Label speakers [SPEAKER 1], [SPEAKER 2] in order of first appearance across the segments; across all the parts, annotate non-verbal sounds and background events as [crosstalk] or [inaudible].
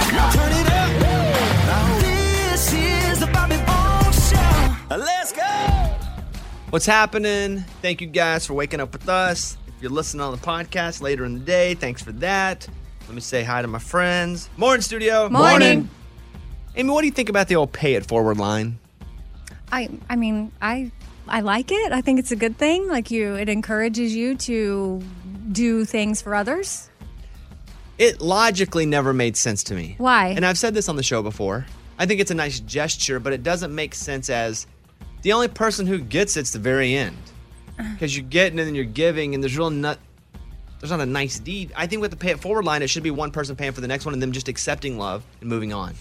[SPEAKER 1] Uh,
[SPEAKER 2] What's happening? Thank you guys for waking up with us. If you're listening on the podcast later in the day, thanks for that. Let me say hi to my friends. Morning, studio.
[SPEAKER 3] Morning.
[SPEAKER 2] Amy, what do you think about the old pay it forward line?
[SPEAKER 3] I I mean I I like it. I think it's a good thing. Like you, it encourages you to do things for others.
[SPEAKER 2] It logically never made sense to me.
[SPEAKER 3] Why?
[SPEAKER 2] And I've said this on the show before. I think it's a nice gesture, but it doesn't make sense as the only person who gets it's the very end. Because you're getting and then you're giving, and there's real not there's not a nice deed. I think with the pay it forward line, it should be one person paying for the next one and them just accepting love and moving on.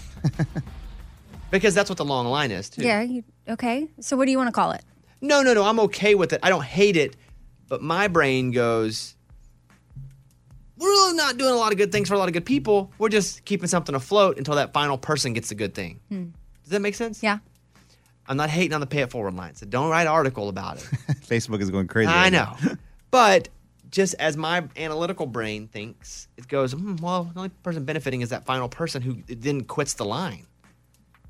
[SPEAKER 2] because that's what the long line is too.
[SPEAKER 3] Yeah. You, okay. So what do you want to call it?
[SPEAKER 2] No, no, no. I'm okay with it. I don't hate it, but my brain goes, we're really not doing a lot of good things for a lot of good people. We're just keeping something afloat until that final person gets the good thing. Does that make sense?
[SPEAKER 3] Yeah.
[SPEAKER 2] I'm not hating on the pay it forward line, so don't write an article about it.
[SPEAKER 4] [laughs] Facebook is going crazy.
[SPEAKER 2] I
[SPEAKER 4] right
[SPEAKER 2] know.
[SPEAKER 4] now. [laughs]
[SPEAKER 2] but just as my analytical brain thinks, it goes, hmm, well, the only person benefiting is that final person who then quits the line.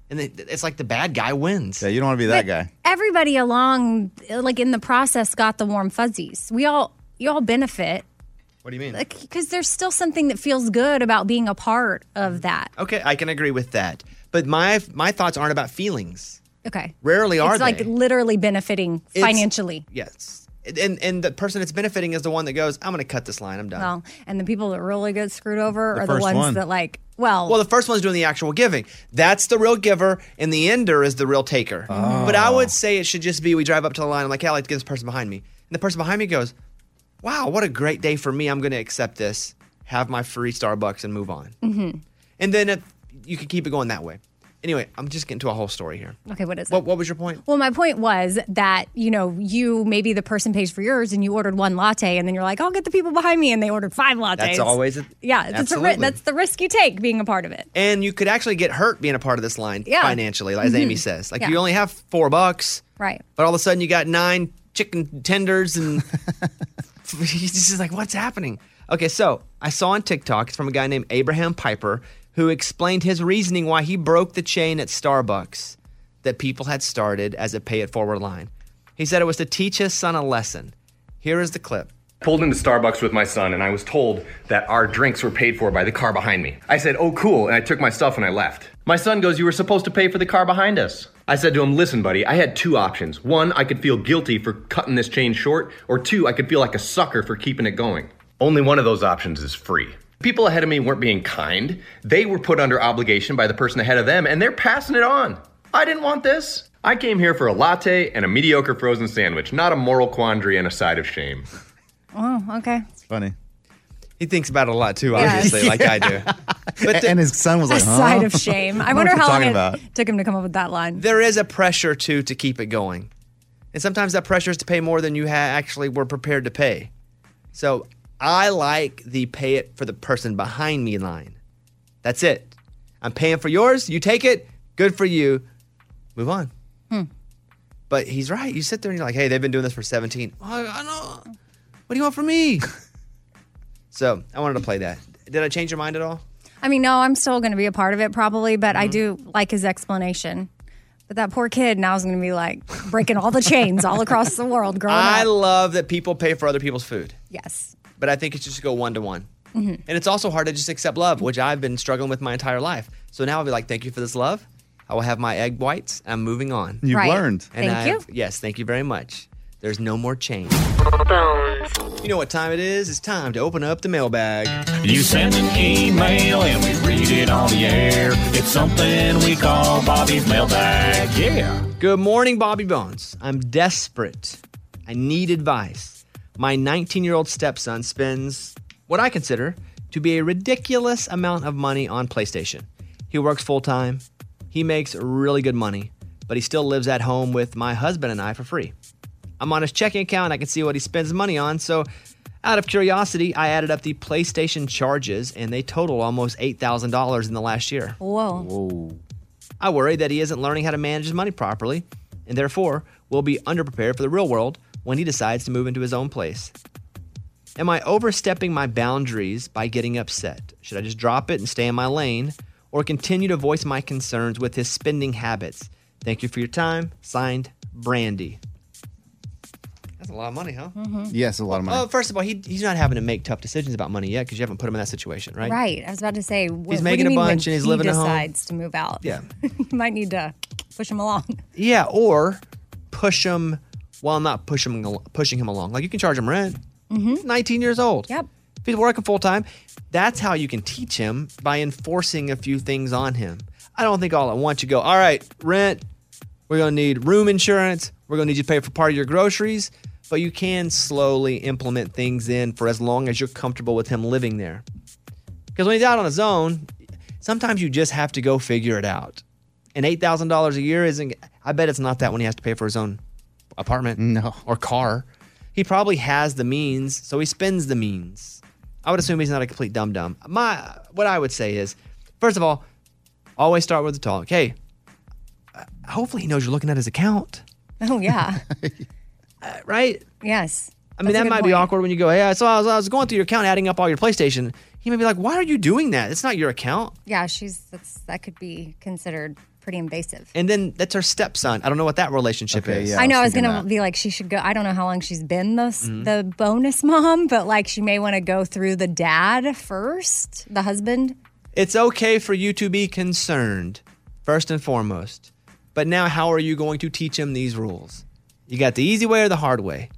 [SPEAKER 2] And it- it's like the bad guy wins.
[SPEAKER 4] Yeah, you don't want to be that guy.
[SPEAKER 3] Everybody along, like in the process, got the warm fuzzies. We all you all benefit
[SPEAKER 2] What do you mean?
[SPEAKER 3] because there's still something that feels good about being a part of that.
[SPEAKER 2] Okay, I can agree with that. But my my thoughts aren't about feelings.
[SPEAKER 3] Okay.
[SPEAKER 2] Rarely are
[SPEAKER 3] it's like
[SPEAKER 2] they.
[SPEAKER 3] literally benefiting
[SPEAKER 2] It's-
[SPEAKER 3] financially.
[SPEAKER 2] yes. And and the person that's benefiting is the one that goes, I'm going to cut this line. I'm done.
[SPEAKER 3] Well, and the people that really get screwed over
[SPEAKER 4] The
[SPEAKER 3] are the
[SPEAKER 4] first
[SPEAKER 3] ones
[SPEAKER 4] one.
[SPEAKER 3] that like. Well,
[SPEAKER 2] Well, the first one's doing the actual giving. That's the real giver, and the ender is the real taker. But I would say it should just be we drive up to the line. I'm like, hey, I'd like to get this person behind me. And the person behind me goes, wow, what a great day for me. I'm going to accept this, have my free Starbucks, and move on.
[SPEAKER 3] mm-hmm.
[SPEAKER 2] And then if, you can keep it going that way. Anyway, I'm just getting to a whole story here.
[SPEAKER 3] okay. What is it?
[SPEAKER 2] What, what was your point?
[SPEAKER 3] Well, my point was that, you know, you maybe the person pays for yours and you ordered one latte and then you're like, I'll get the people behind me and they ordered five lattes.
[SPEAKER 2] That's always a-
[SPEAKER 3] Yeah, that's, a ri-
[SPEAKER 2] Absolutely.
[SPEAKER 3] that's the risk you take being a part of it.
[SPEAKER 2] and you could actually get hurt being a part of this line
[SPEAKER 3] Yeah. Mm-hmm.
[SPEAKER 2] financially, as Amy says. Like
[SPEAKER 3] Yeah.
[SPEAKER 2] you only have four bucks,
[SPEAKER 3] Right.
[SPEAKER 2] but all of a sudden you got nine chicken tenders, and [laughs] he's just like, "What's happening?" Okay, so I saw on TikTok it's from a guy named Abraham Piper who explained his reasoning why he broke the chain at Starbucks that people had started as a pay it forward line. He said it was to teach his son a lesson. Here is the clip.
[SPEAKER 5] pulled into Starbucks with my son, and I was told that our drinks were paid for by the car behind me. I said, Oh, cool, and I took my stuff and I left. My son goes, You were supposed to pay for the car behind us. I said to him, Listen, buddy, I had two options. One, I could feel guilty for cutting this chain short, or two, I could feel like a sucker for keeping it going. Only one of those options is free. People ahead of me weren't being kind. They were put under obligation by the person ahead of them, and they're passing it on. I didn't want this. I came here for a latte and a mediocre frozen sandwich, not a moral quandary and a side of shame.
[SPEAKER 3] Oh, okay.
[SPEAKER 4] It's funny.
[SPEAKER 2] He thinks about it a lot too,
[SPEAKER 3] Yes.
[SPEAKER 2] obviously, like
[SPEAKER 3] [laughs]
[SPEAKER 2] I do. But
[SPEAKER 4] and his son was
[SPEAKER 3] A
[SPEAKER 4] like, huh?
[SPEAKER 3] side of
[SPEAKER 4] [laughs]
[SPEAKER 3] shame. I wonder
[SPEAKER 4] you're
[SPEAKER 3] how long
[SPEAKER 4] talking
[SPEAKER 3] it
[SPEAKER 4] about.
[SPEAKER 3] took him to come up with that line.
[SPEAKER 2] there is a pressure too to keep it going. And sometimes that pressure is to pay more than you ha- actually were prepared to pay. So I like the pay it for the person behind me line. That's it. I'm paying for yours. You take it. Good for you. Move on.
[SPEAKER 3] Hmm.
[SPEAKER 2] But he's right. You sit there and you're like, hey, they've been doing this for 17. Oh, I know. What do you want
[SPEAKER 3] [laughs]
[SPEAKER 2] from me? so I wanted to play that. Did I change your mind at all?
[SPEAKER 3] I mean, no, I'm still going to be a part of it probably, but
[SPEAKER 2] Mm-hmm.
[SPEAKER 3] I do like his explanation. But that poor kid now is going to be like breaking all the chains all across the world growing
[SPEAKER 2] I
[SPEAKER 3] up.
[SPEAKER 2] love that people pay for other people's food.
[SPEAKER 3] Yes.
[SPEAKER 2] but I think it should just go one to one.
[SPEAKER 3] Mm-hmm.
[SPEAKER 2] And it's also hard to just accept love, which I've been struggling with my entire life. So now I'll be like, thank you for this love. I will have my egg whites. I'm moving on.
[SPEAKER 4] You've
[SPEAKER 3] Right.
[SPEAKER 4] learned.
[SPEAKER 2] And
[SPEAKER 3] Thank
[SPEAKER 2] I've-
[SPEAKER 3] you.
[SPEAKER 2] Yes, thank you very much. There's no more change. You know what time it is? It's time to open up the mailbag.
[SPEAKER 6] You send an email and we read it on the air. It's something we call Bobby's mailbag. Yeah.
[SPEAKER 2] Good morning, Bobby Bones. I'm desperate. I need advice. My 19 year old stepson spends what I consider to be a ridiculous amount of money on PlayStation. He works full time, he makes really good money, but he still lives at home with my husband and I for free. I'm on his checking account, I can see what he spends money on, so out of curiosity, I added up the PlayStation charges and they total almost $8,000 in the last year.
[SPEAKER 3] Whoa.
[SPEAKER 2] I worry that he isn't learning how to manage his money properly, and therefore will be underprepared for the real world when he decides to move into his own place. Am I overstepping my boundaries by getting upset? Should I just drop it and stay in my lane, or continue to voice my concerns with his spending habits? Thank you for your time. Signed, Brandy. That's a lot of money, huh?
[SPEAKER 4] Yes, a lot of money.
[SPEAKER 2] Well, Uh, first of all, he, he's not having to make tough decisions about money yet because you haven't put him in that situation, right?
[SPEAKER 3] Right. I was about to say, wh- what do you
[SPEAKER 2] making a
[SPEAKER 3] mean when
[SPEAKER 2] bunch and he's
[SPEAKER 3] he
[SPEAKER 2] living at home?
[SPEAKER 3] decides to move out.
[SPEAKER 2] Yeah.
[SPEAKER 3] you [laughs] might need to push him along. [laughs]
[SPEAKER 2] Yeah, or push him while not push him, pushing him along. Like you can charge him rent. He's 19 years old.
[SPEAKER 3] Yep.
[SPEAKER 2] If he's working full time, that's how you can teach him by enforcing a few things on him. I don't think all at once you go, all right, rent, we're going to need room insurance, we're going to need you to pay for part of your groceries. But you can slowly implement things in for as long as you're comfortable with him living there. Because when he's out on his own, sometimes you just have to go figure it out. And eight thousand dollars a year isn't. I bet it's not that when he has to pay for his own apartment,
[SPEAKER 4] No.
[SPEAKER 2] or car. He probably has the means, so he spends the means. I would assume he's not a complete dum dum. My what I would say is, first of all, always start with the talk. Hey, uh, hopefully he knows you're looking at his account,
[SPEAKER 3] Oh,
[SPEAKER 2] [laughs]
[SPEAKER 3] yeah.
[SPEAKER 2] Uh, right?
[SPEAKER 3] yes.
[SPEAKER 2] I mean,
[SPEAKER 3] That's a
[SPEAKER 2] that
[SPEAKER 3] good
[SPEAKER 2] might be
[SPEAKER 3] point.
[SPEAKER 2] awkward when you go, hey, I saw I was, I was going through your account, adding up all your PlayStation. He may be like, why are you doing that? It's not your account.
[SPEAKER 3] Yeah, she's that's that could be considered pretty invasive.
[SPEAKER 2] And then that's her stepson. I don't know what that relationship
[SPEAKER 4] Okay,
[SPEAKER 2] is.
[SPEAKER 4] yeah. uh, I
[SPEAKER 3] I know I was
[SPEAKER 4] was thinking
[SPEAKER 3] gonna
[SPEAKER 4] that.
[SPEAKER 3] be like she should go. I don't know how long she's been the
[SPEAKER 2] Mm-hmm.
[SPEAKER 3] the bonus mom, but like she may want to go through the dad first, the husband.
[SPEAKER 2] It's okay for you to be concerned, first and foremost. But now, how are you going to teach him these rules? You got the easy way or the hard way.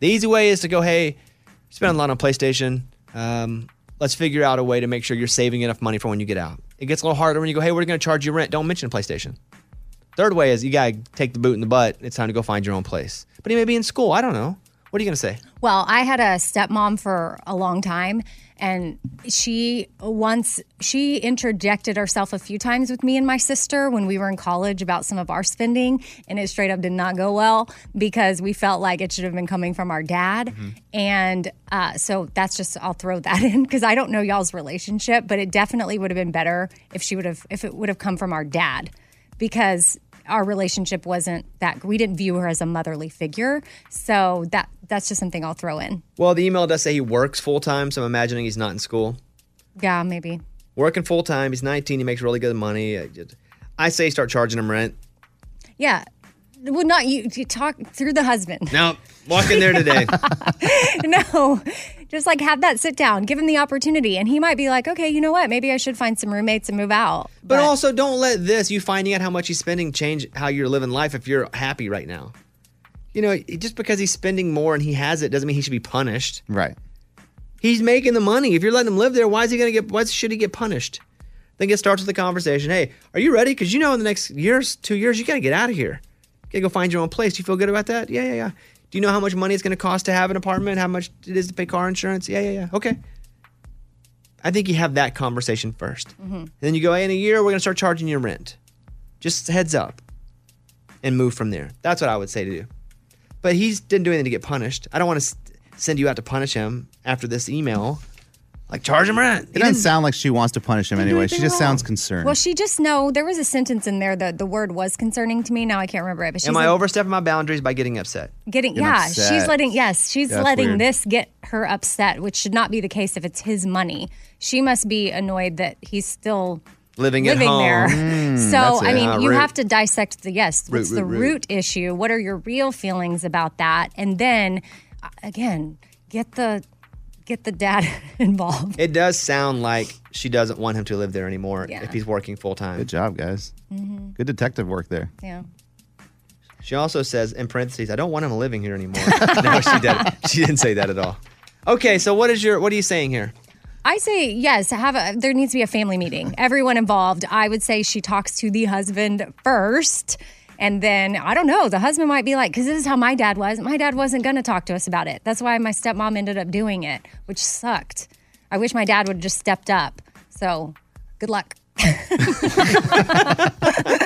[SPEAKER 2] The easy way is to go, hey, you spend a lot on PlayStation. Um, let's figure out a way to make sure you're saving enough money for when you get out. It gets a little harder when you go, hey, we're going to charge you rent. Don't mention PlayStation. Third way is you got to take the boot in the butt. It's time to go find your own place. But he may be in school. I don't know. What are you going to say?
[SPEAKER 3] Well, I had a stepmom for a long time, and she once she interjected herself a few times with me and my sister when we were in college about some of our spending, and it straight up did not go well because we felt like it should have been coming from our dad, and uh, so that's just I'll throw that [laughs] in because I don't know y'all's relationship, but it definitely would have been better if she would have if it would have come from our dad because our relationship wasn't that we didn't view her as a motherly figure. So that that's just something I'll throw in.
[SPEAKER 2] Well, the email does say he works full time, so I'm imagining he's not in school.
[SPEAKER 3] Yeah, maybe.
[SPEAKER 2] working full time. He's 19. He makes really good money. I, just- I say start charging him rent.
[SPEAKER 3] Yeah. Well, not you. you talk through the husband. [laughs]
[SPEAKER 2] No, walk in there today.
[SPEAKER 3] no, just like have that sit down, give him the opportunity, and he might be like, okay, you know what? Maybe I should find some roommates and move out.
[SPEAKER 2] but also, don't let this you finding out how much he's spending change how you're living life. If you're happy right now, you know, just because he's spending more and he has it doesn't mean he should be punished.
[SPEAKER 4] right.
[SPEAKER 2] He's making the money. If you're letting him live there, why is he gonna get? Why should he get punished? Then it starts with the conversation. Hey, are you ready? Because you know, in the next years, two years, you gotta get out of here. You gotta go find your own place. Do you feel good about that? Yeah, yeah, yeah. Do you know how much money it's gonna cost to have an apartment? How much it is to pay car insurance? Yeah, yeah, yeah. Okay. I think you have that conversation 1st And then you go, hey, in a year, we're gonna start charging you rent. Just heads up, and move from there. That's what I would say to do. But he didn't do anything to get punished. I don't want to send you out to punish him after this email. Like charge him rent. He
[SPEAKER 4] It doesn't
[SPEAKER 2] didn't-
[SPEAKER 4] sound like she wants to punish him anyway. She
[SPEAKER 2] anything
[SPEAKER 4] just sounds
[SPEAKER 2] wrong.
[SPEAKER 4] concerned.
[SPEAKER 3] Well, she just know there was a sentence in there that the word was concerning to me. Now I can't remember it, but she's
[SPEAKER 2] Am I
[SPEAKER 3] like,
[SPEAKER 2] overstepping my boundaries by getting upset?
[SPEAKER 3] getting yeah she's
[SPEAKER 4] upset.
[SPEAKER 3] letting yes she's
[SPEAKER 4] That's
[SPEAKER 3] letting
[SPEAKER 4] weird.
[SPEAKER 3] this get her upset which should not be the case if it's his money she must be annoyed that he's still
[SPEAKER 2] Living, at
[SPEAKER 3] living
[SPEAKER 2] home.
[SPEAKER 3] there [laughs] so
[SPEAKER 4] Hmm, that's
[SPEAKER 3] i
[SPEAKER 4] it.
[SPEAKER 3] mean
[SPEAKER 2] Ah,
[SPEAKER 3] you
[SPEAKER 2] root.
[SPEAKER 3] have to dissect the yes what's
[SPEAKER 4] root,
[SPEAKER 3] the
[SPEAKER 4] root.
[SPEAKER 3] root issue what are your real feelings about that and then uh, again get the get the dad [laughs] involved
[SPEAKER 2] It does sound like she doesn't want him to live there anymore
[SPEAKER 3] Yeah. Mm-hmm.
[SPEAKER 2] if he's working full time.
[SPEAKER 4] Good job, guys. Good detective work there.
[SPEAKER 3] yeah
[SPEAKER 2] She also says in parentheses, "I don't want him living here anymore." [laughs] no, she did. She didn't say that at all. Okay, so what is your what are you saying here?
[SPEAKER 3] I say yes. Have a, there needs to be a family meeting. Everyone involved. I would say she talks to the husband first, and then I don't know. The husband might be like, "Cause this is how my dad was. My dad wasn't gonna talk to us about it. That's why my stepmom ended up doing it, which sucked. I wish my dad would have just stepped up. So, good luck.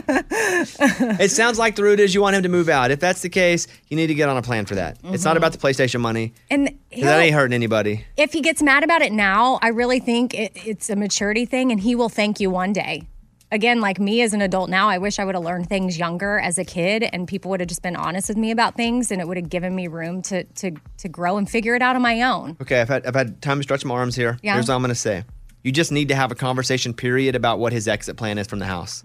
[SPEAKER 2] It sounds like the root is you want him to move out. If that's the case, you need to get on a plan for that. It's not about the PlayStation money.
[SPEAKER 3] And
[SPEAKER 2] that
[SPEAKER 3] he'll-
[SPEAKER 2] ain't hurting anybody.
[SPEAKER 3] if he gets mad about it now, I really think it, it's a maturity thing and he will thank you one day. Again, like me as an adult now, I wish I would have learned things younger as a kid and people would have just been honest with me about things and it would have given me room to to to grow and figure it out on my own.
[SPEAKER 2] Okay, I've had, I've had time to stretch my arms here.
[SPEAKER 3] Yeah.
[SPEAKER 2] Here's what I'm going to say. You just need to have a conversation, period, about what his exit plan is from the house.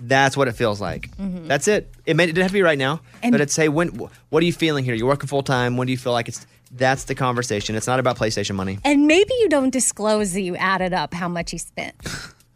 [SPEAKER 2] That's what it feels like. That's it. It, may, it didn't have to be right now,
[SPEAKER 3] And-
[SPEAKER 2] but it's hey, when? wh- What are you feeling here? You're working full time. When do you feel like it's? That's the conversation. It's not about PlayStation
[SPEAKER 3] [laughs]
[SPEAKER 2] money.
[SPEAKER 3] And maybe you don't disclose that you added up how much he spent.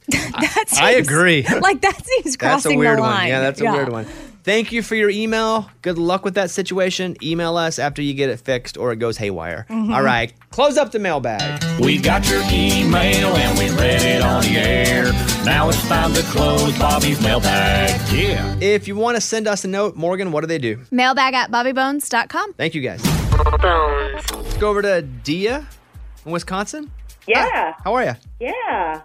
[SPEAKER 3] that seems,
[SPEAKER 2] I agree.
[SPEAKER 3] [laughs] Like that seems
[SPEAKER 2] That's a
[SPEAKER 3] crossing
[SPEAKER 2] weird
[SPEAKER 3] the line.
[SPEAKER 2] one. Yeah, that's a weird one. Thank you for your email. Good luck with that situation. Email us after you get it fixed or it goes haywire.
[SPEAKER 3] Mm-hmm.
[SPEAKER 2] All right, close up the mailbag.
[SPEAKER 6] We got your email and we read it on the air. Now it's time to close Bobby's mailbag. Yeah.
[SPEAKER 2] If you want to send us a note, Morgan, what do they do?
[SPEAKER 7] Mailbag at bobbybones.com.
[SPEAKER 2] Thank you guys. Let's
[SPEAKER 8] Bones.
[SPEAKER 2] go over to Dia in Wisconsin.
[SPEAKER 9] Yeah,
[SPEAKER 2] How are you?
[SPEAKER 9] yeah.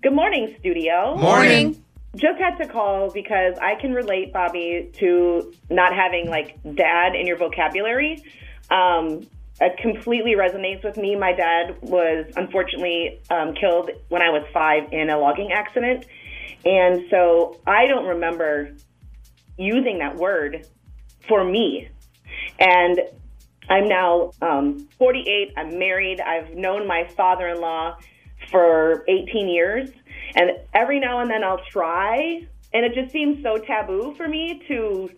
[SPEAKER 9] Good morning, studio.
[SPEAKER 2] Morning.
[SPEAKER 9] Just had to call because I can relate, Bobby, to not having like dad in your vocabulary. Um, it completely resonates with me. My dad was unfortunately um, killed when I was five in a logging accident. And so I don't remember using that word for me. And I'm now um, 48. I'm married. I've known my father in law for 18 years. And every now and then I'll try. And it just seems so taboo for me to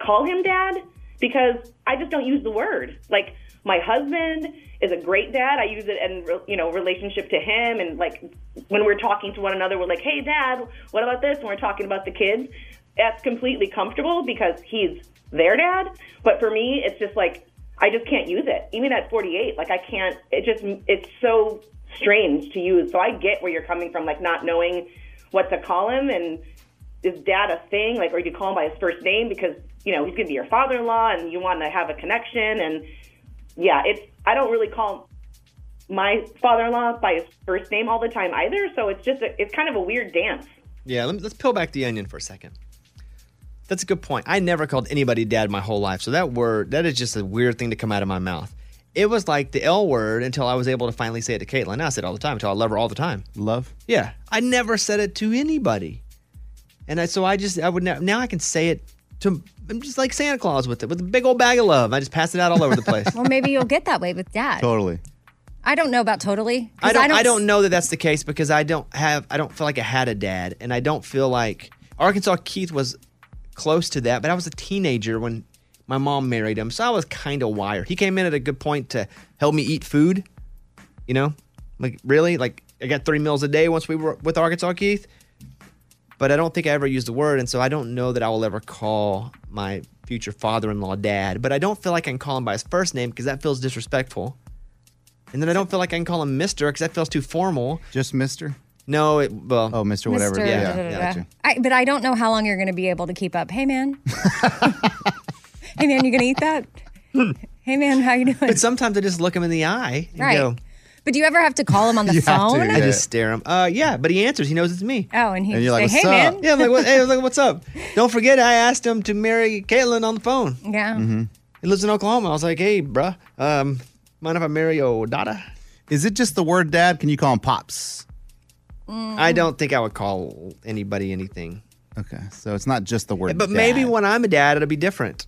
[SPEAKER 9] call him dad because I just don't use the word. Like, my husband is a great dad. I use it in, you know, relationship to him. And like, when we're talking to one another, we're like, hey, dad, what about this? And we're talking about the kids. That's completely comfortable because he's their dad. But for me, it's just like, I just can't use it. Even at 48, like I can't, it just, it's so strange to use. So I get where you're coming from, like not knowing what to call him and is dad a thing? Like, or do you call him by his first name because, you know, he's going to be your father in law and you want to have a connection. And yeah, it's, I don't really call my father in law by his first name all the time either. So it's just, a, it's kind of a weird dance.
[SPEAKER 2] Yeah, let me, let's peel back the onion for a second. That's a good point. I never called anybody dad my whole life. So that word, that is just a weird thing to come out of my mouth. It was like the L word until I was able to finally say it to Caitlin. Now I say it all the time until I love her all the time.
[SPEAKER 4] Love.
[SPEAKER 2] Yeah, I never said it to anybody, and I, so I just I would now, now I can say it to I'm just like Santa Claus with it with a big old bag of love. I just pass it out all over the place.
[SPEAKER 3] Well, maybe you'll get that way with dad.
[SPEAKER 4] [laughs] Totally.
[SPEAKER 3] I don't know about totally. 'cause
[SPEAKER 2] I don't, I don't know that that's the case because I don't have I don't feel like I had a dad, and I don't feel like Arkansas Keith was close to that, but I was a teenager when my mom married him, so I was kind of wired. He came in at a good point to help me eat food. You know, like really, like I got three meals a day once we were with Arkansas Keith. But I don't think I ever used the word, and so I don't know that I will ever call my future father-in-law dad. But I don't feel like I can call him by his first name because that feels disrespectful. And then I don't feel like I can call him Mister because that feels too formal.
[SPEAKER 4] Just Mister.
[SPEAKER 2] No, it well,
[SPEAKER 4] Oh, Mister. Whatever.
[SPEAKER 3] Mr.
[SPEAKER 4] Yeah.
[SPEAKER 3] da, da, da,
[SPEAKER 4] yeah,
[SPEAKER 3] da.
[SPEAKER 4] gotcha.
[SPEAKER 3] I, but I don't know how long you're going to be able to keep up. Hey, man. hey, man, you going to eat that? hey, man, how you doing?
[SPEAKER 2] but sometimes I just look him in the eye
[SPEAKER 3] [laughs]
[SPEAKER 2] and
[SPEAKER 3] Right.
[SPEAKER 2] go,
[SPEAKER 3] But do you ever have to call
[SPEAKER 2] [laughs]
[SPEAKER 3] him on the
[SPEAKER 4] You have to,
[SPEAKER 3] phone?
[SPEAKER 2] I
[SPEAKER 4] [laughs] Yeah.
[SPEAKER 2] just stare him. Uh, yeah, but he answers. He knows it's me.
[SPEAKER 3] Oh, and he
[SPEAKER 4] And
[SPEAKER 3] say,
[SPEAKER 4] you're like,
[SPEAKER 3] hey,
[SPEAKER 4] "What's up?"
[SPEAKER 3] man.
[SPEAKER 2] Yeah, I'm like, what, hey, I was like, what's up? Don't forget, I asked him to marry Caitlin on the phone.
[SPEAKER 3] [laughs] Yeah.
[SPEAKER 4] Mm-hmm.
[SPEAKER 2] He lives in Oklahoma. I was like, hey, bruh, um, mind if I marry your daughter?
[SPEAKER 4] Is it just the word dad? Can you call him pops?
[SPEAKER 3] Mm.
[SPEAKER 2] I don't think I would call anybody anything.
[SPEAKER 4] Okay, so it's not just the word.
[SPEAKER 2] But maybe
[SPEAKER 4] dad.
[SPEAKER 2] when I'm a dad, it'll be different.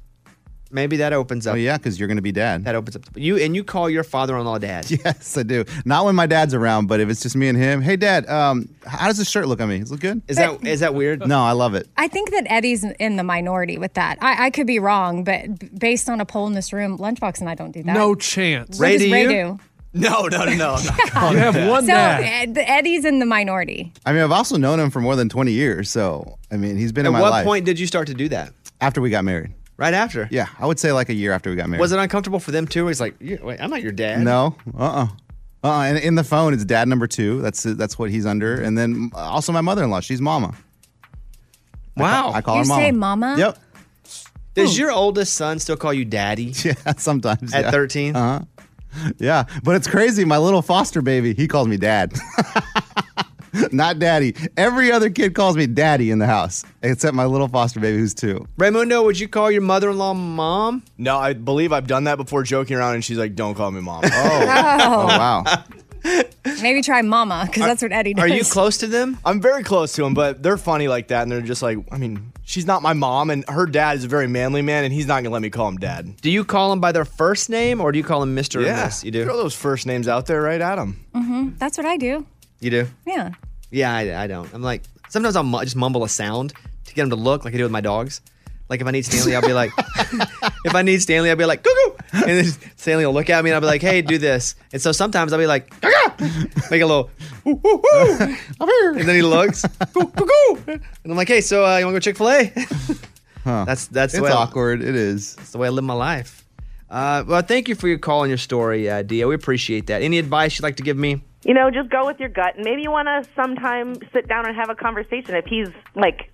[SPEAKER 2] Maybe that opens up.
[SPEAKER 4] Oh yeah, because you're gonna be dad.
[SPEAKER 2] That opens up. You and you call your father-in-law dad.
[SPEAKER 4] [laughs] Yes, I do. Not when my dad's around, but if it's just me and him. Hey, dad. Um, how does this shirt look on me? Does it look good?
[SPEAKER 2] Is that is that weird?
[SPEAKER 4] no, I love it.
[SPEAKER 3] I think that Eddie's in the minority with that. I, I could be wrong, but b- based on a poll in this room, Lunchbox and I don't do that. [laughs]
[SPEAKER 10] No
[SPEAKER 3] What
[SPEAKER 10] chance.
[SPEAKER 2] Ray,
[SPEAKER 3] does
[SPEAKER 2] do
[SPEAKER 3] Ray
[SPEAKER 2] you?
[SPEAKER 3] do?
[SPEAKER 2] No, no, no, no.
[SPEAKER 10] You have one
[SPEAKER 3] So
[SPEAKER 10] dad.
[SPEAKER 3] Ed, Eddie's in the minority.
[SPEAKER 4] I mean, I've also known him for more than 20 years, so I mean, he's been
[SPEAKER 2] At
[SPEAKER 4] in my
[SPEAKER 2] what
[SPEAKER 4] life
[SPEAKER 2] point did you start to do that?
[SPEAKER 4] after we got married.
[SPEAKER 2] Right after.
[SPEAKER 4] Yeah, I would say like a year after we got married.
[SPEAKER 2] Was it uncomfortable for them too? He's like, "You- wait, I'm not your dad.
[SPEAKER 4] No. Uh. uh Uh. And in the phone, it's dad number two. That's that's what he's under. And then also my mother-in-law. She's mama.
[SPEAKER 2] Wow.
[SPEAKER 4] I call
[SPEAKER 3] You
[SPEAKER 4] her mama.
[SPEAKER 3] say mama?
[SPEAKER 4] Yep.
[SPEAKER 2] Does your oldest son still call you daddy
[SPEAKER 4] [laughs] Yeah. Sometimes.
[SPEAKER 2] at
[SPEAKER 4] yeah. Uh-huh.
[SPEAKER 2] 13?
[SPEAKER 4] Yeah, but it's crazy. My little foster baby, he calls me dad. [laughs] Not daddy. Every other kid calls me daddy in the house, except my little foster baby, who's two.
[SPEAKER 2] Raymundo, would you call your mother in law mom?
[SPEAKER 11] No, I believe I've done that before joking around, and she's like, don't call
[SPEAKER 2] [laughs]
[SPEAKER 11] me mom.
[SPEAKER 4] [laughs] Oh, wow.
[SPEAKER 3] Maybe try mama because that's what Eddie does.
[SPEAKER 2] Are you close to them?
[SPEAKER 11] I'm very close to him, but they're funny like that, and they're just like, I mean, she's not my mom, and her dad is a very manly man, and he's not gonna let me call him dad.
[SPEAKER 2] Do you call them by their first name or do you call them Mr. or Miss? You
[SPEAKER 11] Throw
[SPEAKER 2] do?
[SPEAKER 11] those first names out there right at him.
[SPEAKER 3] Mm-hmm. That's what I do.
[SPEAKER 2] You do?
[SPEAKER 3] Yeah.
[SPEAKER 2] Yeah, I, I don't. I'm like, sometimes I'll mu- just mumble a sound to get him to look like I do with my dogs. Like if I need Stanley, I'll be like, [laughs] if I need Stanley, I'll be like, cuckoo, and then Stanley will look at me and I'll be like, hey, do this. And so sometimes I'll be like, cuckoo, make a little, [laughs] ooh, ooh, ooh. and then he looks, "Cuckoo, cuckoo." and I'm like, hey, so uh, you want to go Chick Fil [laughs] A? That's that's the
[SPEAKER 4] It's
[SPEAKER 2] way I-
[SPEAKER 4] awkward. It is.
[SPEAKER 2] that's the way I live my life. Uh, well, thank you for your call and your story, uh, Dia. We appreciate that. Any advice you'd like to give me?
[SPEAKER 9] You know, just go with your gut. And maybe you want to sometime sit down and have a conversation. If he's like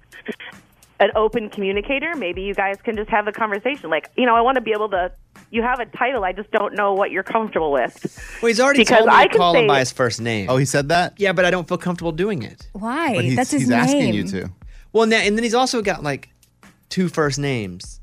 [SPEAKER 9] an open communicator, maybe you guys can just have a conversation. Like, you know, I want to be able to. You have a title. I just don't know what you're comfortable with.
[SPEAKER 2] Well, he's already
[SPEAKER 9] Because
[SPEAKER 2] told me
[SPEAKER 9] I
[SPEAKER 2] to
[SPEAKER 9] can
[SPEAKER 2] call him
[SPEAKER 9] say-
[SPEAKER 2] by his first name.
[SPEAKER 4] Oh, he said that.
[SPEAKER 2] yeah, but I don't feel comfortable doing it.
[SPEAKER 3] Why?
[SPEAKER 4] But he's,
[SPEAKER 3] That's his
[SPEAKER 4] he's
[SPEAKER 3] name.
[SPEAKER 4] asking you to.
[SPEAKER 2] Well, now, and then he's also got like two first names.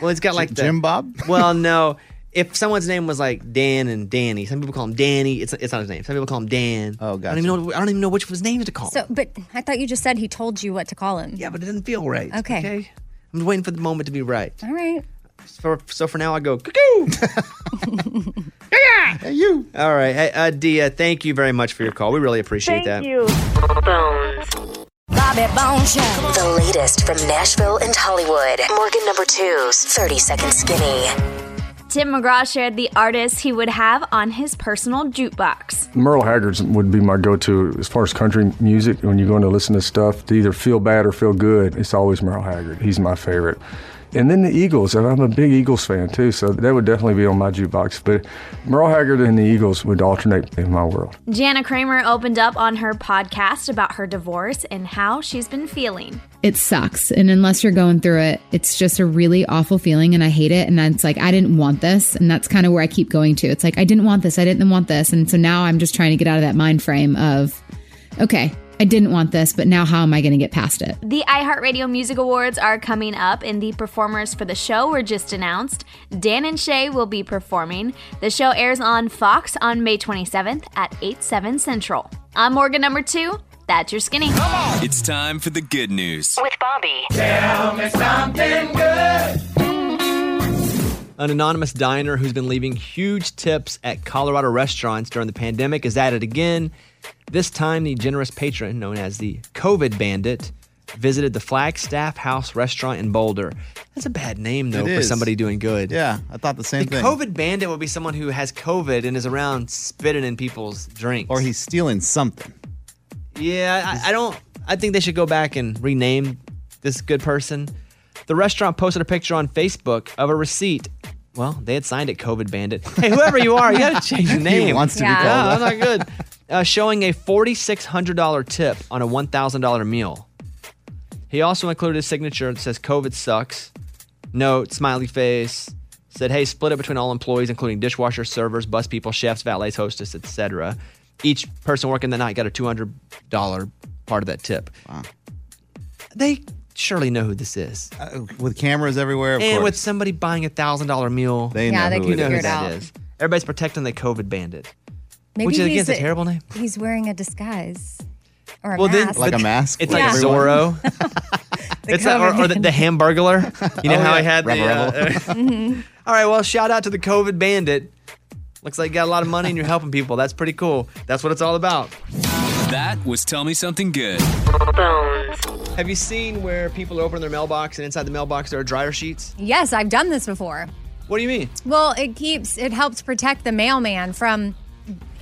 [SPEAKER 2] Well, he's got like the,
[SPEAKER 4] Jim Bob.
[SPEAKER 2] [laughs] well, no. If someone's name was like Dan and Danny, some people call him Danny. It's, it's not his name. Some people call him Dan.
[SPEAKER 4] Oh,
[SPEAKER 2] I don't even know. I don't even know which of his names to call.
[SPEAKER 3] So,
[SPEAKER 2] him.
[SPEAKER 3] but I thought you just said he told you what to call him.
[SPEAKER 2] Oh. Yeah, but it doesn't feel right.
[SPEAKER 3] Okay.
[SPEAKER 2] I'm just waiting for the moment to be right.
[SPEAKER 3] All right.
[SPEAKER 2] So, so for now, I go cuckoo.
[SPEAKER 4] [laughs] Hey, you.
[SPEAKER 2] All right, hey, uh, Dia, thank you very much for your call. We really appreciate
[SPEAKER 9] Thank
[SPEAKER 2] that.
[SPEAKER 9] you.
[SPEAKER 8] Bobby Bones Show. The latest from Nashville and Hollywood. Morgan number two's 30 Second Skinny.
[SPEAKER 7] Tim McGraw shared the artists he would have on his personal jukebox.
[SPEAKER 10] Merle Haggard's would be my go-to as far as country music. When you're going to listen to stuff to either feel bad or feel good, it's always Merle Haggard. He's my favorite. And then the Eagles. and I'm a big Eagles fan too, so that would definitely be on my jukebox. But Merle Haggard and the Eagles would alternate in my world.
[SPEAKER 7] Jana Kramer opened up on her podcast about her divorce and how she's been feeling.
[SPEAKER 12] It sucks. And unless you're going through it, it's just a really awful feeling and I hate it. And it's like, I didn't want this. And that's kind of where I keep going to. It's like, I didn't want this. I didn't want this. And so now I'm just trying to get out of that mind frame of, okay, I didn't want this, but now how am I going to get past it?
[SPEAKER 7] The iHeartRadio Music Awards are coming up, and the performers for the show were just announced. Dan and Shay will be performing. The show airs on Fox on May 27th at 8, 7 Central. I'm Morgan number two. That's your skinny.
[SPEAKER 6] It's time for the good news.
[SPEAKER 8] With Bobby.
[SPEAKER 2] An anonymous diner who's been leaving huge tips at Colorado restaurants during the pandemic is at it again. This time, the generous patron, known as the COVID Bandit, visited the Flagstaff House restaurant in Boulder. That's a bad name, though,
[SPEAKER 4] It
[SPEAKER 2] for
[SPEAKER 4] is.
[SPEAKER 2] somebody doing good.
[SPEAKER 4] Yeah, I thought the
[SPEAKER 2] The
[SPEAKER 4] same thing.
[SPEAKER 2] COVID Bandit would be someone who has COVID and is around spitting in people's drinks.
[SPEAKER 4] Or he's stealing something.
[SPEAKER 2] Yeah, I, I don't. I think they should go back and rename this good person. The restaurant posted a picture on Facebook of a receipt. Well, they had signed it COVID Bandit. Hey, whoever you are, you
[SPEAKER 4] [laughs]
[SPEAKER 2] gotta change your name.
[SPEAKER 4] He wants to
[SPEAKER 3] Yeah.
[SPEAKER 4] be called.
[SPEAKER 2] Yeah,
[SPEAKER 4] that.
[SPEAKER 2] that's not good. Uh, showing a $4,600 tip on a $1,000 meal. He also included a signature that says COVID sucks, note, smiley face, said, hey, split it between all employees, including dishwashers, servers, bus people, chefs, valets, hostess, etc. Each person working that night got a $200 part of that tip. Wow. They surely know who this is.
[SPEAKER 4] Uh, With cameras everywhere, of
[SPEAKER 2] and
[SPEAKER 4] course.
[SPEAKER 2] with somebody buying a $1,000 meal, they
[SPEAKER 4] they
[SPEAKER 3] Yeah,
[SPEAKER 4] know
[SPEAKER 3] they
[SPEAKER 4] who
[SPEAKER 3] can
[SPEAKER 4] it
[SPEAKER 2] know
[SPEAKER 3] figure
[SPEAKER 2] who
[SPEAKER 4] is.
[SPEAKER 3] it out.
[SPEAKER 2] that is. Everybody's protecting the COVID bandit,
[SPEAKER 3] Maybe
[SPEAKER 2] which is, again,
[SPEAKER 3] he's
[SPEAKER 2] is a
[SPEAKER 3] [laughs]
[SPEAKER 2] terrible name.
[SPEAKER 3] He's wearing a disguise or a
[SPEAKER 2] Well, then-
[SPEAKER 3] mask.
[SPEAKER 4] Like a mask.
[SPEAKER 2] It's
[SPEAKER 4] for
[SPEAKER 2] like
[SPEAKER 3] Yeah.
[SPEAKER 4] everyone.
[SPEAKER 2] Zorro. it's like, or, or the, the Hamburglar. You
[SPEAKER 11] Oh,
[SPEAKER 2] know how I had the. [laughs]
[SPEAKER 11] [laughs]
[SPEAKER 4] Rubber
[SPEAKER 2] uh, All right. Well, shout out to the COVID Bandit. Looks like you got a lot of money and you're helping people. That's pretty cool. That's what it's all about.
[SPEAKER 6] That was Tell Me Something Good.
[SPEAKER 2] Have you seen where people open their mailbox and inside the mailbox there are dryer sheets?
[SPEAKER 3] [laughs] yes, I've done this before.
[SPEAKER 2] What do you mean?
[SPEAKER 3] Well, it keeps it helps protect the mailman from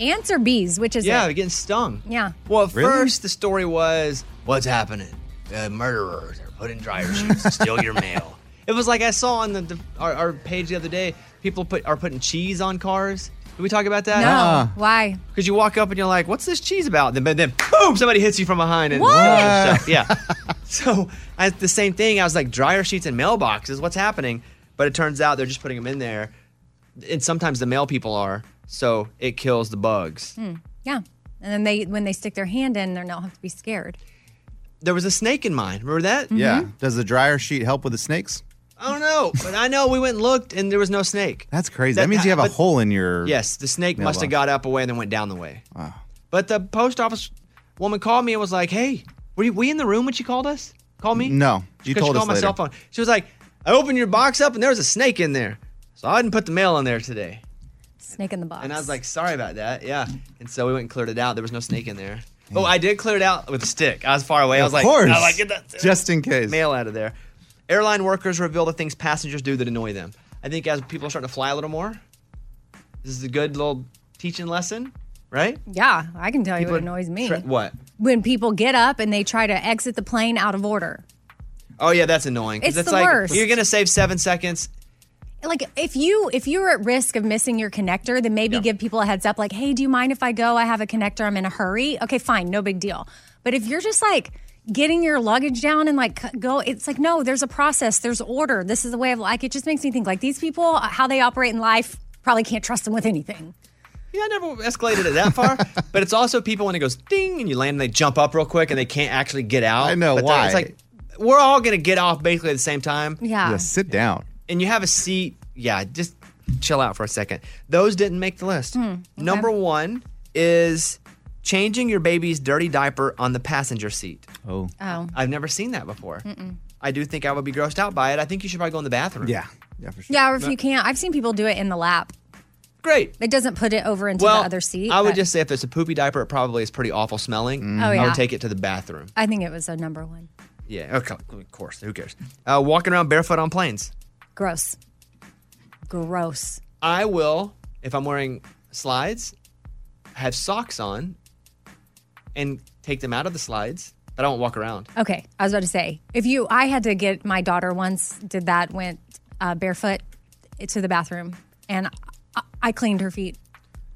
[SPEAKER 3] ants or bees, which is
[SPEAKER 2] Yeah,
[SPEAKER 3] it.
[SPEAKER 2] they're getting stung.
[SPEAKER 3] Yeah.
[SPEAKER 2] Well, at first the story was, what's happening? The murderers are putting dryer sheets to steal your mail.
[SPEAKER 3] [laughs]
[SPEAKER 2] It was like I saw on the, the our, our page the other day, people put are putting cheese on cars. Did we talk about that?
[SPEAKER 3] No.
[SPEAKER 4] Ah.
[SPEAKER 3] Why?
[SPEAKER 2] Because you walk up and you're like, "What's this cheese about?" Then, but then, boom! Somebody hits you from behind. And
[SPEAKER 3] What?
[SPEAKER 2] So, yeah. [laughs] so I, the same thing. I was like, dryer sheets and mailboxes. What's happening? But it turns out they're just putting them in there, and sometimes the mail people are. So it kills the bugs.
[SPEAKER 3] Hmm. Yeah. And then they when they stick their hand in, they don't have to be scared.
[SPEAKER 2] There was a snake in mine. Remember that?
[SPEAKER 4] Yeah. Mm-hmm. Does the dryer sheet help with the snakes?
[SPEAKER 2] I don't know, Oh, but I know we went and looked, and there was no snake.
[SPEAKER 4] That's crazy.
[SPEAKER 2] That-
[SPEAKER 4] That, means you have a
[SPEAKER 2] but-
[SPEAKER 4] hole in your.
[SPEAKER 2] Yes, the snake must have
[SPEAKER 4] Mailbox.
[SPEAKER 2] got up away and then went down the way. But the post office woman called me and was like, "Hey, were you, we in the room when she called us? Call me?
[SPEAKER 4] No, you
[SPEAKER 2] 'Cause
[SPEAKER 4] told
[SPEAKER 2] she
[SPEAKER 4] us
[SPEAKER 2] called my
[SPEAKER 4] later.
[SPEAKER 2] cell phone. She was like, "I opened your box up and there was a snake in there, so I didn't put the mail in there today."
[SPEAKER 3] Snake in the box.
[SPEAKER 2] And I was like, "Sorry about that." Yeah, and so we went and cleared it out. There was no snake in there. Oh, I did clear it out with a stick. I was far away. I was
[SPEAKER 4] Of
[SPEAKER 2] like, "Oh,
[SPEAKER 4] course.
[SPEAKER 2] I like get that
[SPEAKER 4] Just in case.
[SPEAKER 2] mail out of there. Airline workers reveal the things passengers do that annoy them. I think as people are starting to fly a little more, this is a good little teaching lesson, right?
[SPEAKER 3] Yeah, I can tell you
[SPEAKER 2] People
[SPEAKER 3] what annoys me.
[SPEAKER 2] Tra- what?
[SPEAKER 3] when people get up and they try to exit the plane out of order.
[SPEAKER 2] Oh yeah, that's annoying. 'cause
[SPEAKER 3] It's
[SPEAKER 2] it's
[SPEAKER 3] the
[SPEAKER 2] like
[SPEAKER 3] worst.
[SPEAKER 2] you're gonna save seven seconds.
[SPEAKER 3] Like if you if you're at risk of missing your connector, then maybe give people a heads up like, "Hey, do you mind if I go? I have a connector. I'm in a hurry." Okay, fine. No big deal. But if you're just like getting your luggage down and like c- go it's like no there's a process there's order this is the way of like it just makes me think like these people uh, how they operate in life probably can't trust them with anything
[SPEAKER 2] Yeah, I never escalated it that
[SPEAKER 4] [laughs]
[SPEAKER 2] far. but it's also people when it goes ding and you land and they jump up real quick and they can't actually get out. I know
[SPEAKER 4] why.
[SPEAKER 2] It's like we're all gonna get off basically at the same time.
[SPEAKER 3] Yeah. Yeah,
[SPEAKER 4] sit down.
[SPEAKER 2] And you have a seat. Yeah, just chill out for a second. Those didn't make the list.
[SPEAKER 3] Hmm,
[SPEAKER 2] Number one is changing your baby's dirty diaper on the passenger seat.
[SPEAKER 4] Oh.
[SPEAKER 3] oh
[SPEAKER 2] I've never seen that before.
[SPEAKER 3] Mm-mm.
[SPEAKER 2] I do think I would be grossed out by it. I think you should probably go in the bathroom. Yeah.
[SPEAKER 4] Yeah, for
[SPEAKER 3] yeah or if you can't i've seen people do it in the lap
[SPEAKER 2] great
[SPEAKER 3] it doesn't put it over into
[SPEAKER 2] well,
[SPEAKER 3] the other seat
[SPEAKER 2] I would
[SPEAKER 3] but
[SPEAKER 2] just say if it's a poopy diaper, it probably is pretty awful smelling.
[SPEAKER 3] Oh,
[SPEAKER 2] I
[SPEAKER 3] yeah.
[SPEAKER 2] would take it to the bathroom.
[SPEAKER 3] i think it was a number one
[SPEAKER 2] Yeah, okay, of course. Who cares? Uh, walking around barefoot on planes.
[SPEAKER 3] gross gross
[SPEAKER 2] I will, if I'm wearing slides, have socks on and take them out of the slides, but I won't walk around.
[SPEAKER 3] Okay, I was about to say if you, I had to get my daughter once did that went uh, barefoot to the bathroom, and I, I cleaned her feet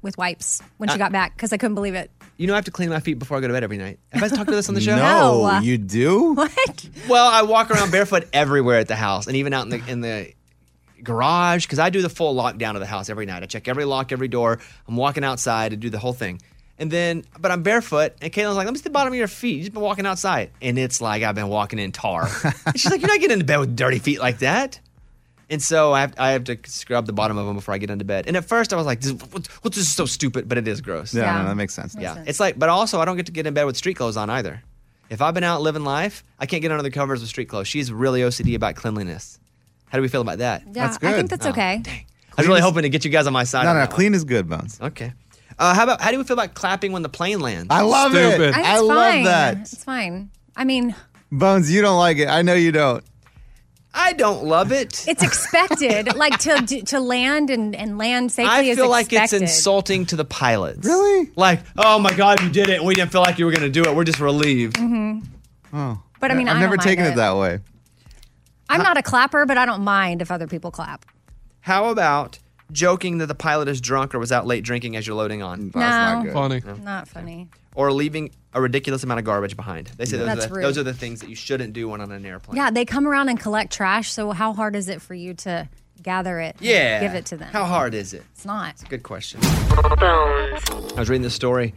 [SPEAKER 3] with wipes when she
[SPEAKER 2] Uh,
[SPEAKER 3] got back because I couldn't believe it.
[SPEAKER 2] You know, I have to clean my feet before I go to bed every night. Have I talked about this on the show?
[SPEAKER 3] No, No. you
[SPEAKER 4] do?
[SPEAKER 3] What?
[SPEAKER 2] Well, I walk around barefoot everywhere at the house and even out in the, in the garage because I do the full lockdown of the house every night. I check every lock, every door. I'm walking outside and do the whole thing. And then, but I'm barefoot, and Caitlin's like, "Let me see the bottom of your feet. You've been walking outside, and it's like I've been walking in tar." And she's like, "You're not getting into bed with dirty feet like that." And so I have, I have to scrub the bottom of them before I get into bed. And at first I was like, this, what, "What's this is so stupid?" But it is gross.
[SPEAKER 4] Yeah, no, that makes sense.
[SPEAKER 2] yeah, it's like, but also I don't get to get in bed with street clothes on either. If I've been out living life, I can't get under the covers with street clothes. She's really OCD about cleanliness. How do we feel
[SPEAKER 3] [laughs]
[SPEAKER 2] about that?
[SPEAKER 3] Yeah, I think that's
[SPEAKER 2] Oh.
[SPEAKER 3] okay.
[SPEAKER 2] I was really hoping to get you guys on my side.
[SPEAKER 4] No,
[SPEAKER 2] on
[SPEAKER 4] no,
[SPEAKER 2] that one.
[SPEAKER 4] clean is good, Bones.
[SPEAKER 2] Okay. Uh, how about how do we feel about clapping when the plane lands?
[SPEAKER 4] I love it.
[SPEAKER 3] I, think
[SPEAKER 4] I
[SPEAKER 3] it's
[SPEAKER 4] love
[SPEAKER 3] fine.
[SPEAKER 4] that.
[SPEAKER 3] It's fine. I mean,
[SPEAKER 4] Bones, you don't like it. I know you don't.
[SPEAKER 2] I don't love it.
[SPEAKER 3] it's
[SPEAKER 2] [laughs]
[SPEAKER 3] expected, like to do- to land and, and land safely.
[SPEAKER 2] I
[SPEAKER 3] is
[SPEAKER 2] feel like it's
[SPEAKER 3] expected.
[SPEAKER 2] insulting to the pilots. Really? Like, oh my God, you did it. and We didn't feel like you were going to do it. We're just relieved.
[SPEAKER 3] Mhm.
[SPEAKER 4] Oh.
[SPEAKER 3] But I mean,
[SPEAKER 4] I've
[SPEAKER 3] I don't
[SPEAKER 4] never
[SPEAKER 3] mind
[SPEAKER 4] taken
[SPEAKER 3] it.
[SPEAKER 4] it that way.
[SPEAKER 3] I'm not a clapper, but I don't mind if other people clap.
[SPEAKER 2] How about joking that the pilot is drunk or was out late drinking as you're loading on?
[SPEAKER 3] no,
[SPEAKER 2] No.
[SPEAKER 3] Not funny.
[SPEAKER 2] Or leaving a ridiculous amount of garbage behind. They say those,
[SPEAKER 3] That's
[SPEAKER 2] are the,
[SPEAKER 3] rude.
[SPEAKER 2] those are the things that you shouldn't do when on an airplane.
[SPEAKER 3] Yeah, they come around and collect trash. So how hard is it for you to gather it? and
[SPEAKER 2] Yeah.
[SPEAKER 3] give it to them.
[SPEAKER 2] How hard is it?
[SPEAKER 3] It's not.
[SPEAKER 2] It's a good question. I was reading this story,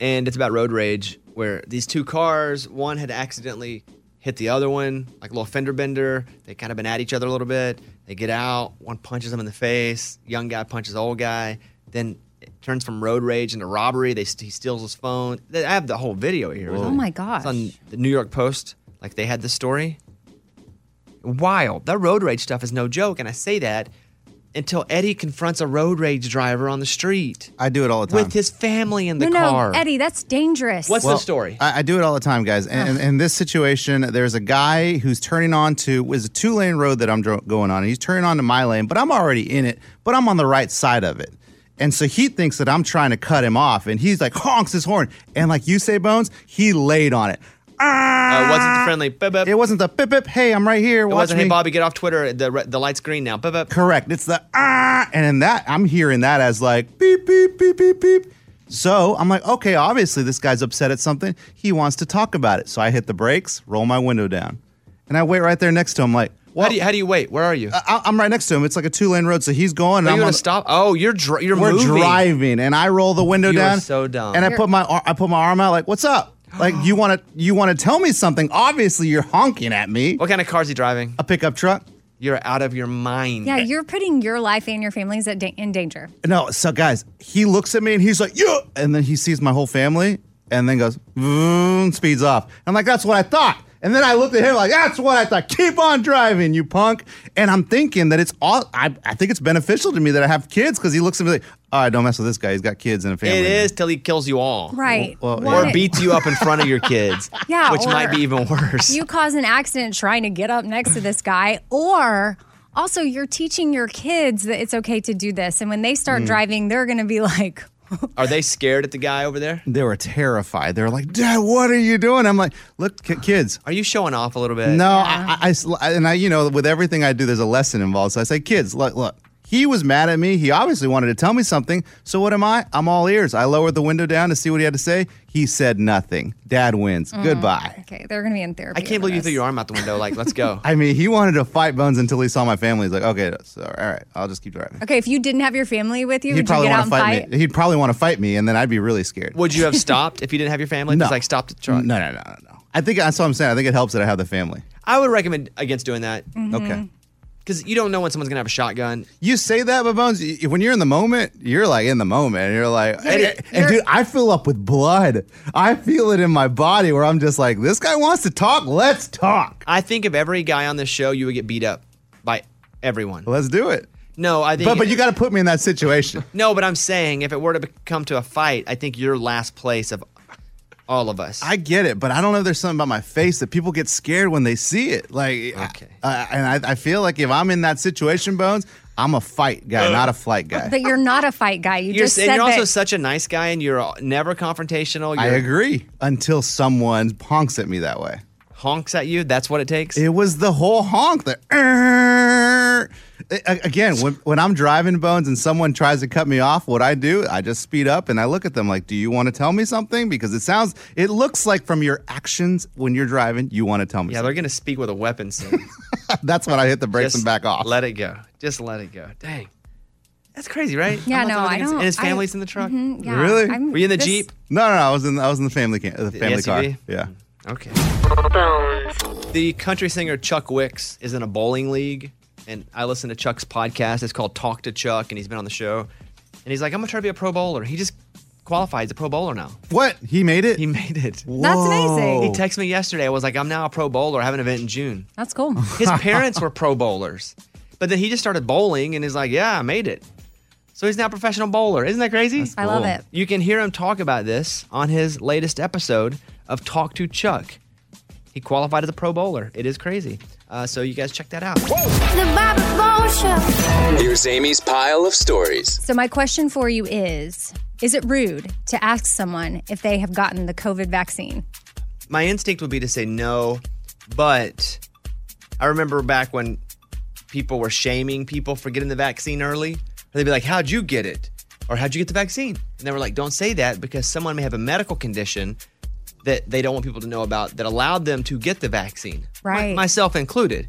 [SPEAKER 2] and it's about road rage, where these two cars, one had accidentally hit the other one, like a little fender bender. They kind of been at each other a little bit. They get out, one punches them in the face. Young guy punches old guy. Then it turns from road rage into robbery. They he steals his phone. They- I have the whole video here.
[SPEAKER 3] Oh my gosh.
[SPEAKER 2] It's on the New York Post. Like they had this story. Wild. That road rage stuff is no joke, and I say that until Eddie confronts a road rage driver on the street.
[SPEAKER 4] I do it all the time.
[SPEAKER 2] With his family in the
[SPEAKER 3] no, no,
[SPEAKER 2] car.
[SPEAKER 3] Eddie, that's dangerous.
[SPEAKER 4] Well, I, I do it all the time, guys. And and in this situation, there's a guy who's turning on to is a two lane road that I'm dro- going on, and he's turning on to my lane, but I'm already in it, but I'm on the right side of it. And so he thinks that I'm trying to cut him off, and he's like honks his horn, and like you say, Bones, he laid on it.
[SPEAKER 2] Uh, it wasn't the friendly. Bip, bip.
[SPEAKER 4] It wasn't the bip bip. Hey, I'm right here.
[SPEAKER 2] It
[SPEAKER 4] Watch
[SPEAKER 2] wasn't.
[SPEAKER 4] me.
[SPEAKER 2] Hey, Bobby, get off Twitter. The re- the light's green now. Bip, bip.
[SPEAKER 4] Correct. It's the ah, and in that I'm hearing that as like beep beep beep beep beep. So I'm like, okay, obviously this guy's upset at something. He wants to talk about it. So I hit the brakes, roll my window down, and I wait right there next to him. Like,
[SPEAKER 2] how do you how do you wait? Where are you?
[SPEAKER 4] I, I'm right next to him. It's like a two lane road, so he's going.
[SPEAKER 2] are
[SPEAKER 4] and
[SPEAKER 2] you
[SPEAKER 4] I'm
[SPEAKER 2] gonna
[SPEAKER 4] on the-
[SPEAKER 2] stop? Oh, you're dri- you're
[SPEAKER 4] we're
[SPEAKER 2] moving.
[SPEAKER 4] driving, and I roll the window
[SPEAKER 2] You are
[SPEAKER 4] down.
[SPEAKER 2] so dumb.
[SPEAKER 4] And I
[SPEAKER 2] You're-
[SPEAKER 4] put my ar- I put my arm out, like, what's up? Like you want to you want to tell me something? Obviously you're honking at me. What
[SPEAKER 2] kind of car is he driving?
[SPEAKER 4] A pickup truck.
[SPEAKER 2] You're out of your mind.
[SPEAKER 3] yeah, you're putting your life and your family's at da- in danger.
[SPEAKER 4] No, so guys, he looks at me and he's like, yeah. And then he sees my whole family and then goes, vroom, speeds off. I'm like, that's what I thought. And then I looked at him like, that's what I thought. Keep on driving, you punk. And I'm thinking that it's all, I, I think it's beneficial to me that I have kids because he looks at me like, all right, don't mess with this guy. He's got kids and a family.
[SPEAKER 2] It is till he kills you all.
[SPEAKER 3] Right.
[SPEAKER 4] Well,
[SPEAKER 3] Why-
[SPEAKER 2] Or beats
[SPEAKER 3] [laughs]
[SPEAKER 2] you up in front of your
[SPEAKER 4] [laughs]
[SPEAKER 2] kids.
[SPEAKER 3] Yeah,
[SPEAKER 2] Which
[SPEAKER 3] or-
[SPEAKER 2] might be even worse.
[SPEAKER 3] You cause an accident trying to get up next to this guy, or also you're teaching your kids that it's okay to do this. And when they start
[SPEAKER 4] Hmm.
[SPEAKER 2] Mm.
[SPEAKER 3] driving, they're going to be [laughs] like,
[SPEAKER 2] [laughs] Are they scared at the guy over there?
[SPEAKER 4] They were terrified. They were like, "Dad, what are you doing?" I'm like, "Look, ki- kids,
[SPEAKER 2] Are you showing off a little bit?
[SPEAKER 4] No, I I, I, sl- and I, you know, with everything I do, there's a lesson involved. So I say, kids, look, look. He was mad at me. He obviously wanted to tell me something. So what am I? I'm all ears. I lowered the window down to see what he had to say. He said nothing. Dad wins.
[SPEAKER 3] Mm.
[SPEAKER 4] Goodbye.
[SPEAKER 3] okay, they're going to be in therapy.
[SPEAKER 2] I can't believe you threw your arm out the window. Like, let's go. [laughs]
[SPEAKER 4] I mean, he wanted to fight bones until he saw my family. He's like, okay, so, all right, I'll just keep driving.
[SPEAKER 3] Okay, if you didn't have your family with you,
[SPEAKER 4] He'd
[SPEAKER 3] would you
[SPEAKER 4] probably
[SPEAKER 3] get out
[SPEAKER 4] want to
[SPEAKER 3] and
[SPEAKER 4] fight,
[SPEAKER 3] fight?
[SPEAKER 4] me. He'd probably want to fight me, and then I'd be really scared.
[SPEAKER 2] Would
[SPEAKER 4] [laughs]
[SPEAKER 2] you have stopped if you didn't have your family?
[SPEAKER 4] No.
[SPEAKER 2] Just like stopped the truck.
[SPEAKER 4] No, no, no, no, no. I think that's what I'm saying. I think it helps that I have the family.
[SPEAKER 2] I would recommend against doing that.
[SPEAKER 4] Okay.
[SPEAKER 2] Because you don't know when someone's gonna have a shotgun.
[SPEAKER 4] You say that, but Bones, y- when you're in the moment, you're like in the moment. You're like,
[SPEAKER 2] Yeah,
[SPEAKER 4] and,
[SPEAKER 2] you're-
[SPEAKER 4] and dude, I fill up with blood. I feel it in my body where I'm just like, this guy wants to talk. Let's talk.
[SPEAKER 2] I think if every guy on this show, you would get beat up by everyone.
[SPEAKER 4] Let's do it.
[SPEAKER 2] No, I think.
[SPEAKER 4] But but you got to put me in that situation.
[SPEAKER 2] No, but I'm saying if it were to be- come to a fight, I think you're last place of all of us.
[SPEAKER 4] I get it, but I don't know if there's something about my face that people get scared when they see it. Like, okay. and I, I feel like if I'm in that situation, Bones, I'm a fight
[SPEAKER 2] Uh,
[SPEAKER 4] guy, not a flight guy.
[SPEAKER 3] [laughs] But you're not a fight guy. You
[SPEAKER 2] You're,
[SPEAKER 3] just
[SPEAKER 2] and
[SPEAKER 3] said
[SPEAKER 2] you're also
[SPEAKER 3] that.
[SPEAKER 2] such a nice guy, and you're uh, never confrontational.
[SPEAKER 4] I
[SPEAKER 2] You're-
[SPEAKER 4] agree. Until someone honks at me that way.
[SPEAKER 2] Honks at you. That's what it takes.
[SPEAKER 4] It was the whole honk. The "Err." A- again, when, when I'm driving bones and someone tries to cut me off, what I do, I just speed up and I look at them like, "Do you want to tell me something?" Because it sounds, it looks like from your actions when you're driving, you want to tell me.
[SPEAKER 2] Yeah, they're gonna speak with a weapon
[SPEAKER 4] [laughs]
[SPEAKER 2] soon.
[SPEAKER 4] something. That's when I hit the brakes
[SPEAKER 2] Just
[SPEAKER 4] and back off.
[SPEAKER 2] Let it go. Just let it go. Dang, that's crazy, right?
[SPEAKER 3] Yeah,
[SPEAKER 2] I'm
[SPEAKER 3] no,
[SPEAKER 2] not the one
[SPEAKER 3] I
[SPEAKER 2] that gets-
[SPEAKER 3] don't.
[SPEAKER 2] And his
[SPEAKER 3] I-
[SPEAKER 2] family's in the truck.
[SPEAKER 3] Mhm, yeah.
[SPEAKER 4] really?
[SPEAKER 3] I'm- this-
[SPEAKER 4] No, no, no. I was in. I was in the family can, the family
[SPEAKER 2] SUV?
[SPEAKER 4] car. Yeah.
[SPEAKER 2] Okay. The country singer Chuck Wicks is in a bowling league, and I listen to Chuck's podcast. It's called Talk to Chuck, and he's been on the show. And he's like, I'm gonna try to be a pro bowler. He just qualified as a pro bowler now.
[SPEAKER 4] What? He made it. He
[SPEAKER 2] made it.
[SPEAKER 3] That's amazing.
[SPEAKER 2] He texted me yesterday. I was like, I'm now a pro bowler. I have an event in June.
[SPEAKER 3] That's cool.
[SPEAKER 2] His parents were pro bowlers, but then he just started bowling and he's like, "Yeah, I made it." So he's now a professional bowler. Isn't that crazy?
[SPEAKER 3] I love cool. it.
[SPEAKER 2] You can hear him talk about this on his latest episode of Talk to Chuck. He qualified as a pro bowler. It is crazy. Uh, so you guys check that out.
[SPEAKER 13] Here's Amy's pile of stories.
[SPEAKER 3] So my question for you is: Is it rude to ask someone if they have gotten the COVID vaccine?
[SPEAKER 2] My instinct would be to say no, but I remember back when people were shaming people for getting the vaccine early. They'd be like, "How'd you get it?" or "How'd you get the vaccine?" And they were like, "Don't say that because someone may have a medical condition that they don't want people to know about that allowed them to get the vaccine,
[SPEAKER 3] Right.
[SPEAKER 2] myself included."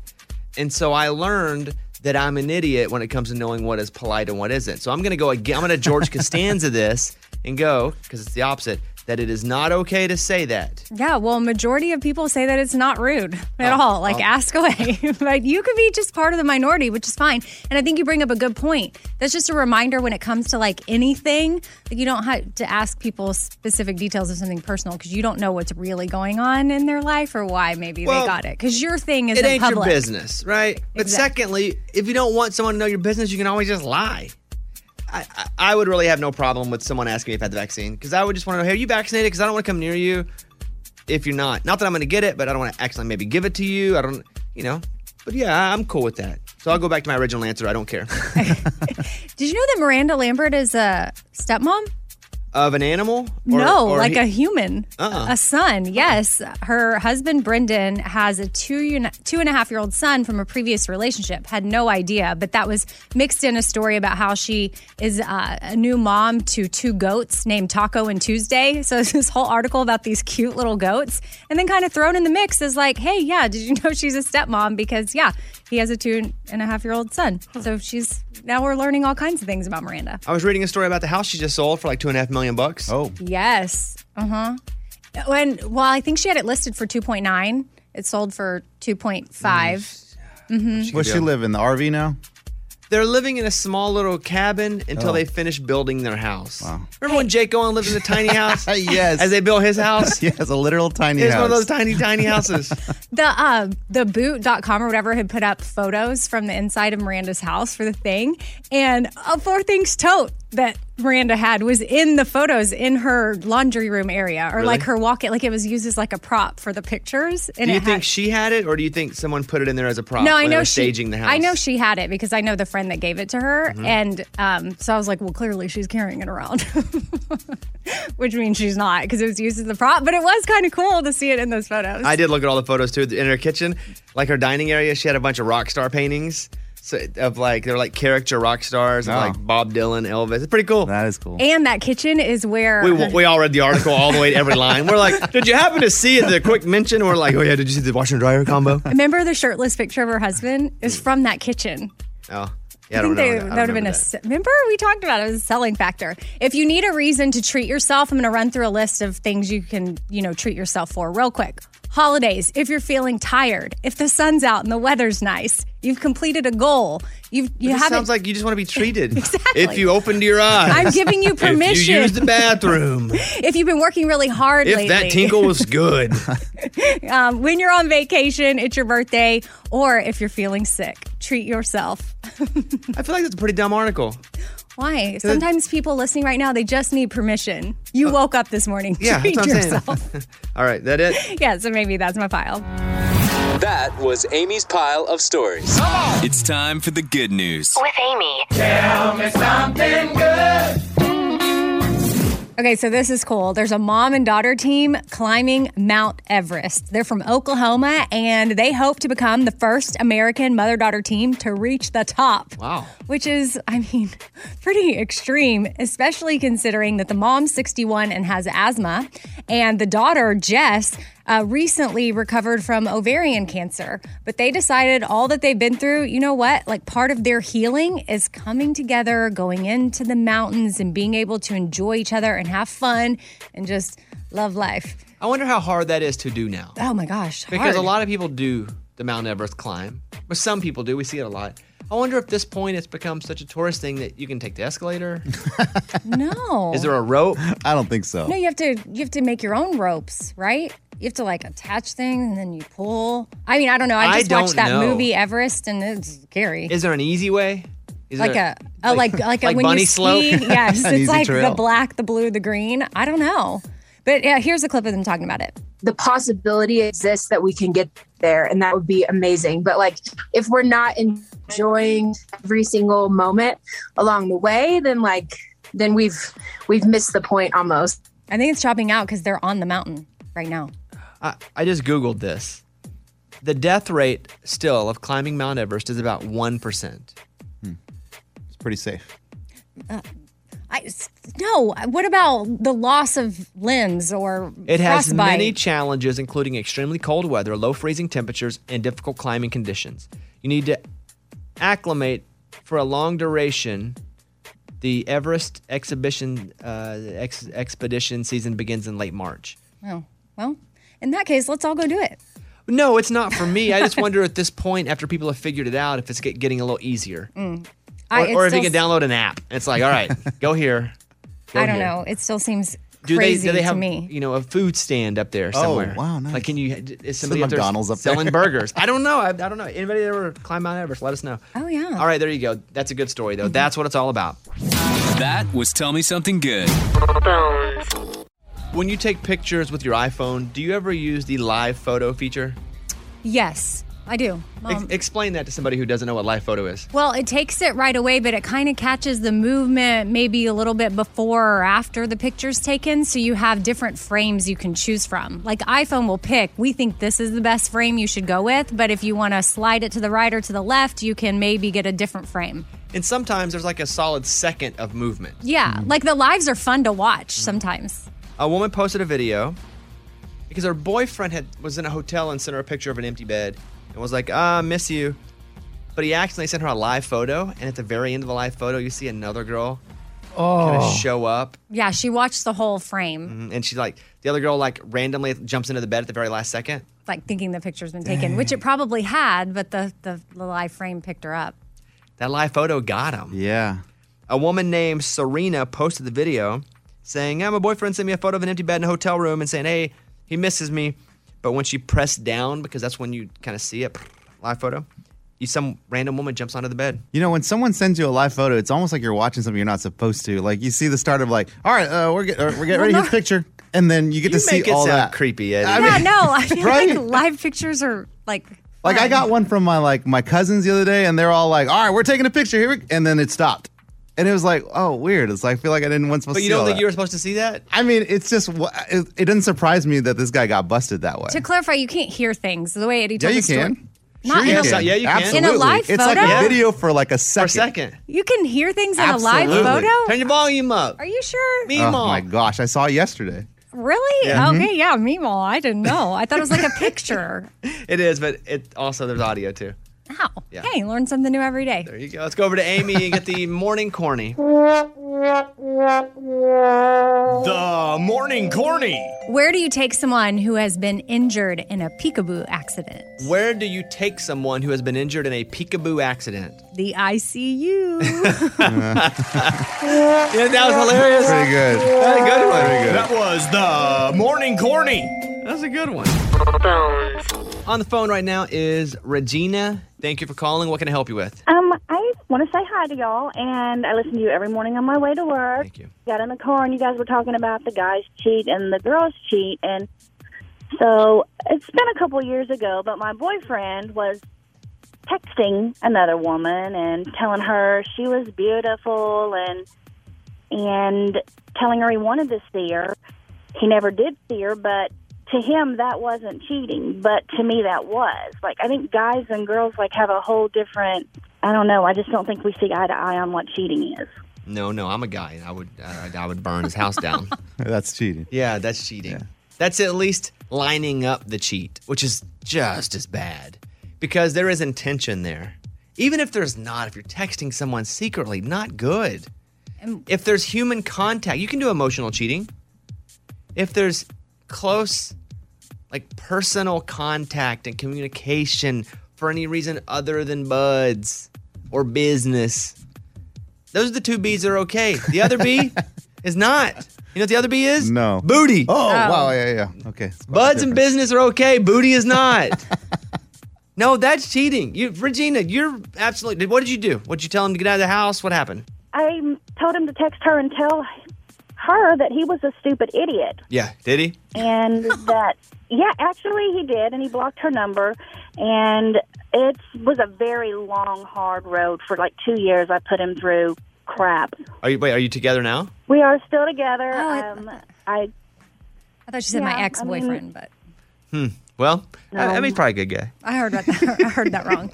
[SPEAKER 2] And so I learned that I'm an idiot when it comes to knowing what is polite and what isn't. So I'm going to go again. I'm going to George Costanza this and go because it's the opposite that it is not okay to say that.
[SPEAKER 3] Yeah, well, majority of people say that it's not rude at all. Like,
[SPEAKER 2] oh.
[SPEAKER 3] ask away. [laughs] but you could be just part of the minority, which is fine. And I think you bring up a good point. That's just a reminder when it comes to like anything, like you don't have to ask people specific details of something personal because you don't know what's really going on in their life or why maybe
[SPEAKER 2] Well,
[SPEAKER 3] they got it. Because your thing is
[SPEAKER 2] it
[SPEAKER 3] in
[SPEAKER 2] ain't
[SPEAKER 3] public.
[SPEAKER 2] your business, right? But secondly, if you don't want someone to know your business, you can always just lie. I, I, I would really have no problem with someone asking me if I had the vaccine because I would just want to know, hey, are you vaccinated? Because I don't want to come near you if you're not. Not that I'm going to get it, but I don't want to actually maybe give it to you. I don't, you know. But yeah, I- I'm cool with that. So I'll go back to my original answer. I
[SPEAKER 3] [laughs]
[SPEAKER 2] don't care.
[SPEAKER 3] Did you know that Miranda Lambert is a stepmom?
[SPEAKER 2] of an animal?
[SPEAKER 3] no, like
[SPEAKER 2] he-
[SPEAKER 3] a human,
[SPEAKER 2] Uh-uh.
[SPEAKER 3] a son. Yes, her husband Brendan has a two uni- two and a half year old son from a previous relationship. Had no idea, but that was mixed in a story about how she is uh, a new mom to two goats named Taco and Tuesday. [laughs] So it's this whole article about these cute little goats, and then kind of thrown in the mix is like, hey, yeah, did you [laughs] know she's a stepmom? Because yeah, he has a two and a half year old son. So she's now we're learning all kinds of things about Miranda.
[SPEAKER 2] I was reading a story about the house she just sold for like two and a half million bucks.
[SPEAKER 4] Oh.
[SPEAKER 3] Yes. Uh huh. And well, I think she had it listed for 2.9. It sold for 2.5. Mm-hmm.
[SPEAKER 4] Where she live in the RV now?
[SPEAKER 2] They're living in a small little cabin until
[SPEAKER 4] Oh.
[SPEAKER 2] they finish building their house. Wow. Remember when Jake Owen lived in a
[SPEAKER 4] [laughs]
[SPEAKER 2] tiny house?
[SPEAKER 4] yes.
[SPEAKER 2] As they built his
[SPEAKER 4] [laughs]
[SPEAKER 2] house?
[SPEAKER 4] yes, a literal tiny
[SPEAKER 2] It's
[SPEAKER 4] house.
[SPEAKER 2] one of those tiny, tiny houses.
[SPEAKER 3] The uh, the boot.com or whatever had put up photos from the inside of Miranda's house for the thing. And a uh, Four Things tote that Miranda had was in the photos in her laundry room area or
[SPEAKER 2] Really?
[SPEAKER 3] like her walk it like it was used as like a prop for the pictures and
[SPEAKER 2] do you
[SPEAKER 3] it
[SPEAKER 2] think
[SPEAKER 3] had,
[SPEAKER 2] she had it, or do you think someone put it in there as a prop?
[SPEAKER 3] no, I
[SPEAKER 2] when they
[SPEAKER 3] know
[SPEAKER 2] were
[SPEAKER 3] she,
[SPEAKER 2] staging the house.
[SPEAKER 3] I know she had it because I know the friend that gave it to her,
[SPEAKER 2] Mhm.
[SPEAKER 3] and um, so I was like, well, clearly she's carrying it around, [laughs] which means she's not because it was used as the prop. But it was kind of cool to see it in those photos.
[SPEAKER 2] I did look at all the photos too in her kitchen, like her dining area. She had a bunch of rock star paintings so, of like they're like character rock stars, of,
[SPEAKER 3] Oh.
[SPEAKER 2] like Bob Dylan, Elvis. It's pretty cool. That
[SPEAKER 4] is cool.
[SPEAKER 3] And that kitchen is where
[SPEAKER 2] We, we all read the article all the way to every line. We're like, did you happen to see it? The quick mention. We're like, oh yeah, did you see the washer and dryer combo?
[SPEAKER 3] remember the shirtless picture of her husband
[SPEAKER 2] Mm.
[SPEAKER 3] is from that kitchen.
[SPEAKER 2] Oh, yeah,
[SPEAKER 3] think
[SPEAKER 2] I, don't
[SPEAKER 3] they,
[SPEAKER 2] know.
[SPEAKER 3] that would
[SPEAKER 2] I
[SPEAKER 3] have
[SPEAKER 2] don't
[SPEAKER 3] been
[SPEAKER 2] remember
[SPEAKER 3] a. se- Remember, we talked about it, it was a selling factor. If you need a reason to treat yourself, I'm going to run through a list of things you can, you know, treat yourself for real quick. Holidays, if you're feeling tired, if the sun's out and the weather's nice, you've completed a goal. You've
[SPEAKER 2] It
[SPEAKER 3] you
[SPEAKER 2] just
[SPEAKER 3] haven't.
[SPEAKER 2] sounds like you just want
[SPEAKER 3] [laughs]
[SPEAKER 2] to be treated.
[SPEAKER 3] Exactly.
[SPEAKER 2] If you opened your eyes,
[SPEAKER 3] I'm giving you
[SPEAKER 2] [laughs] If you
[SPEAKER 3] permission.
[SPEAKER 2] used the bathroom.
[SPEAKER 3] if you've been working really hard
[SPEAKER 2] if
[SPEAKER 3] lately,
[SPEAKER 2] that tinkle was good.
[SPEAKER 3] [laughs] um, when you're on vacation, it's your birthday, or if you're feeling sick, treat yourself.
[SPEAKER 2] I feel like that's a pretty dumb article.
[SPEAKER 3] Why? Sometimes people listening right now, they just need permission. You woke up this morning. [laughs]
[SPEAKER 2] Uh, yeah,
[SPEAKER 3] treat
[SPEAKER 2] that's what I'm saying.
[SPEAKER 3] yourself.
[SPEAKER 2] All right, that
[SPEAKER 3] [laughs]
[SPEAKER 2] it.
[SPEAKER 3] yeah, so maybe that's my pile.
[SPEAKER 13] That was Amy's pile of stories. It's time for [laughs] the good news.
[SPEAKER 8] With Amy.
[SPEAKER 13] Tell me something
[SPEAKER 8] good.
[SPEAKER 3] Okay, so this is cool. There's a mom and daughter team climbing Mount Everest. They're from Oklahoma and they hope to become the first American mother daughter team to reach the top.
[SPEAKER 2] Wow.
[SPEAKER 3] Which is, I mean, [laughs] pretty extreme, especially considering that the mom's 61 and has asthma, and the daughter, Jess, uh, recently recovered from ovarian cancer. But they decided all that they've been through, you know what? Like part of their healing is coming together, going into the mountains, and being able to enjoy each other and have fun and just love life.
[SPEAKER 2] I wonder how hard that is to do now.
[SPEAKER 3] Oh my gosh.
[SPEAKER 2] Because a
[SPEAKER 3] hard.
[SPEAKER 2] lot of people do the Mount Everest climb, but some people do. We see it a lot. I wonder if this point it's become such a tourist thing that you can take
[SPEAKER 3] [laughs]
[SPEAKER 2] the escalator.
[SPEAKER 3] No.
[SPEAKER 2] Is there a rope?
[SPEAKER 4] I don't think so.
[SPEAKER 3] No, you have to you have to make your own ropes, right? You have to like attach things and then you pull. I mean, I don't know. I
[SPEAKER 2] I
[SPEAKER 3] just watched
[SPEAKER 2] don't
[SPEAKER 3] that
[SPEAKER 2] know.
[SPEAKER 3] movie Everest and it's scary.
[SPEAKER 2] Is there an easy way? Is
[SPEAKER 3] like
[SPEAKER 2] there-
[SPEAKER 3] a oh, like like, a,
[SPEAKER 2] like
[SPEAKER 3] when
[SPEAKER 2] bunny
[SPEAKER 3] you
[SPEAKER 2] slope?
[SPEAKER 3] ski,
[SPEAKER 2] [laughs]
[SPEAKER 3] yes,
[SPEAKER 2] An
[SPEAKER 3] it's
[SPEAKER 2] easy
[SPEAKER 3] like
[SPEAKER 2] trail.
[SPEAKER 3] the black, the blue, the green. I don't know, but yeah, here's a clip of them talking about it.
[SPEAKER 14] the possibility exists that we can get there and that would be amazing but like if we're not enjoying every single moment along the way then like then we've we've missed the point almost
[SPEAKER 3] i think it's chopping out because they're on the mountain right now
[SPEAKER 2] I, I just Googled this. The death rate still of climbing Mount Everest is about 1%.
[SPEAKER 4] Hmm. It's pretty safe.
[SPEAKER 3] Uh, I s- no. What about the loss of limbs or
[SPEAKER 2] It has
[SPEAKER 3] frostbite?
[SPEAKER 2] many challenges, including extremely cold weather, low freezing temperatures, and difficult climbing conditions. You need to acclimate for a long duration. The Everest exhibition uh, ex- expedition season begins in late March.
[SPEAKER 3] Oh, well, in that case, let's all go do it.
[SPEAKER 2] No, it's not for me.
[SPEAKER 3] [laughs]
[SPEAKER 2] I just wonder at this point, after people have figured it out, if it's get, getting a little easier,
[SPEAKER 3] Mm.
[SPEAKER 2] or,
[SPEAKER 3] I, it
[SPEAKER 2] or if you
[SPEAKER 3] still
[SPEAKER 2] can download an app. It's like, all right, go here.
[SPEAKER 3] s- [laughs]
[SPEAKER 2] go
[SPEAKER 3] I don't
[SPEAKER 2] here.
[SPEAKER 3] know. It still seems
[SPEAKER 2] Do they,
[SPEAKER 3] crazy
[SPEAKER 2] do they have
[SPEAKER 3] to me.
[SPEAKER 2] you know a food stand up there
[SPEAKER 4] Oh,
[SPEAKER 2] somewhere?
[SPEAKER 4] wow,
[SPEAKER 2] Like, can you is
[SPEAKER 4] the
[SPEAKER 2] somebody up there
[SPEAKER 4] McDonald's up there.
[SPEAKER 2] selling burgers? I don't know. I, I don't know. Anybody that ever climbed Mount Everest, let us know.
[SPEAKER 3] Oh yeah. Mm-hmm.
[SPEAKER 2] All right, there you go. That's a good story though. That's what it's all about.
[SPEAKER 13] That was Tell Me Something Good.
[SPEAKER 2] When you take pictures with your iPhone, do you ever use the live photo feature?
[SPEAKER 3] Yes, I do.
[SPEAKER 2] Ex-
[SPEAKER 3] Mom.
[SPEAKER 2] explain that to somebody who doesn't know what live photo is.
[SPEAKER 3] Well, it takes it right away, but it kind of catches the movement maybe a little bit before or after the picture's taken. So you have different frames you can choose from. Like iPhone will pick, we think this is the best frame you should go with, but if you want to slide it to the right or to the left, you can maybe get a different frame.
[SPEAKER 2] And sometimes there's like a solid second of movement.
[SPEAKER 3] Yeah,
[SPEAKER 4] Mm-hmm.
[SPEAKER 3] like the lives are fun to watch sometimes.
[SPEAKER 2] A woman posted a video because her boyfriend had was in a hotel and sent her a picture of an empty bed and was like, "Ah, miss you," but he accidentally sent her a live photo. And at the very end of the live photo, you see another girl kind of show up,
[SPEAKER 3] Yeah, she watched the whole frame,
[SPEAKER 2] and she like the other girl like randomly jumps into the bed at the very last second.
[SPEAKER 3] like thinking the picture's been taken, which it probably had, but the, the, the live frame picked her up.
[SPEAKER 2] That live photo got him.
[SPEAKER 4] Yeah.
[SPEAKER 2] A woman named Serena posted the video saying, "Yeah, my boyfriend sent me a photo of an empty bed in a hotel room and saying, hey, he misses me." But when she pressed down, because that's when you kind of see it, [sniffs] live photo, you- some random woman jumps onto the bed.
[SPEAKER 4] You know, when someone sends you a live photo, it's almost like you're watching something you're not supposed to. Like you see the start of like, all right, uh, we're get, uh, we're getting
[SPEAKER 3] Well,
[SPEAKER 4] ready to
[SPEAKER 3] no.
[SPEAKER 4] hit the picture, and then you get
[SPEAKER 2] You
[SPEAKER 4] to see
[SPEAKER 2] make it
[SPEAKER 4] all
[SPEAKER 2] sound
[SPEAKER 4] that
[SPEAKER 2] creepy. Eddie.
[SPEAKER 4] I
[SPEAKER 3] yeah,
[SPEAKER 4] mean-
[SPEAKER 3] no, I feel
[SPEAKER 4] Right?
[SPEAKER 3] like live pictures are like
[SPEAKER 4] [laughs] Like I got one from my like my cousins the other day, and they're all like, all right, we're taking a picture here, we-" and then it stopped, and it was like, oh, weird. It's like I feel like I didn't once supposed
[SPEAKER 2] But
[SPEAKER 4] to.
[SPEAKER 2] you
[SPEAKER 4] see
[SPEAKER 2] don't
[SPEAKER 4] all
[SPEAKER 2] think
[SPEAKER 4] that.
[SPEAKER 2] you were supposed to see that?
[SPEAKER 4] I mean, it's just wha- it, it doesn't surprise me that this guy got busted that way.
[SPEAKER 3] to clarify. You can't hear things the way Eddie
[SPEAKER 4] Yeah,
[SPEAKER 3] told
[SPEAKER 4] you
[SPEAKER 3] the story.
[SPEAKER 4] can.
[SPEAKER 3] Not
[SPEAKER 4] Sure
[SPEAKER 3] in
[SPEAKER 4] you
[SPEAKER 3] a-
[SPEAKER 4] can.
[SPEAKER 3] Yeah, you can.
[SPEAKER 4] Absolutely.
[SPEAKER 3] In a live
[SPEAKER 4] it's like
[SPEAKER 3] photo?
[SPEAKER 4] a video for like a second. For a
[SPEAKER 2] second.
[SPEAKER 3] You can hear things in a
[SPEAKER 4] Absolutely.
[SPEAKER 3] live photo.
[SPEAKER 2] Turn your volume up.
[SPEAKER 3] Are you sure?
[SPEAKER 4] Oh my Mm-hmm. gosh, I saw it yesterday.
[SPEAKER 3] Really?
[SPEAKER 2] Yeah. Mhm.
[SPEAKER 3] Okay, yeah, meemaw. I didn't know. I thought it was
[SPEAKER 4] [laughs]
[SPEAKER 3] like a picture.
[SPEAKER 2] It is, but it also there's audio too.
[SPEAKER 3] Wow.
[SPEAKER 2] Yeah.
[SPEAKER 3] Hey, learn something new every day.
[SPEAKER 2] There you go. Let's go over to Amy and get
[SPEAKER 4] [laughs]
[SPEAKER 2] the morning corny.
[SPEAKER 3] The
[SPEAKER 11] morning corny.
[SPEAKER 3] Where do you take someone who has been injured in a peekaboo accident?
[SPEAKER 2] Where do you take someone who has been injured in a peekaboo
[SPEAKER 4] [laughs]
[SPEAKER 2] accident? [laughs]
[SPEAKER 3] The uh, ICU.
[SPEAKER 2] Yeah, that was hilarious.
[SPEAKER 11] Pretty
[SPEAKER 4] good.
[SPEAKER 2] That's a good one.
[SPEAKER 11] That was the morning corny.
[SPEAKER 2] That's a good one. On the phone right now is Regina. Thank you for calling. What can I help you with?
[SPEAKER 15] Um, I want to say hi to y'all, and I listen to you every morning on my way to work. Thank you. Got in the car, and you guys were talking about the guys cheat and the girls cheat, and so it's been a couple years ago. But my boyfriend was texting another woman and telling her she was beautiful, and and telling her he wanted to see her. He never did see her, but to him that wasn't cheating, but to me that was. Like I think guys and girls like have a whole different I don't know, I just don't think we see eye to eye on what cheating is.
[SPEAKER 2] No, no, I'm a guy. I would, uh, I would burn his house [laughs] down.
[SPEAKER 4] That's cheating.
[SPEAKER 2] Yeah, that's cheating. That's at least lining up the cheat, which is just as bad because there is intention there. Even if there's not, if you're texting someone secretly, not good. If there's human contact, you can do emotional cheating. If there's close, like personal contact and communication for any reason other than buds or business, those are the two B's that are okay. The other B is not. You know what the other B is?
[SPEAKER 4] No
[SPEAKER 2] booty.
[SPEAKER 4] Oh, wow, yeah, yeah. Okay,
[SPEAKER 2] Buds and business are okay. Booty is [laughs] not. no, that's cheating. You, Regina, you're absolutely. What did you do? What did you tell him to get out of the house? What happened?
[SPEAKER 15] I told him to text her and tell her that he was a stupid idiot
[SPEAKER 2] Yeah, did he?
[SPEAKER 3] [laughs]
[SPEAKER 15] and that yeah, actually he did and he blocked her number and it was a very long hard road for like 2 years I put him through crap.
[SPEAKER 2] Are you wait? Are you together now?
[SPEAKER 15] We are still together. um, I
[SPEAKER 3] Oh, I thought she said my ex boyfriend, but
[SPEAKER 2] Hmm. Well, I, I
[SPEAKER 3] No.
[SPEAKER 2] mean, he's probably a good guy.
[SPEAKER 3] I heard that. [laughs] I heard that wrong.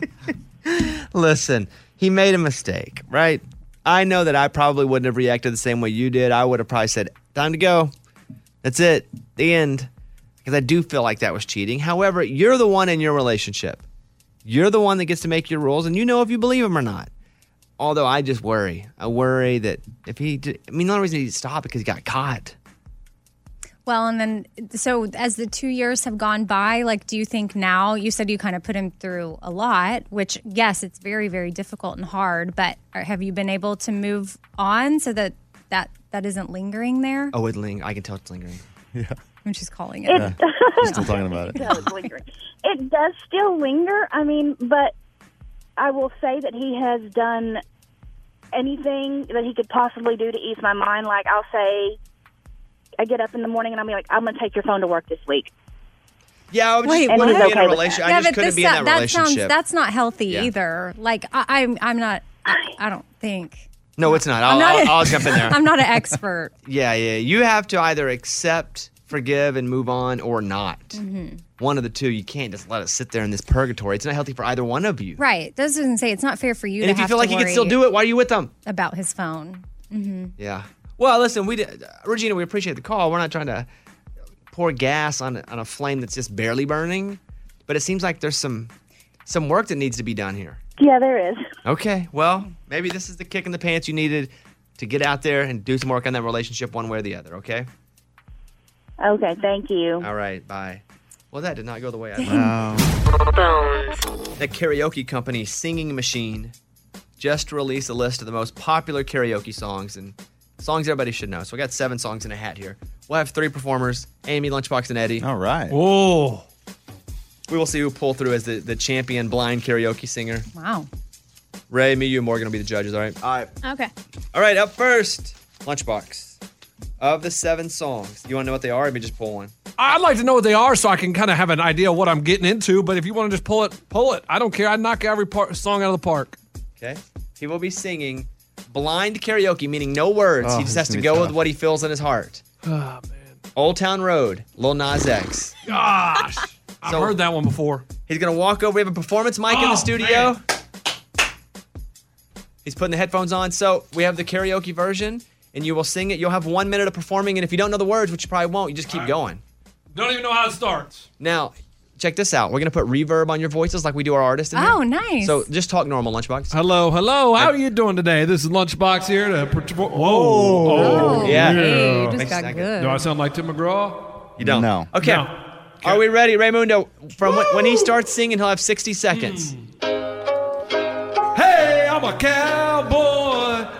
[SPEAKER 2] Listen, he made a mistake, right? I know that I probably wouldn't have reacted the same way you did. I would have probably said, "Time to go. That's it. The end." Because I do feel like that was cheating. However, you're the one in your relationship. You're the one that gets to make your rules, and you know if you believe them or not. Although I just worry. I worry that if he, did, I mean, the only reason he stopped because he got caught.
[SPEAKER 3] Well, and then so as the two years have gone by, like, do you think now you said you kind of put him through a lot, which yes, it's very, very difficult and hard, but are, have you been able to move on so that that that isn't lingering there?
[SPEAKER 2] Oh, it ling. I can tell it's lingering. Yeah.
[SPEAKER 3] I'm just calling it.
[SPEAKER 15] It-
[SPEAKER 3] [laughs]
[SPEAKER 2] We're still talking about
[SPEAKER 15] [laughs]
[SPEAKER 2] it.
[SPEAKER 15] does linger. It does still linger. I mean, but I will say that he has done anything that he could possibly do to ease my mind. Like I'll say, I get up in the morning and I'll be like, I'm going to take your phone to work this week.
[SPEAKER 2] Yeah, I would
[SPEAKER 15] Wait,
[SPEAKER 2] just wouldn't
[SPEAKER 15] what?
[SPEAKER 2] be in
[SPEAKER 15] Okay
[SPEAKER 2] a
[SPEAKER 15] with
[SPEAKER 2] relationship.
[SPEAKER 15] that.
[SPEAKER 2] I
[SPEAKER 3] yeah,
[SPEAKER 2] just
[SPEAKER 3] but
[SPEAKER 2] couldn't
[SPEAKER 3] this
[SPEAKER 2] be in that,
[SPEAKER 3] that sounds
[SPEAKER 2] relationship.
[SPEAKER 3] that's not healthy
[SPEAKER 2] Yeah.
[SPEAKER 3] either. Like I, I'm I'm not I, I don't think
[SPEAKER 2] no, it's not. I'll,
[SPEAKER 3] I'm not
[SPEAKER 2] I'll,
[SPEAKER 3] a-
[SPEAKER 2] I'll jump in there.
[SPEAKER 3] [laughs] I'm not an expert.
[SPEAKER 2] Yeah, yeah. You have to either accept, forgive, and move on or not.
[SPEAKER 3] Mhm.
[SPEAKER 2] One of the two. You can't just let it sit there in this purgatory. It's not healthy for either one of you.
[SPEAKER 3] Right. That doesn't say it's not fair for you
[SPEAKER 2] and
[SPEAKER 3] to
[SPEAKER 2] if you
[SPEAKER 3] have
[SPEAKER 2] feel
[SPEAKER 3] to
[SPEAKER 2] like you can still
[SPEAKER 3] worry
[SPEAKER 2] do it, why are you with them?
[SPEAKER 3] about his phone. hmm
[SPEAKER 2] Yeah. Well, listen, we did, uh, Regina, we appreciate the call. We're not trying to pour gas on, on a flame that's just barely burning, but it seems like there's some some work that needs to be done here.
[SPEAKER 15] Yeah, there is.
[SPEAKER 2] Okay, well, maybe this is the kick in the pants you needed to get out there and do some work on that relationship one way or the other, okay?
[SPEAKER 15] Okay, thank you.
[SPEAKER 2] All right, bye. Well, that did not go the way I
[SPEAKER 15] Dang.
[SPEAKER 2] The karaoke company Singing Machine just released a list of the most popular karaoke songs and songs everybody should know. So we got seven songs in a hat here. We'll have three performers Amy, Lunchbox, and Eddie. All
[SPEAKER 4] right.
[SPEAKER 2] Whoa. We will see who pull through as the, the champion blind karaoke singer.
[SPEAKER 3] Wow.
[SPEAKER 2] Ray, me, you, and Morgan will be the judges, all right? All right.
[SPEAKER 16] Okay.
[SPEAKER 2] All right, up first, Lunchbox. Of the seven songs, you want to know what they are? Let me just pull one.
[SPEAKER 17] [laughs] I'd like to know what they are so I can kind of have an idea of what I'm getting into. But if you want to just pull it, pull it. I don't care. I'd knock every part, song out of the park.
[SPEAKER 2] Okay. He will be singing blind karaoke, meaning no words.
[SPEAKER 17] Oh,
[SPEAKER 2] he just
[SPEAKER 17] this is
[SPEAKER 2] has
[SPEAKER 17] gonna
[SPEAKER 2] to
[SPEAKER 17] be
[SPEAKER 2] go
[SPEAKER 17] tough.
[SPEAKER 2] with what he feels in his heart.
[SPEAKER 17] Ah,
[SPEAKER 2] Old Town Road, Lil Nas X.
[SPEAKER 17] Gosh. I've heard that one before.
[SPEAKER 2] He's going to walk over. We have a performance mic in
[SPEAKER 17] Oh,
[SPEAKER 2] the studio. He's putting the headphones on. So we have the karaoke version, and you will sing it. You'll have one minute of performing. And if you don't know the words, which you probably won't, you just keep going.
[SPEAKER 17] Don't even know how it starts.
[SPEAKER 2] Now, check this out. We're going to put reverb on your voices like we do our artists. in here.
[SPEAKER 3] Oh, nice.
[SPEAKER 2] So just talk normal, Lunchbox.
[SPEAKER 17] Hello, hello. How are you doing today? This is Lunchbox here to. per- Whoa.
[SPEAKER 2] Oh, yeah. Hey, you just
[SPEAKER 17] Makes
[SPEAKER 2] got
[SPEAKER 17] sense.
[SPEAKER 2] good.
[SPEAKER 17] Do I sound like Tim McGraw?
[SPEAKER 2] You don't. No. Okay. Are we ready, Raymundo? From when, when he starts singing, he'll have 60 seconds.
[SPEAKER 17] Hmm. Hey, I'm a cowboy.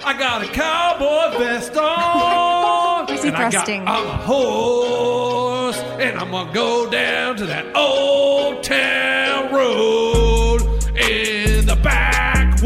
[SPEAKER 17] I got a cowboy vest on.
[SPEAKER 3] Where's he
[SPEAKER 17] And I got-
[SPEAKER 3] thrusting?
[SPEAKER 17] I'm a horse, and I'm gonna go down to that old town road in the backwoods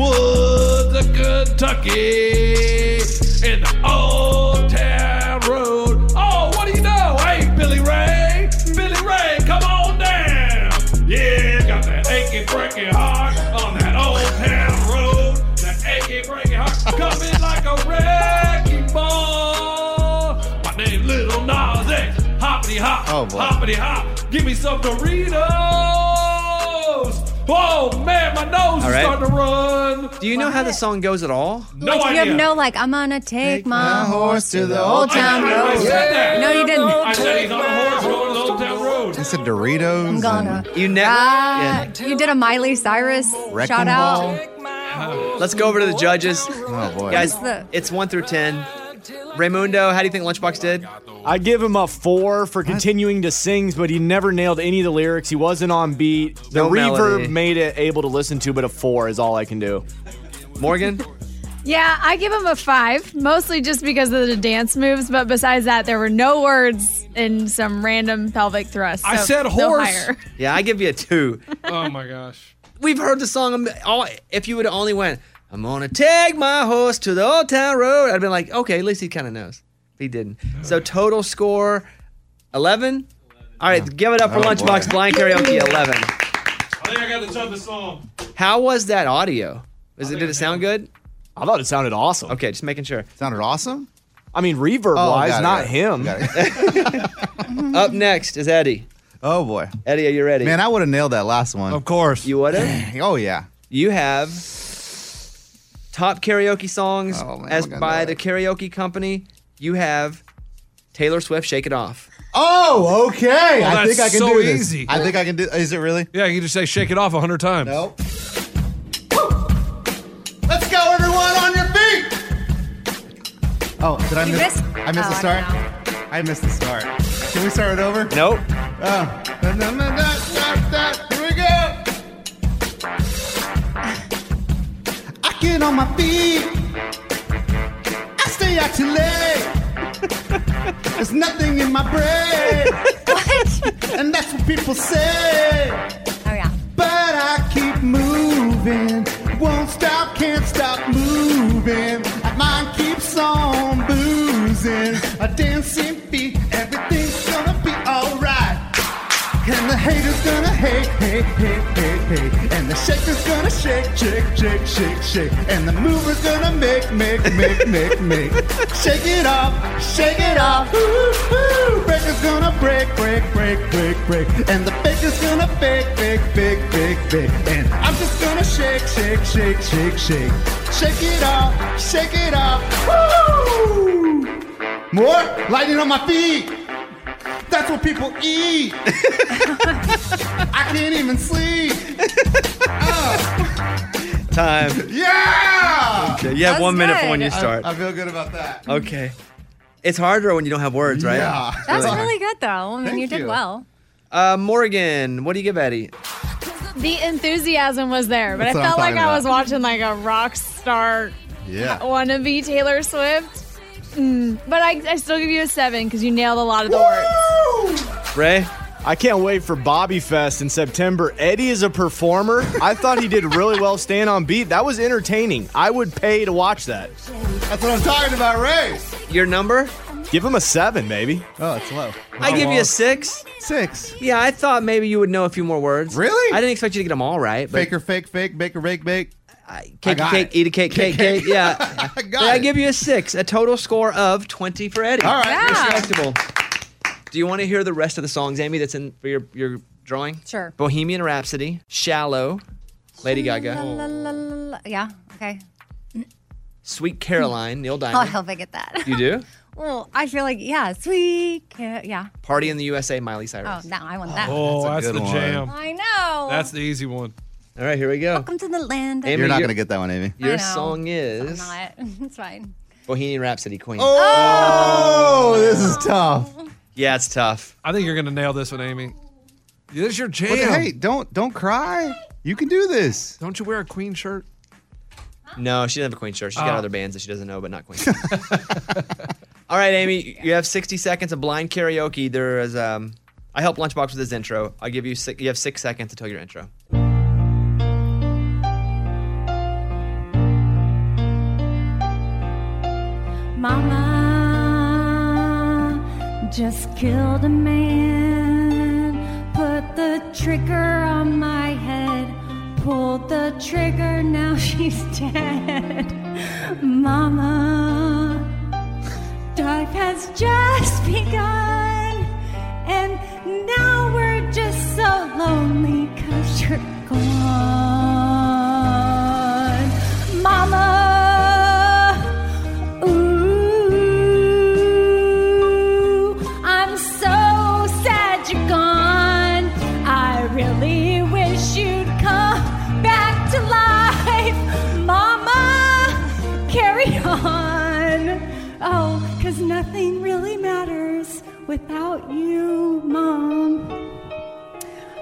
[SPEAKER 17] of Kentucky. In the old town road. Oh, what do you know? Hey, Billy Ray, Billy Ray, come on down. Yeah, got that achy, breaky heart on that old town road. That achy, breaky heart coming like a wrecking ball. My name Little Nas X. Hoppity hop,
[SPEAKER 18] Oh, boy.
[SPEAKER 17] hoppity hop. Give me some Doritos. Oh man, my nose
[SPEAKER 2] All
[SPEAKER 17] is
[SPEAKER 2] right.
[SPEAKER 17] starting to run.
[SPEAKER 2] Do you know how the song goes at all?
[SPEAKER 17] No
[SPEAKER 3] like, You
[SPEAKER 17] idea.
[SPEAKER 3] have no like. I'm gonna take, my, horse to the
[SPEAKER 2] old
[SPEAKER 3] old town
[SPEAKER 17] I- I
[SPEAKER 3] road.
[SPEAKER 17] said that.
[SPEAKER 3] No, you didn't.
[SPEAKER 17] I said he's on a horse rolling old town road.
[SPEAKER 18] It's a Doritos.
[SPEAKER 3] I'm gonna.
[SPEAKER 2] You never.
[SPEAKER 3] Uh, You did a Miley Cyrus
[SPEAKER 2] Wrecking
[SPEAKER 3] shout out.
[SPEAKER 2] Let's go over to the judges.
[SPEAKER 18] Oh, boy.
[SPEAKER 2] Guys,
[SPEAKER 3] Who's the-
[SPEAKER 2] it's one through 10. Raymundo, how do you think Lunchbox did?
[SPEAKER 11] I give him a four for continuing to sing, but he never nailed any of the lyrics. He wasn't on beat. The
[SPEAKER 2] No
[SPEAKER 11] reverb
[SPEAKER 2] melody.
[SPEAKER 11] made it able to listen to, but a four is all I can do.
[SPEAKER 2] Morgan?
[SPEAKER 19] Yeah, I give him a five, mostly just because of the dance moves. But besides that, there were no words in some random pelvic thrust.
[SPEAKER 17] I
[SPEAKER 19] so
[SPEAKER 17] said
[SPEAKER 19] no
[SPEAKER 17] horse.
[SPEAKER 19] higher.
[SPEAKER 2] Yeah, I give you a two.
[SPEAKER 17] oh my gosh.
[SPEAKER 2] We've heard the song. a mi- all- If you would have only went, I'm gonna take my horse to the old town road, I'd been like, okay, at least he kind of knows. He didn't. So total score, 11. All right, give it up for
[SPEAKER 17] Oh,
[SPEAKER 2] Lunchbox
[SPEAKER 17] boy.
[SPEAKER 2] Blind Karaoke 11.
[SPEAKER 17] I think I got this other song.
[SPEAKER 2] How was that audio? Is it, did it sound good?
[SPEAKER 11] I thought it sounded awesome.
[SPEAKER 2] Okay, just making sure.
[SPEAKER 18] Sounded awesome?
[SPEAKER 11] I mean, reverb wise,
[SPEAKER 2] got it,
[SPEAKER 11] not
[SPEAKER 2] got it, [laughs]
[SPEAKER 11] him.
[SPEAKER 2] Up next is Eddie.
[SPEAKER 18] Oh boy,
[SPEAKER 2] Eddie, are you ready?
[SPEAKER 18] Man, I would have nailed that last one. Of
[SPEAKER 17] course.
[SPEAKER 2] You would have?
[SPEAKER 18] oh yeah.
[SPEAKER 2] You have top karaoke songs
[SPEAKER 18] Oh,
[SPEAKER 2] as by the karaoke company. You have Taylor Swift, "Shake It Off."
[SPEAKER 18] Oh, okay.
[SPEAKER 2] Well,
[SPEAKER 18] I think
[SPEAKER 2] that's
[SPEAKER 18] I can
[SPEAKER 2] so
[SPEAKER 18] do this.
[SPEAKER 2] easy.
[SPEAKER 18] I think I can do. Is it really?
[SPEAKER 17] Yeah, you just say shake it off a hundred times.
[SPEAKER 18] Nope. Let's go, everyone, on your feet. Oh, did I
[SPEAKER 17] You
[SPEAKER 18] miss?
[SPEAKER 17] missed-
[SPEAKER 18] I missed the
[SPEAKER 17] Oh,
[SPEAKER 18] start. I missed the start. Can we start it over?
[SPEAKER 2] Nope.
[SPEAKER 18] Oh. Da, da, da, da, da, da. Here we go. I get on my feet. I stay out too late. There's nothing in my
[SPEAKER 3] [laughs]
[SPEAKER 18] brain. And that's what people say.
[SPEAKER 3] Oh yeah.
[SPEAKER 18] But I keep moving. Won't stop, can't stop moving. Mine keeps on boozing. A dancing feet, everything's gonna be alright. And the haters gonna hate, hate, hate, hate, hate. And the shaker's gonna shake, shake, shake, shake, shake. And the mover's gonna make, make, make, make, make. Shake it off, shake it off. Ooh, ooh. Breaker's gonna break, break, break, break, break. And the baker's gonna bake, bake, bake, bake, bake. And I'm just gonna shake, shake, shake, shake, shake. Shake it off, shake it off. Woo! More lightning on my feet. That's what people eat. [laughs] I can't even sleep. [laughs]
[SPEAKER 2] Time.
[SPEAKER 18] Yeah.
[SPEAKER 2] Okay, you have That's one minute for when good. you start.
[SPEAKER 18] I, I feel good about that.
[SPEAKER 2] Okay. It's harder when you don't have words, right?
[SPEAKER 18] Yeah.
[SPEAKER 2] It's
[SPEAKER 3] That's
[SPEAKER 2] hard.
[SPEAKER 3] really good though. I mean,
[SPEAKER 2] Thank
[SPEAKER 3] you did
[SPEAKER 2] you.
[SPEAKER 3] well.
[SPEAKER 2] Uh, Morgan, what do you give Eddie?
[SPEAKER 19] The enthusiasm was there, but
[SPEAKER 2] That's
[SPEAKER 19] I
[SPEAKER 2] what I'm
[SPEAKER 19] felt like
[SPEAKER 2] talking about.
[SPEAKER 19] I was watching like a rock star wannabe Taylor Swift. Mm, but I, I still give you a seven because you nailed a lot of the words.
[SPEAKER 2] Ray.
[SPEAKER 11] I can't wait for Bobby Fest in September. Eddie is a performer. I thought he did really well staying on beat. That was entertaining. I would pay to watch that.
[SPEAKER 4] That's what I'm talking about, Ray.
[SPEAKER 2] Your number?
[SPEAKER 11] Give him a seven, baby.
[SPEAKER 4] Oh, it's low.
[SPEAKER 2] I give you a six.
[SPEAKER 4] Six.
[SPEAKER 2] Yeah, I thought maybe you would know a few more words.
[SPEAKER 4] Really?
[SPEAKER 2] I didn't expect you to get them all right. But
[SPEAKER 4] Faker, fake, fake, baker, bake, bake. I
[SPEAKER 2] cake,
[SPEAKER 4] got
[SPEAKER 2] cake,
[SPEAKER 4] it.
[SPEAKER 2] eat a cake, cake, cake. Yeah.
[SPEAKER 4] [laughs]
[SPEAKER 2] I give you a six, a total score of 20 for Eddie.
[SPEAKER 4] All right. Yeah.
[SPEAKER 2] Respectable. Do you want to hear the rest of the songs, Amy, that's in for your, your drawing?
[SPEAKER 3] Sure.
[SPEAKER 2] Bohemian Rhapsody, Shallow, Lady Gaga,
[SPEAKER 3] La, la, la, la. Yeah. Okay.
[SPEAKER 2] Sweet Caroline, Neil
[SPEAKER 3] I'll
[SPEAKER 2] Diamond.
[SPEAKER 3] help I get that.
[SPEAKER 2] You do?
[SPEAKER 3] Well, I feel like yeah, sweet. ca- Yeah.
[SPEAKER 2] Party in the USA, Miley
[SPEAKER 3] Oh,
[SPEAKER 2] Cyrus.
[SPEAKER 3] no, I want that.
[SPEAKER 17] Oh, that's, the jam.
[SPEAKER 3] I know.
[SPEAKER 17] That's the easy one.
[SPEAKER 2] All right, here we go.
[SPEAKER 3] Welcome to the land. of-
[SPEAKER 4] You're not going to get that one, Amy.
[SPEAKER 2] Your
[SPEAKER 3] know.
[SPEAKER 2] song is
[SPEAKER 3] I'm not. [laughs] It's fine.
[SPEAKER 2] Bohemian Rhapsody, Queen.
[SPEAKER 4] Oh, this is tough.
[SPEAKER 2] Yeah, it's tough.
[SPEAKER 17] I think you're gonna nail this one, Amy. This is your jam.
[SPEAKER 4] But hey, don't don't cry. You can do this.
[SPEAKER 17] Don't you wear a Queen shirt?
[SPEAKER 2] No, she doesn't have a Queen shirt. She's got
[SPEAKER 17] Oh.
[SPEAKER 2] other bands that she doesn't know, but not Queen. [laughs] All right, Amy, you have 60 seconds of blind karaoke. There is, um, I help Lunchbox with his intro. I'll give you six, you have six seconds to tell your intro.
[SPEAKER 20] Mama just killed a man, put the trigger on my head, pulled the trigger, now [laughs] she's dead. Mama, life has just begun, and now we're just so lonely because you're gone. Mama. Ooh, I'm so sad you're gone. I really wish you'd come back to life, Mama. Carry on. Oh, 'cause nothing really matters without you, Mom.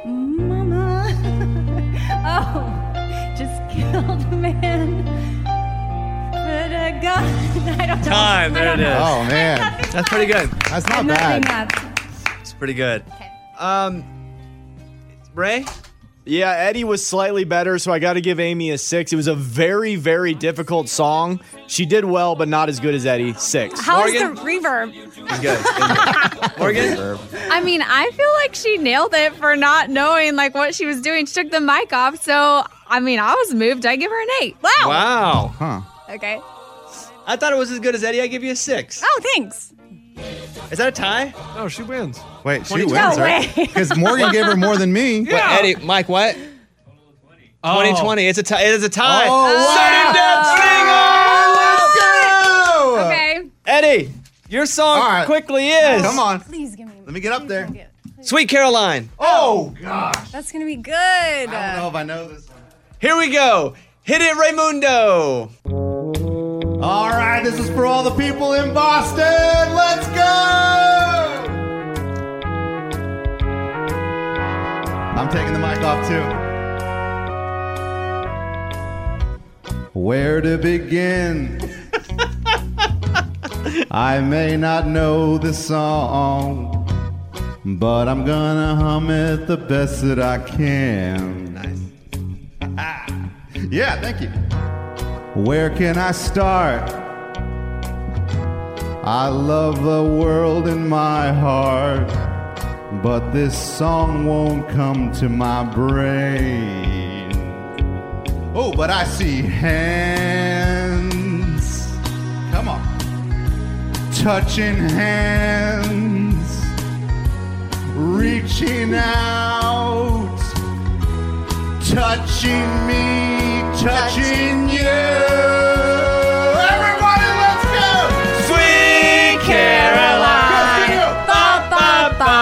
[SPEAKER 20] Mama. [laughs] oh, just killed a man. Put a gun. [laughs] I don't know. I don't know.
[SPEAKER 4] Oh man,
[SPEAKER 2] that's pretty good.
[SPEAKER 4] That's
[SPEAKER 20] I'm
[SPEAKER 4] not
[SPEAKER 20] nothing
[SPEAKER 4] bad.
[SPEAKER 20] up.
[SPEAKER 2] It's pretty good. Um, Ray?
[SPEAKER 11] Yeah, Eddie was slightly better, so I got to give Amy a six. It was a very, very difficult song. She did well, but not as good as Eddie. Six.
[SPEAKER 19] How's the reverb?
[SPEAKER 2] It's good. Morgan?
[SPEAKER 19] I mean, I feel like she nailed it for not knowing like what she was doing. She took the mic off, so I mean, I was moved. I give her an eight. Wow.
[SPEAKER 2] Wow. Huh.
[SPEAKER 19] Okay.
[SPEAKER 2] I thought it was as good as Eddie. I give you a six.
[SPEAKER 19] Oh, thanks.
[SPEAKER 2] Is that a tie?
[SPEAKER 17] No, she wins.
[SPEAKER 4] Wait, she
[SPEAKER 2] 22.
[SPEAKER 4] wins,
[SPEAKER 2] No
[SPEAKER 4] right? [laughs]
[SPEAKER 2] way.
[SPEAKER 4] Because Morgan gave her more than me.
[SPEAKER 2] Wait, Eddie, Mike, what? 2020. It's a tie. It is a tie.
[SPEAKER 4] Oh,
[SPEAKER 2] Sudden death singer. Let's go.
[SPEAKER 19] Okay.
[SPEAKER 2] Eddie, your song
[SPEAKER 4] All right.
[SPEAKER 2] quickly is.
[SPEAKER 4] Come on.
[SPEAKER 3] Please give me.
[SPEAKER 4] Let me get up there.
[SPEAKER 2] Sweet Caroline.
[SPEAKER 4] Oh gosh.
[SPEAKER 3] That's gonna be good.
[SPEAKER 4] I don't know if I know this.
[SPEAKER 2] Here we go. Hit it, Raymundo.
[SPEAKER 4] All right, this is for all the people in Boston. Let's go. I'm taking the mic off too. Where to begin? [laughs] I may not know the song, but I'm gonna hum it the best that I can. Nice. [laughs] yeah, thank you. Where can I start? I love the world in my heart, but this song won't come to my brain. Oh, but I see hands. Come on. Touching hands. Reaching out. Touching me. Touching you. Everybody, let's go.
[SPEAKER 2] Sweet Caroline.
[SPEAKER 20] Ba, ba, ba.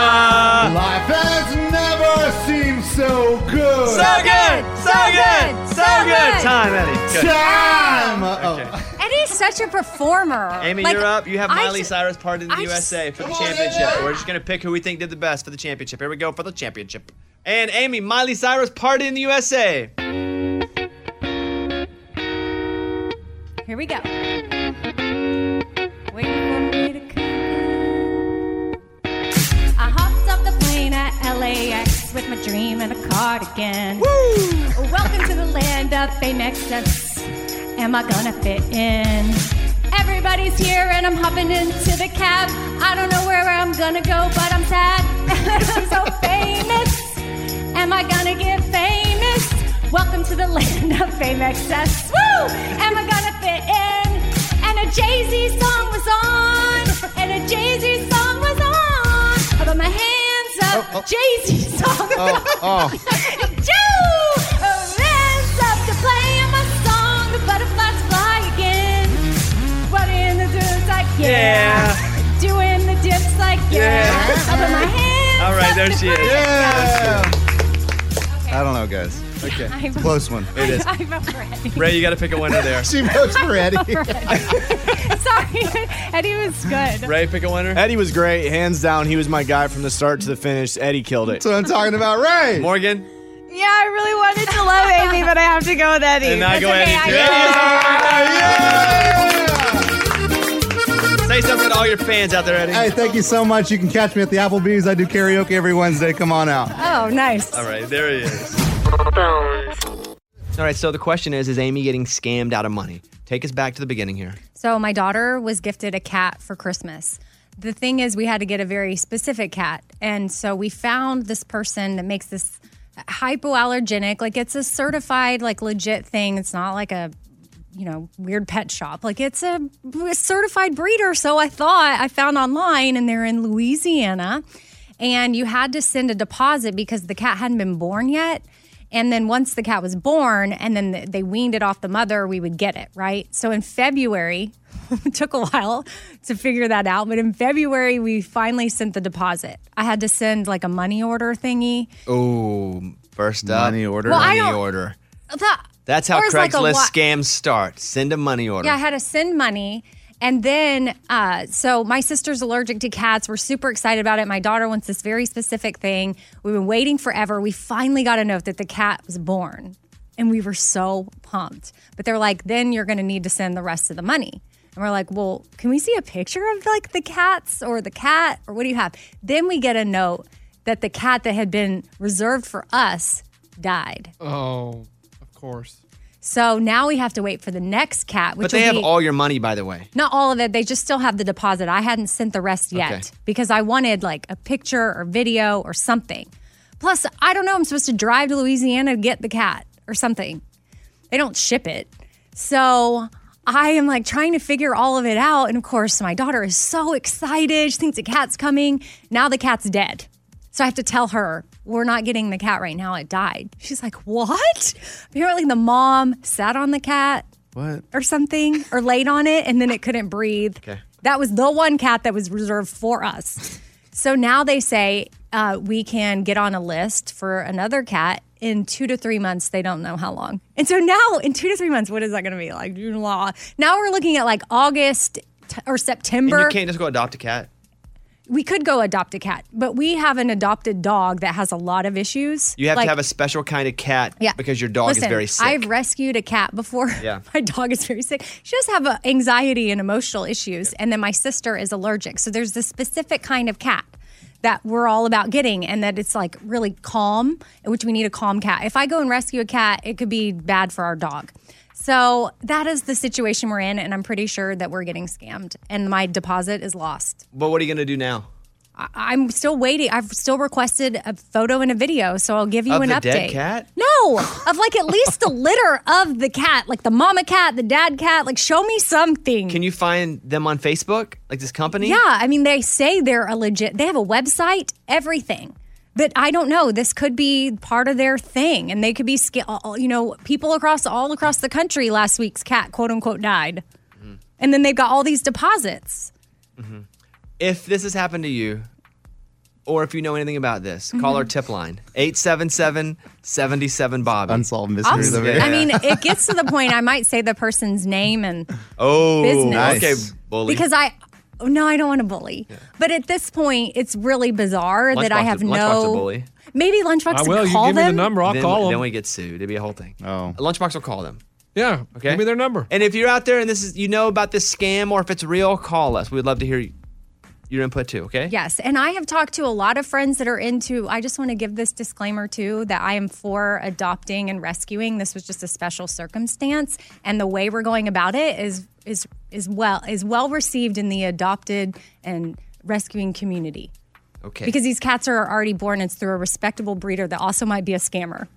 [SPEAKER 4] Life has never seemed so good.
[SPEAKER 20] So good, so good, so good.
[SPEAKER 2] Time, Eddie. Good.
[SPEAKER 4] Time. Oh.
[SPEAKER 3] Eddie's such a performer.
[SPEAKER 2] Amy,
[SPEAKER 3] Like,
[SPEAKER 2] you're up. You have
[SPEAKER 3] I
[SPEAKER 2] Miley
[SPEAKER 3] ju-
[SPEAKER 2] Cyrus part in the
[SPEAKER 3] I just-
[SPEAKER 2] USA for the
[SPEAKER 3] Come on,
[SPEAKER 2] championship. We're just gonna pick who we think did the best for the championship. Here we go for the championship. And Amy, Miley Cyrus party in the USA.
[SPEAKER 3] Here we go. Wait for me to come. I hopped off the plane at
[SPEAKER 20] dream and a cardigan. Welcome to the land of Famexus. Am I gonna fit in? Everybody's here and I'm hopping into the cab. I don't know where I'm gonna go, but I'm sad. [laughs] I'm so famous. Am I gonna get famous? Welcome to the land of fame excess. Woo! Am I gonna fit in? And a Jay Z song was on. And a Jay Z song was on. I put my hands up. Jay Z song.
[SPEAKER 4] Oh, oh.
[SPEAKER 20] Joe! Hands up to playing my song. The butterflies fly again. Running the dudes like, yeah. Doing the dips like, yeah. I put my hands
[SPEAKER 2] All right, there she is.
[SPEAKER 4] Yeah. I don't know, guys. [laughs] Okay.
[SPEAKER 20] I'm-
[SPEAKER 4] It's a close one.
[SPEAKER 20] [laughs]
[SPEAKER 2] It is.
[SPEAKER 20] I'm afraid.
[SPEAKER 2] Ray, you got to pick a winner
[SPEAKER 4] [laughs]
[SPEAKER 2] there.
[SPEAKER 4] She votes for Eddie.
[SPEAKER 3] [laughs]
[SPEAKER 20] Sorry, Eddie was good.
[SPEAKER 2] Ray, pick a winner.
[SPEAKER 11] Eddie was great, hands down. He was my guy from the start to the finish. Eddie killed it. That's
[SPEAKER 4] what I'm talking about, Ray.
[SPEAKER 2] Morgan.
[SPEAKER 19] Yeah, I really wanted to love Amy, but I have to go with Eddie.
[SPEAKER 2] And I
[SPEAKER 19] That's
[SPEAKER 2] go
[SPEAKER 19] okay,
[SPEAKER 2] Eddie,
[SPEAKER 19] I
[SPEAKER 2] too.
[SPEAKER 19] get it.
[SPEAKER 2] Say something to all your fans out there, Eddie.
[SPEAKER 4] Hey, thank you so much. You can catch me at the Applebee's. I do karaoke every Wednesday. Come on out.
[SPEAKER 20] Oh, nice.
[SPEAKER 2] All right, there he is. All right, so the question is Is Amy getting scammed out of money? Take us back to the beginning here.
[SPEAKER 3] So my daughter was gifted a cat for Christmas. The thing is, we had to get a very specific cat, and so we found this person that makes this hypoallergenic. Like it's a certified, like legit thing. It's not like a you know weird pet shop. Like it's a, a certified breeder. So I thought I found online, and they're in Louisiana, and you had to send a deposit because the cat hadn't been born yet. And then once the cat was born and then th- they weaned it off the mother, we would get it, right? So in February, [laughs] it took a while to figure that out, but in February, we finally sent the deposit. I had to send like a money order thingy.
[SPEAKER 2] Oh, first up. Money
[SPEAKER 4] order.
[SPEAKER 3] Well, I
[SPEAKER 2] money
[SPEAKER 3] don't-
[SPEAKER 2] order.
[SPEAKER 3] That-
[SPEAKER 2] That's how
[SPEAKER 3] or it's like a
[SPEAKER 2] Craigslist
[SPEAKER 3] wa-
[SPEAKER 2] scams start. Send a money order.
[SPEAKER 3] Yeah, I had to send money. And then, uh, so my sister's allergic to cats. We're super excited about it. My daughter wants this very specific thing. We've been waiting forever. We finally got a note that the cat was born. And we were so pumped. But they're like, then you're going to need to send the rest of the money. And we're like, well, can we see a picture of like the cats or the cat or what do you have? Then we get a note that the cat that had been reserved for us died.
[SPEAKER 17] Oh, of course.
[SPEAKER 3] So now we have to wait for the next cat, which
[SPEAKER 2] but they
[SPEAKER 3] will
[SPEAKER 2] have
[SPEAKER 3] be-
[SPEAKER 2] all your money, by the way.
[SPEAKER 3] not all of it. They just still have the deposit. I hadn't sent the rest yet
[SPEAKER 2] Okay.
[SPEAKER 3] because I wanted like a picture or video or something. Plus, I don't know. I'm supposed to drive to Louisiana to get the cat or something. They don't ship it. So I am like trying to figure all of it out. And of course, my daughter is so excited. She thinks the cat's coming. Now the cat's dead. So I have to tell her, we're not getting the cat right now. It died. She's like, what? Apparently, the mom sat on the cat
[SPEAKER 4] What?
[SPEAKER 3] or something or laid on it and then it couldn't breathe.
[SPEAKER 2] Okay.
[SPEAKER 3] That was the one cat that was reserved for us. So now they say uh, we can get on a list for another cat in two to three months. They don't know how long. And so now, in two to three months, what is that going to be? Like June, law. Now we're looking at like August t- or
[SPEAKER 2] And
[SPEAKER 3] September.
[SPEAKER 2] you can't just go adopt a cat.
[SPEAKER 3] we could go adopt a cat, but we have an adopted dog that has a lot of issues.
[SPEAKER 2] You have
[SPEAKER 3] Like-
[SPEAKER 2] to have a special kind of cat
[SPEAKER 3] Yeah.
[SPEAKER 2] because your dog
[SPEAKER 3] Listen,
[SPEAKER 2] is very sick.
[SPEAKER 3] I've rescued a cat before. [laughs]
[SPEAKER 2] Yeah.
[SPEAKER 3] my dog is very sick. She does have uh, anxiety and emotional issues. And then my sister is allergic. So there's this specific kind of cat that we're all about getting and that it's like really calm, which we need a calm cat. If I go and rescue a cat, it could be bad for our dog. So that is the situation we're in. And I'm pretty sure that we're getting scammed and my deposit is lost.
[SPEAKER 2] But what are you going to do now?
[SPEAKER 3] I- I'm still waiting. I've still requested a photo and a video, so I'll give you
[SPEAKER 2] Of
[SPEAKER 3] an
[SPEAKER 2] the
[SPEAKER 3] update.
[SPEAKER 2] dead cat?
[SPEAKER 3] No, of like at least the litter of the cat, like the mama cat, the dad cat. Like, show me something.
[SPEAKER 2] Can you find them on Facebook, like this company?
[SPEAKER 3] Yeah, I mean, they say they're a legit. They have a website, everything. But I don't know. This could be part of their thing, and they could be, sca- all- all- you know, people across all across the country. Last week's cat, quote unquote, died, and then they've got all these deposits.
[SPEAKER 2] If this has happened to you, or if you know anything about this,
[SPEAKER 3] Mm-hmm.
[SPEAKER 2] call our tip line 877 77 Bobby. Unsolved
[SPEAKER 3] mysteries over I mean, it gets to the point I might say the person's name and
[SPEAKER 2] oh,
[SPEAKER 3] business.
[SPEAKER 2] okay, bully.
[SPEAKER 3] Because I, oh, no, I don't want to bully. But at this point, it's really bizarre that I
[SPEAKER 2] Lunchbox
[SPEAKER 3] have
[SPEAKER 2] is- Lunchbox is a
[SPEAKER 3] no.
[SPEAKER 2] bully.
[SPEAKER 3] Maybe Lunchbox
[SPEAKER 2] I
[SPEAKER 17] Uh,
[SPEAKER 3] could call them.
[SPEAKER 2] then, Then we get sued. It'd be a whole thing. Oh, Lunchbox will call them.
[SPEAKER 17] Yeah.
[SPEAKER 2] Okay,
[SPEAKER 17] Give me their number.
[SPEAKER 2] And if you're out there and this is you know about this scam or if it's real, call us. We'd love to hear your input too, okay?
[SPEAKER 3] Yes. And I have talked to a lot of friends that are into, I just want to give this disclaimer too that I am for adopting and rescuing. This was just a special circumstance. And the way we're going about it is, is, is well, is well received in the adopted and rescuing community.
[SPEAKER 2] Okay.
[SPEAKER 3] Because these cats are already born, it's through a respectable breeder that also might be a scammer.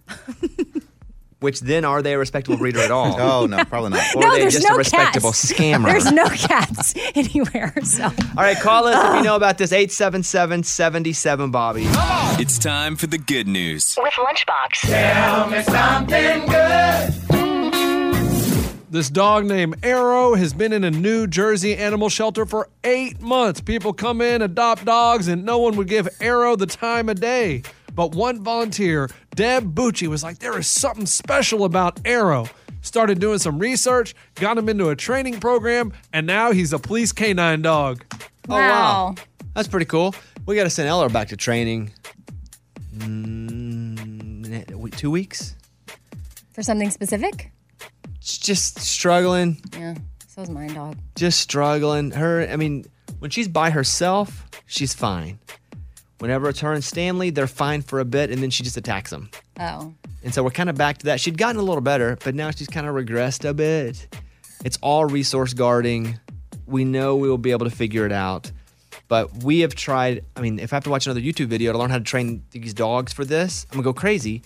[SPEAKER 2] Which then are they a respectable breeder at [laughs] all?
[SPEAKER 4] Oh, no, probably not.
[SPEAKER 2] Or
[SPEAKER 3] no,
[SPEAKER 2] are they
[SPEAKER 3] there's
[SPEAKER 2] just
[SPEAKER 3] no [laughs]
[SPEAKER 2] a respectable
[SPEAKER 3] cats.
[SPEAKER 2] scammer?
[SPEAKER 3] There's no
[SPEAKER 2] [laughs] Oh,
[SPEAKER 3] cats anywhere. So
[SPEAKER 2] All right, call us if you know about this 877 77 Bobby.
[SPEAKER 11] It's time for the good news.
[SPEAKER 20] With Lunchbox.
[SPEAKER 14] Tell me something good. This dog named Arrow has been in a New Jersey animal shelter for eight months. People come in, adopt dogs, and no one would give Arrow the time of day. But one volunteer, Deb Bucci, was like, There is something special about Arrow. Started doing some research, got him into a training program, and now he's a police canine dog.
[SPEAKER 2] Oh, wow. That's pretty cool. We got to send Eller back to training. Mm, eh, wait, two weeks?
[SPEAKER 3] for something specific?
[SPEAKER 2] She's Just struggling.
[SPEAKER 3] Yeah. So is mine dog.
[SPEAKER 2] Just struggling. Her, I mean, when she's by herself, she's fine. Whenever it's her and Stanley, they're fine for a bit, and then she just attacks them.
[SPEAKER 3] Oh.
[SPEAKER 2] And so we're kind of back to that. She'd gotten a little better, but now she's kind of regressed a bit. It's all resource guarding. We know we will be able to figure it out. But we have tried, I mean, if I have to watch another YouTube video to learn how to train these dogs for this, I'm gonna go crazy.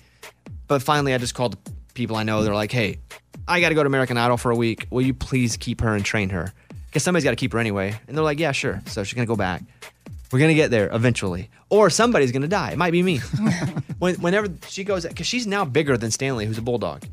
[SPEAKER 2] But finally, I just called the people I know. They're like, hey, I gotta go to American Idol for a week. Will you please keep her and train her? Because somebody's gotta keep her anyway. And they're like, yeah, sure. So she's gonna go back. We're gonna get there eventually. Or somebody's gonna die. It might be me. when, whenever she goes, because she's now bigger than Stanley, who's a bulldog,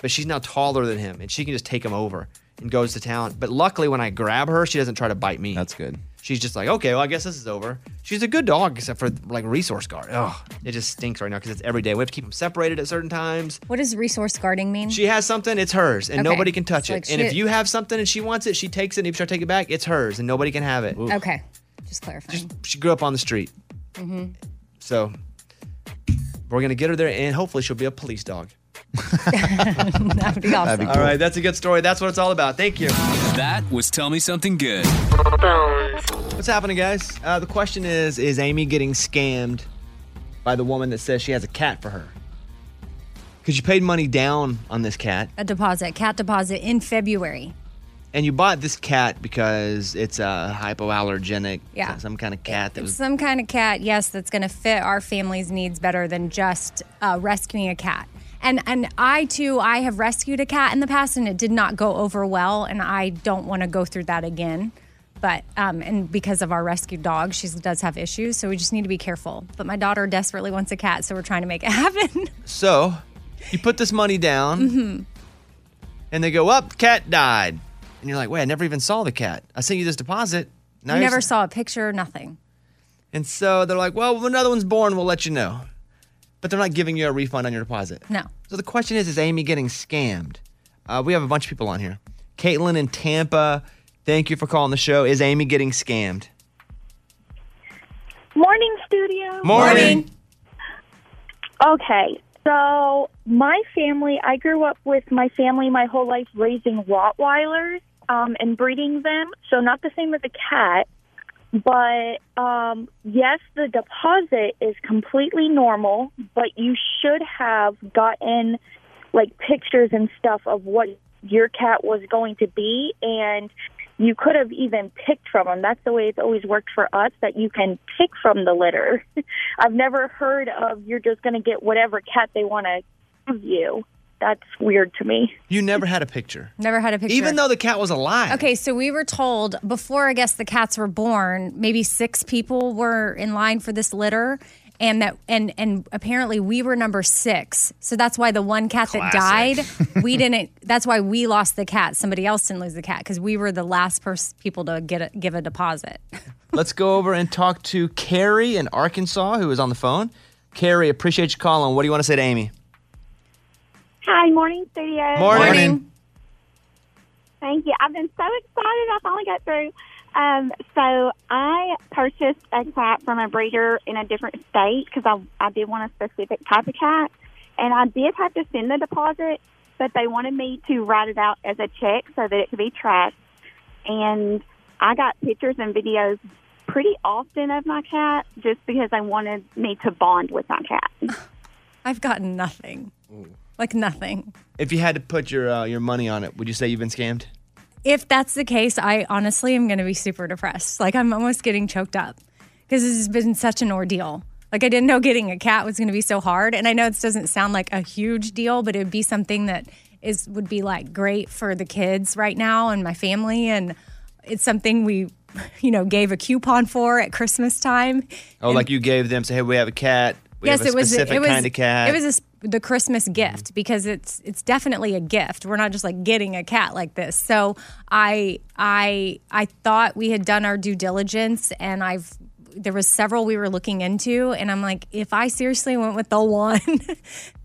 [SPEAKER 2] but she's now taller than him, and she can just take him over and goes to town. But luckily, when I grab her, she doesn't try to bite me. That's good. She's just like, okay, well, I guess this is over. She's a good dog, except for like resource guard. Oh, it just stinks right now because it's every day. We have to keep them separated at certain times.
[SPEAKER 3] What does resource guarding mean?
[SPEAKER 2] She has something, it's hers, and
[SPEAKER 3] Okay.
[SPEAKER 2] nobody can touch
[SPEAKER 3] So, like,
[SPEAKER 2] it. And if
[SPEAKER 3] she-
[SPEAKER 2] you have something and she wants it, she takes it. And if you try to take it back, it's hers, and nobody can have it.
[SPEAKER 3] Okay. Just clarifying.
[SPEAKER 2] She grew up on the street.
[SPEAKER 3] hmm
[SPEAKER 2] So we're gonna get her there, and hopefully she'll be a police dog.
[SPEAKER 3] that would be awesome.
[SPEAKER 2] All right, that's a good story. That's what it's all about. Thank you.
[SPEAKER 11] That was Tell Me Something Good.
[SPEAKER 2] What's happening, guys? Uh, the question is: Is Amy getting scammed by the woman that says she has a cat for her? Because you paid money down on this cat,
[SPEAKER 3] A deposit, cat deposit in February.
[SPEAKER 2] and you bought this cat because it's a hypoallergenic,
[SPEAKER 3] Yeah.
[SPEAKER 2] some kind of cat that was.
[SPEAKER 3] Some kind of cat, yes, that's going to fit our family's needs better than just uh, rescuing a cat. And and I too, I have rescued a cat in the past, and it did not go over well, and I don't want to go through that again. But um, and because of our rescued dog, she does have issues, so we just need to be careful. But my daughter desperately wants a cat, so we're trying to make it [laughs] happen.
[SPEAKER 2] So you put this money down,
[SPEAKER 3] Mhm.
[SPEAKER 2] and they go up. Cat died, and you're like, wait, I never even saw the cat. I sent you this deposit.
[SPEAKER 3] we
[SPEAKER 2] you're
[SPEAKER 3] never saw a picture, nothing.
[SPEAKER 2] And so they're like, well, when another one's born, we'll let you know. But they're not giving you a refund on your deposit.
[SPEAKER 3] No.
[SPEAKER 2] So the question is, is Amy getting scammed? Uh, we have a bunch of people on here. Caitlin in Tampa, thank you for calling the show. Is Amy getting scammed?
[SPEAKER 15] Morning, studio.
[SPEAKER 2] Morning.
[SPEAKER 15] Okay, so my family, I grew up with my family my whole life raising Rottweilers um, and breeding them. So, not the same as a cat, but um, yes, the deposit is completely normal, but you should have gotten like pictures and stuff of what your cat was going to be and you could have even picked from them. That's the way it's always worked for us that you can pick from the litter. [laughs] I've never heard of you're just going to get whatever cat they want to give you. That's weird to me.
[SPEAKER 2] You never had a picture.
[SPEAKER 3] Never had [laughs] a picture.
[SPEAKER 2] Even though the cat was alive.
[SPEAKER 3] Okay, so we were told before I guess the cats were born, maybe six people were in line for this litter. And that and and apparently we were number six. So that's why the one cat that died, we didn't that's why we lost the cat. Somebody else didn't lose the cat because we were the last person people to get a, give a deposit. [laughs]
[SPEAKER 2] Let's go over and talk to Carrie in Arkansas, who is on the phone. Carrie, appreciate you calling. What do you want to say to Amy?
[SPEAKER 21] Hi, morning studio.
[SPEAKER 2] Morning.
[SPEAKER 21] Thank you. I've been so excited. I finally got through. Um, so I purchased a cat from a breeder in a different state because I, I did want a specific type of cat. And I did have to send the deposit, but they wanted me to write it out as a check so that it could be tracked. And I got pictures and videos pretty often of my cat just because I wanted me to bond with my cat.
[SPEAKER 3] I've gotten nothing.
[SPEAKER 2] Ooh.
[SPEAKER 3] Like nothing.
[SPEAKER 2] If you had to put your uh, your money on it, would you say you've been scammed?
[SPEAKER 3] If that's the case, I honestly am going to be super depressed. Like I'm almost getting choked up because this has been such an ordeal. Like I didn't know getting a cat was going to be so hard, and I know this doesn't sound like a huge deal, but it would be something that is would be like great for the kids right now and my family, and it's something we, [laughs] you know, gave a coupon for at Christmas time.
[SPEAKER 2] Oh, like you gave them, say, hey, we have a cat. We have a specific kind of cat. Mm.
[SPEAKER 3] It was a, sp- the Christmas gift because it's it's definitely a gift. We're not just like getting a cat like this. So I I I thought we had done our due diligence, and I've there was several we were looking into, and I'm like, if I seriously went with the [laughs] one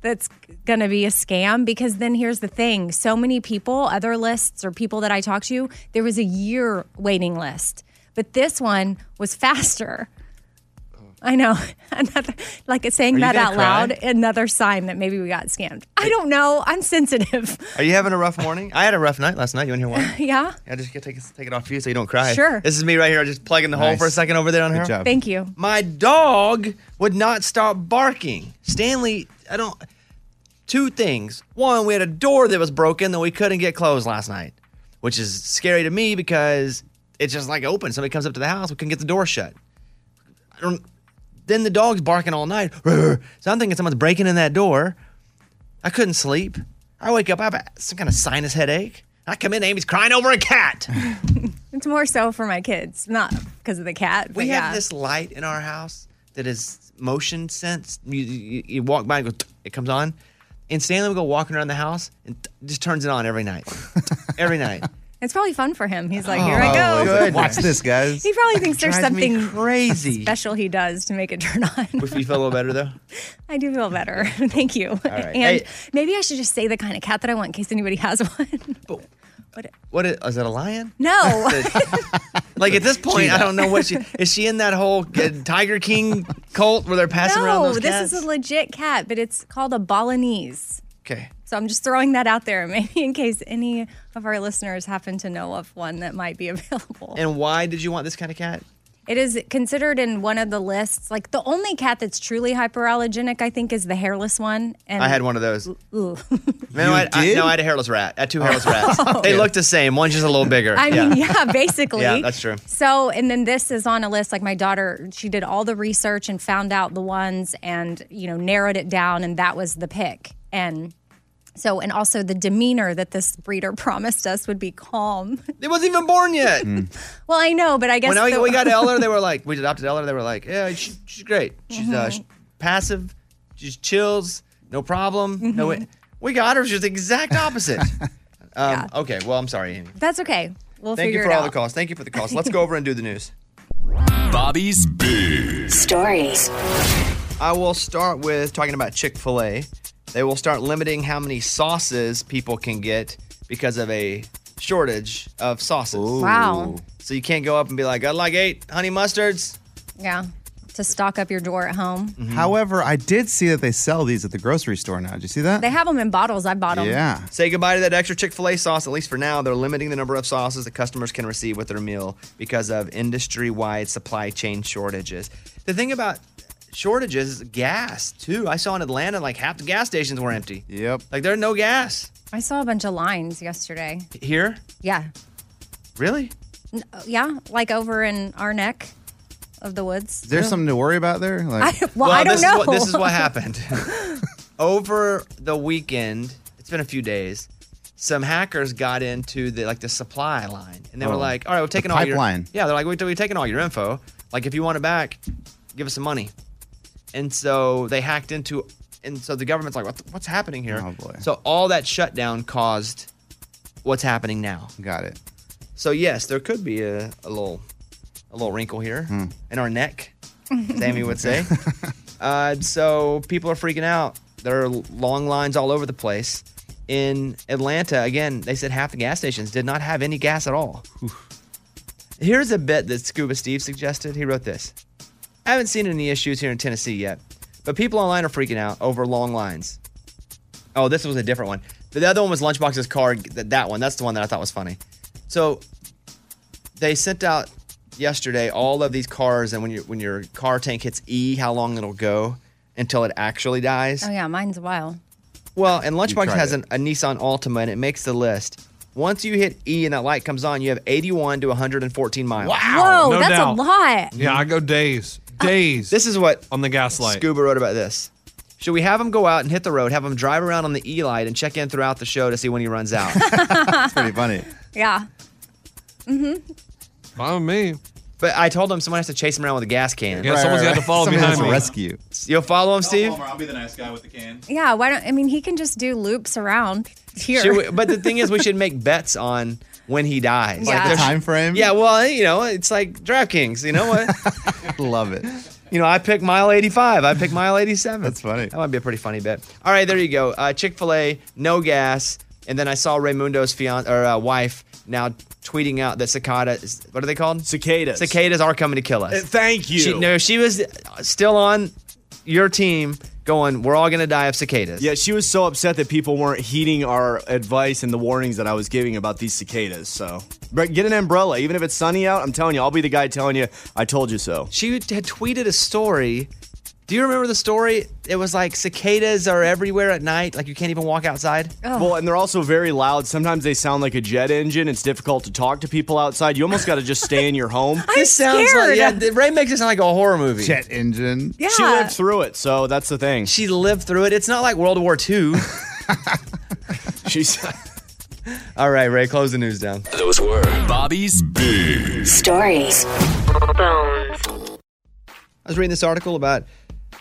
[SPEAKER 3] that's going to be a scam, because then here's the thing: so many people, other lists or people that I talked to, there was a year waiting list, but this one was faster. I know. [laughs] Another, like it's
[SPEAKER 2] Are
[SPEAKER 3] saying
[SPEAKER 2] you
[SPEAKER 3] that
[SPEAKER 2] gonna
[SPEAKER 3] out loud,
[SPEAKER 2] cry?
[SPEAKER 3] another sign that maybe we got scammed. I don't know. I'm sensitive. [laughs]
[SPEAKER 2] Are you having a rough morning? I had a rough night last night. You want to hear why?
[SPEAKER 3] [sighs] yeah.
[SPEAKER 2] I just get take, take it off you so you don't cry.
[SPEAKER 3] Sure.
[SPEAKER 2] This is me right here. Just plugging the hole
[SPEAKER 3] Nice.
[SPEAKER 2] for a second over there on
[SPEAKER 3] Good
[SPEAKER 2] her.
[SPEAKER 3] job. Thank you.
[SPEAKER 2] My dog would not stop barking. Stanley, I don't. Two things. One, we had a door that was broken that we couldn't get closed last night, which is scary to me because it's just like open. Somebody comes up to the house, we couldn't get the door shut. I don't. Then the dog's barking all night. [laughs] So I'm thinking someone's breaking in that door. I couldn't sleep. I wake up, I have a, some kind of sinus headache. I come in, Amy's crying over a cat. [laughs]
[SPEAKER 3] It's more so for my kids, not because of the cat. But
[SPEAKER 2] We
[SPEAKER 3] yeah.
[SPEAKER 2] have this light in our house that is motion sense. You, you, you walk by and go, "Tsk," it comes on. And Stanley will go walking around the house and t- just turns it on
[SPEAKER 3] [laughs]
[SPEAKER 2] every night. every night.
[SPEAKER 3] It's probably fun for him. He's like, here I go.
[SPEAKER 2] Oh,
[SPEAKER 3] [laughs]
[SPEAKER 2] Watch this, guys.
[SPEAKER 3] He probably thinks there's
[SPEAKER 2] Drives me
[SPEAKER 3] something
[SPEAKER 2] crazy.
[SPEAKER 3] special he does to make it [laughs] turn on.
[SPEAKER 2] you feel a little better though?
[SPEAKER 3] I do feel
[SPEAKER 2] [laughs]
[SPEAKER 3] better. [laughs] Thank you.
[SPEAKER 2] right.
[SPEAKER 3] And
[SPEAKER 2] Hey.
[SPEAKER 3] maybe I should just say the kind of cat that I want in case anybody has [laughs]
[SPEAKER 2] [laughs]
[SPEAKER 3] one.
[SPEAKER 2] What is, is that a lion?
[SPEAKER 3] No.
[SPEAKER 2] [laughs] Like at this point, I
[SPEAKER 3] Cheetah.
[SPEAKER 2] don't know what she is. She in that whole uh, Tiger King cult where they're passing around
[SPEAKER 3] no,
[SPEAKER 2] those
[SPEAKER 3] this
[SPEAKER 2] cats?
[SPEAKER 3] is a legit cat, but it's called a Balinese.
[SPEAKER 2] okay.
[SPEAKER 3] So I'm just throwing that out there, [laughs] maybe in case any of our listeners happen to know of one that might be [laughs] available.
[SPEAKER 2] And why did you want this kind of cat?
[SPEAKER 3] It is considered in one of the lists. Like the only cat that's truly hyperallergenic, I think, is the hairless one. And
[SPEAKER 2] I had one of those.
[SPEAKER 3] Ooh.
[SPEAKER 2] No, I, I, no, I had a hairless rat. I had two hairless rats. They looked the same. One's just a little bigger.
[SPEAKER 3] I mean, yeah, basically.
[SPEAKER 2] Yeah, that's true.
[SPEAKER 3] So, and then this is on a list. Like my daughter, she did all the research and found out the ones and, you know, narrowed it down, and that was the pick. And so, and also the demeanor that this breeder [laughs] promised us would be calm.
[SPEAKER 2] It wasn't even born yet.
[SPEAKER 3] Well, I know, but I guess
[SPEAKER 2] when I,
[SPEAKER 3] the- [laughs]
[SPEAKER 2] we got Eller, they were like, we adopted Eller. They were like, yeah, she, she's great. She's uh,
[SPEAKER 3] Mhm.
[SPEAKER 2] sh- passive. She just chills. No problem. No,
[SPEAKER 3] Mm-hmm.
[SPEAKER 2] it, we got her. She's the
[SPEAKER 3] [laughs]
[SPEAKER 2] exact opposite. um, Okay. Well, I'm sorry, Amy.
[SPEAKER 3] That's okay. We'll
[SPEAKER 2] Thank
[SPEAKER 3] figure
[SPEAKER 2] you for
[SPEAKER 3] it
[SPEAKER 2] all
[SPEAKER 3] out.
[SPEAKER 2] the calls. Thank you for the
[SPEAKER 3] [laughs]
[SPEAKER 2] calls. Let's go over and do the news.
[SPEAKER 13] Bobby's Big
[SPEAKER 8] Stories.
[SPEAKER 2] I will start with talking about Chick fil A. They will start limiting how many sauces people can get because of a shortage of sauces.
[SPEAKER 3] Wow.
[SPEAKER 2] So you can't go up and be like, I'd like eight honey mustards.
[SPEAKER 3] Yeah. To stock up your door at home.
[SPEAKER 4] Mm-hmm.
[SPEAKER 2] Mm-hmm.
[SPEAKER 4] However, I did see that they sell these at the grocery store now. Did you see that?
[SPEAKER 3] They have them in bottles. I bought them.
[SPEAKER 2] Say goodbye to that extra Chick fil A sauce, at least for now. They're limiting the number of sauces that customers can receive with their meal because of industry wide supply chain shortages. The thing about shortages is gas, too. I saw in Atlanta, like half the gas stations were empty. Yep. Like there's no gas
[SPEAKER 3] I saw a bunch of lines yesterday.
[SPEAKER 2] here.
[SPEAKER 3] Yeah.
[SPEAKER 2] Really?
[SPEAKER 3] N- Uh, Yeah. Like over in our neck of the woods.
[SPEAKER 4] Is there something to worry about there? Like,
[SPEAKER 3] I- [laughs] well, I don't
[SPEAKER 2] this
[SPEAKER 3] know.
[SPEAKER 2] Is what, this is
[SPEAKER 3] [laughs]
[SPEAKER 2] what happened. [laughs] Over the weekend, it's been a few days. Some hackers got into the like the supply line, and they were
[SPEAKER 4] Oh.
[SPEAKER 2] like, "All right, we're taking
[SPEAKER 4] The
[SPEAKER 2] all
[SPEAKER 4] pipeline.
[SPEAKER 2] your yeah." They're like, "We're, we're taking all your info. Like, if you want it back, give us some money." And so they hacked into, and so the government's like, what, "What's happening here?" Oh boy! So all that shutdown caused what's happening now. Got it. So yes, there could be a, a little a little wrinkle here in our [laughs] neck, as Amy would say. [laughs] Uh, so people are freaking out. There are long lines all over the place. In Atlanta, again, they said half the gas stations did not have any gas at all. Here's a bit that Scuba Steve suggested. He wrote this I haven't seen any issues here in Tennessee yet, but people online are freaking out over long lines. Oh, this was a different one. The other one was Lunchbox's card. That that one. That's the one that I thought was funny. So they sent out yesterday all of these cars and when your when your car tank hits E, how long it'll go until it actually dies.
[SPEAKER 3] Oh yeah, mine's a while.
[SPEAKER 2] Well, and Lunchbox
[SPEAKER 3] tried
[SPEAKER 2] has an, a Nissan Altima and it makes the list. Once you hit E and that light comes on, you have 81 to 114 miles.
[SPEAKER 3] Whoa, that's a lot.
[SPEAKER 2] Yeah, I go days. Days. Ah, this is what on the gaslight. Scuba wrote about this. Should we have him go out and hit the road, have him drive around on the E light and check in throughout the show to see when he runs out? That's
[SPEAKER 4] pretty funny.
[SPEAKER 3] Yeah. Mm-hmm.
[SPEAKER 2] Follow me. But I told him someone has to chase him around with a gas can.
[SPEAKER 17] Yeah, Right, someone's right, got to right. follow Someone behind has to me.
[SPEAKER 4] rescue.
[SPEAKER 2] You'll follow him, Steve?
[SPEAKER 6] I'll be the nice guy with the can.
[SPEAKER 3] Yeah. Why don't I mean he can just do loops around here?
[SPEAKER 2] Should we- but the thing is, we should make bets on when he dies.
[SPEAKER 3] Like the
[SPEAKER 2] there's-
[SPEAKER 3] time
[SPEAKER 4] frame?
[SPEAKER 2] Yeah, well, you know, it's like DraftKings. You know what?
[SPEAKER 4] Love it.
[SPEAKER 2] You know, I pick mile 85. I pick mile 87. That's
[SPEAKER 4] funny.
[SPEAKER 2] That might be a pretty funny bet. All right, there you go. Uh, Chick fil A, no gas. And then I saw Raymundo's fian- or, uh, wife now tweeting out that cicadas, what are they called? Cicadas. Cicadas are coming to kill us.
[SPEAKER 11] Uh, thank you.
[SPEAKER 2] She, no, she was still on your team going, we're all going to die of cicadas.
[SPEAKER 11] Yeah, she was so upset that people weren't heeding our advice and the warnings that I was giving about these cicadas. So, but get an umbrella, even if it's sunny out. I'm telling you, I'll be the guy telling you, I told you so.
[SPEAKER 2] She had tweeted a story. Do you remember the story? It was like cicadas are everywhere at night. Like you can't even walk outside.
[SPEAKER 11] Well, and they're also very loud. Sometimes they sound like a jet engine. It's difficult to talk to people outside. You almost got to just stay in your home.
[SPEAKER 2] this sounds like yeah. th- Ray makes it sound like a horror movie.
[SPEAKER 4] Jet engine.
[SPEAKER 2] Yeah.
[SPEAKER 11] She lived through it, so that's the thing.
[SPEAKER 2] She lived through it. It's not like World War
[SPEAKER 11] [laughs]
[SPEAKER 2] II.
[SPEAKER 11] She's.
[SPEAKER 2] [laughs] All right, Ray, close the news down.
[SPEAKER 13] Those were Bobby's Big
[SPEAKER 8] Stories.
[SPEAKER 2] I was reading this article about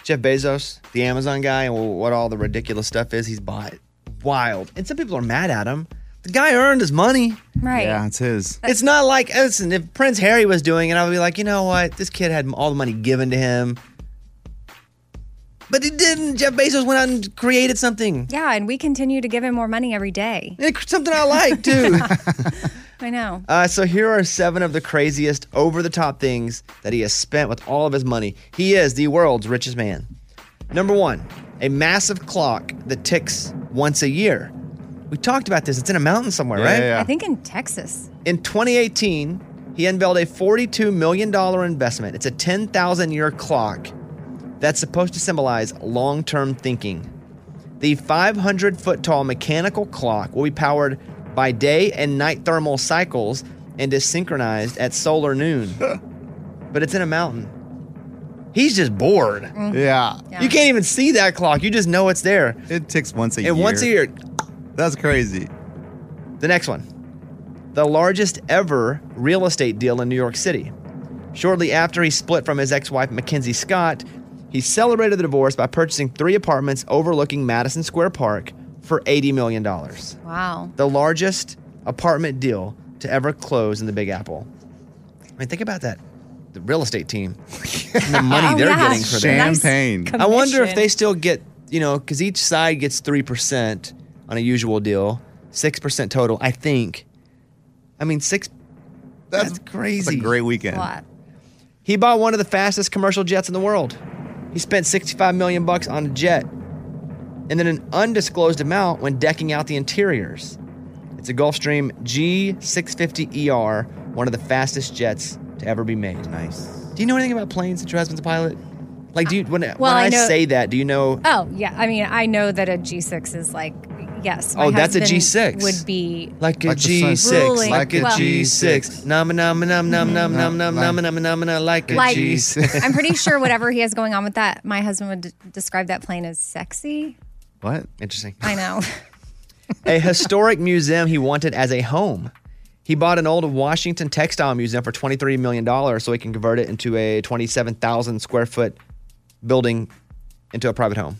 [SPEAKER 2] Jeff Bezos, the Amazon guy, and what all the ridiculous stuff is he's bought. Wild. And some people are mad at him. The guy earned his money.
[SPEAKER 3] Right.
[SPEAKER 4] Yeah, it's his.
[SPEAKER 2] It's not like, listen, if Prince Harry was doing it, I would be like, you know what? This kid had all the money given to him. But he didn't. Jeff Bezos went out and created something.
[SPEAKER 3] Yeah, and we continue to give him more money every day.
[SPEAKER 2] It's something I like too.
[SPEAKER 3] [laughs]
[SPEAKER 2] [laughs]
[SPEAKER 3] I know.
[SPEAKER 2] Uh, so here are seven of the craziest, over the top things that he has spent with all of his money. He is the world's richest man. Number one, a massive clock that ticks once a year. We talked about this. It's in a mountain somewhere, right?
[SPEAKER 3] I think in Texas.
[SPEAKER 2] In 2018, he unveiled a $42 million investment. It's a 10,000 year clock that's supposed to symbolize long term thinking. The 500 foot tall mechanical clock will be powered by day and night thermal cycles and is synchronized at solar noon. but it's in a mountain. He's just bored.
[SPEAKER 4] Yeah.
[SPEAKER 2] You can't even see that clock. You just know it's there.
[SPEAKER 4] It ticks once a
[SPEAKER 2] And once a
[SPEAKER 4] year.
[SPEAKER 2] year.
[SPEAKER 4] That's crazy.
[SPEAKER 2] The next one the largest ever real estate deal in New York City. Shortly after he split from his ex wife, Mackenzie Scott, he celebrated the divorce by purchasing three apartments overlooking Madison Square Park for $80 million.
[SPEAKER 3] Wow.
[SPEAKER 2] The largest apartment deal to ever close in the Big Apple. I mean, think about that. The real estate team, and the money
[SPEAKER 4] [laughs] Oh,
[SPEAKER 2] they're
[SPEAKER 4] yeah.
[SPEAKER 2] getting for that.
[SPEAKER 4] Champagne. Nice
[SPEAKER 2] I wonder if
[SPEAKER 4] commission.
[SPEAKER 2] they still get, you know, because each side gets 3% on a usual deal, 6% total, I think. I mean, six. That's, crazy.
[SPEAKER 4] It's a great weekend.
[SPEAKER 2] He bought one of the fastest commercial jets in the world. He spent 65 million bucks on a jet and then an undisclosed amount when decking out the interiors. It's a Gulfstream G650ER, one of the fastest jets to ever be made. Nice. Do you know anything about planes that your husband's a pilot? Like, do you, when, when
[SPEAKER 3] Well, I
[SPEAKER 2] I,
[SPEAKER 3] know-
[SPEAKER 2] say that, do you know?
[SPEAKER 3] Oh yeah. I mean, I know that a G6 is like yes. my
[SPEAKER 2] Oh, that's a
[SPEAKER 3] husband
[SPEAKER 2] G6.
[SPEAKER 3] Would be
[SPEAKER 2] Like a
[SPEAKER 3] Like the sun-
[SPEAKER 2] G6,
[SPEAKER 3] Ruling.
[SPEAKER 2] like a
[SPEAKER 3] Well-
[SPEAKER 2] G6, nom nom nom nom nom nom nom nom nom nom nom, like a
[SPEAKER 3] like
[SPEAKER 2] G6.
[SPEAKER 3] I'm pretty
[SPEAKER 2] [laughs]
[SPEAKER 3] sure whatever he has going on with that, my husband would d- describe that plane as sexy.
[SPEAKER 2] What? Interesting.
[SPEAKER 3] I know.
[SPEAKER 2] a historic museum he wanted as a home. He bought an old Washington textile museum for $23 million so he can convert it into a 27,000 square foot building into a private home.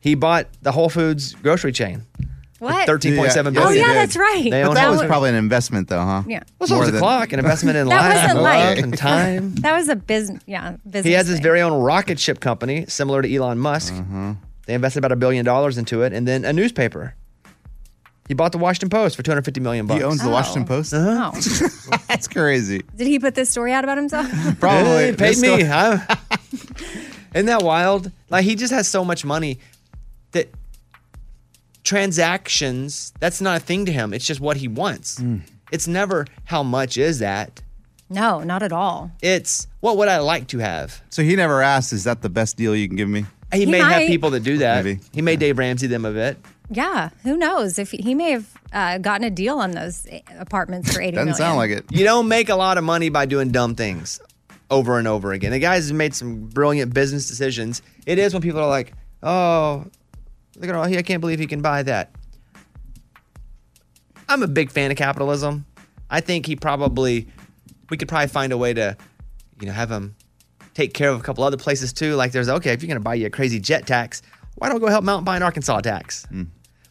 [SPEAKER 2] He bought the Whole Foods grocery chain.
[SPEAKER 3] What?
[SPEAKER 2] Thirteen point seven
[SPEAKER 4] Yeah, yes,
[SPEAKER 2] billion.
[SPEAKER 3] Oh,
[SPEAKER 4] he did.
[SPEAKER 2] They
[SPEAKER 4] But
[SPEAKER 2] own
[SPEAKER 4] that
[SPEAKER 2] it.
[SPEAKER 4] was probably an investment, though, huh?
[SPEAKER 3] Yeah.
[SPEAKER 2] Well, so was the clock,
[SPEAKER 4] [laughs]
[SPEAKER 2] an investment in
[SPEAKER 3] That
[SPEAKER 2] life,
[SPEAKER 3] wasn't
[SPEAKER 2] and
[SPEAKER 3] like-
[SPEAKER 2] luck, and time.
[SPEAKER 3] that was a business. Yeah, business.
[SPEAKER 2] He has his very own rocket ship company, similar to Elon Musk.
[SPEAKER 4] Mm-hmm.
[SPEAKER 2] They invested about a billion dollars into it, and then a newspaper. He bought the Washington Post for 250 million bucks.
[SPEAKER 4] He owns the Washington Post?
[SPEAKER 2] Uh-huh.
[SPEAKER 4] [laughs] That's crazy.
[SPEAKER 3] Did he put this story out about himself? [laughs]
[SPEAKER 2] Probably
[SPEAKER 4] Hey,
[SPEAKER 2] paid
[SPEAKER 4] this
[SPEAKER 2] me.
[SPEAKER 4] guy-
[SPEAKER 2] I'm- Isn't that wild? Like he just has so much money that transactions that's not a thing to him. It's just what he wants. It's never how much is that.
[SPEAKER 3] No, not at all.
[SPEAKER 2] It's what would I like to have?
[SPEAKER 4] So he never asked, "Is that the best deal you can give me?"
[SPEAKER 2] He,
[SPEAKER 3] He
[SPEAKER 2] may have
[SPEAKER 3] might.
[SPEAKER 2] people that do that. He may Dave Ramsey them a bit.
[SPEAKER 3] Yeah, who knows if he, he may have uh, gotten a deal on those eh, apartments for eighty million.
[SPEAKER 2] it. You don't make a lot of money by doing dumb things over and over again. The guy's made some brilliant business decisions. It is when people are like, "Oh, look at all he! I can't believe he can buy that." I'm a big fan of capitalism. I think he probably we could probably find a way to, you know, have him take care of a couple other places too. Like there's okay, if you're gonna buy you a crazy jet tax, why don't we go help Mountain Pine, Arkansas tax?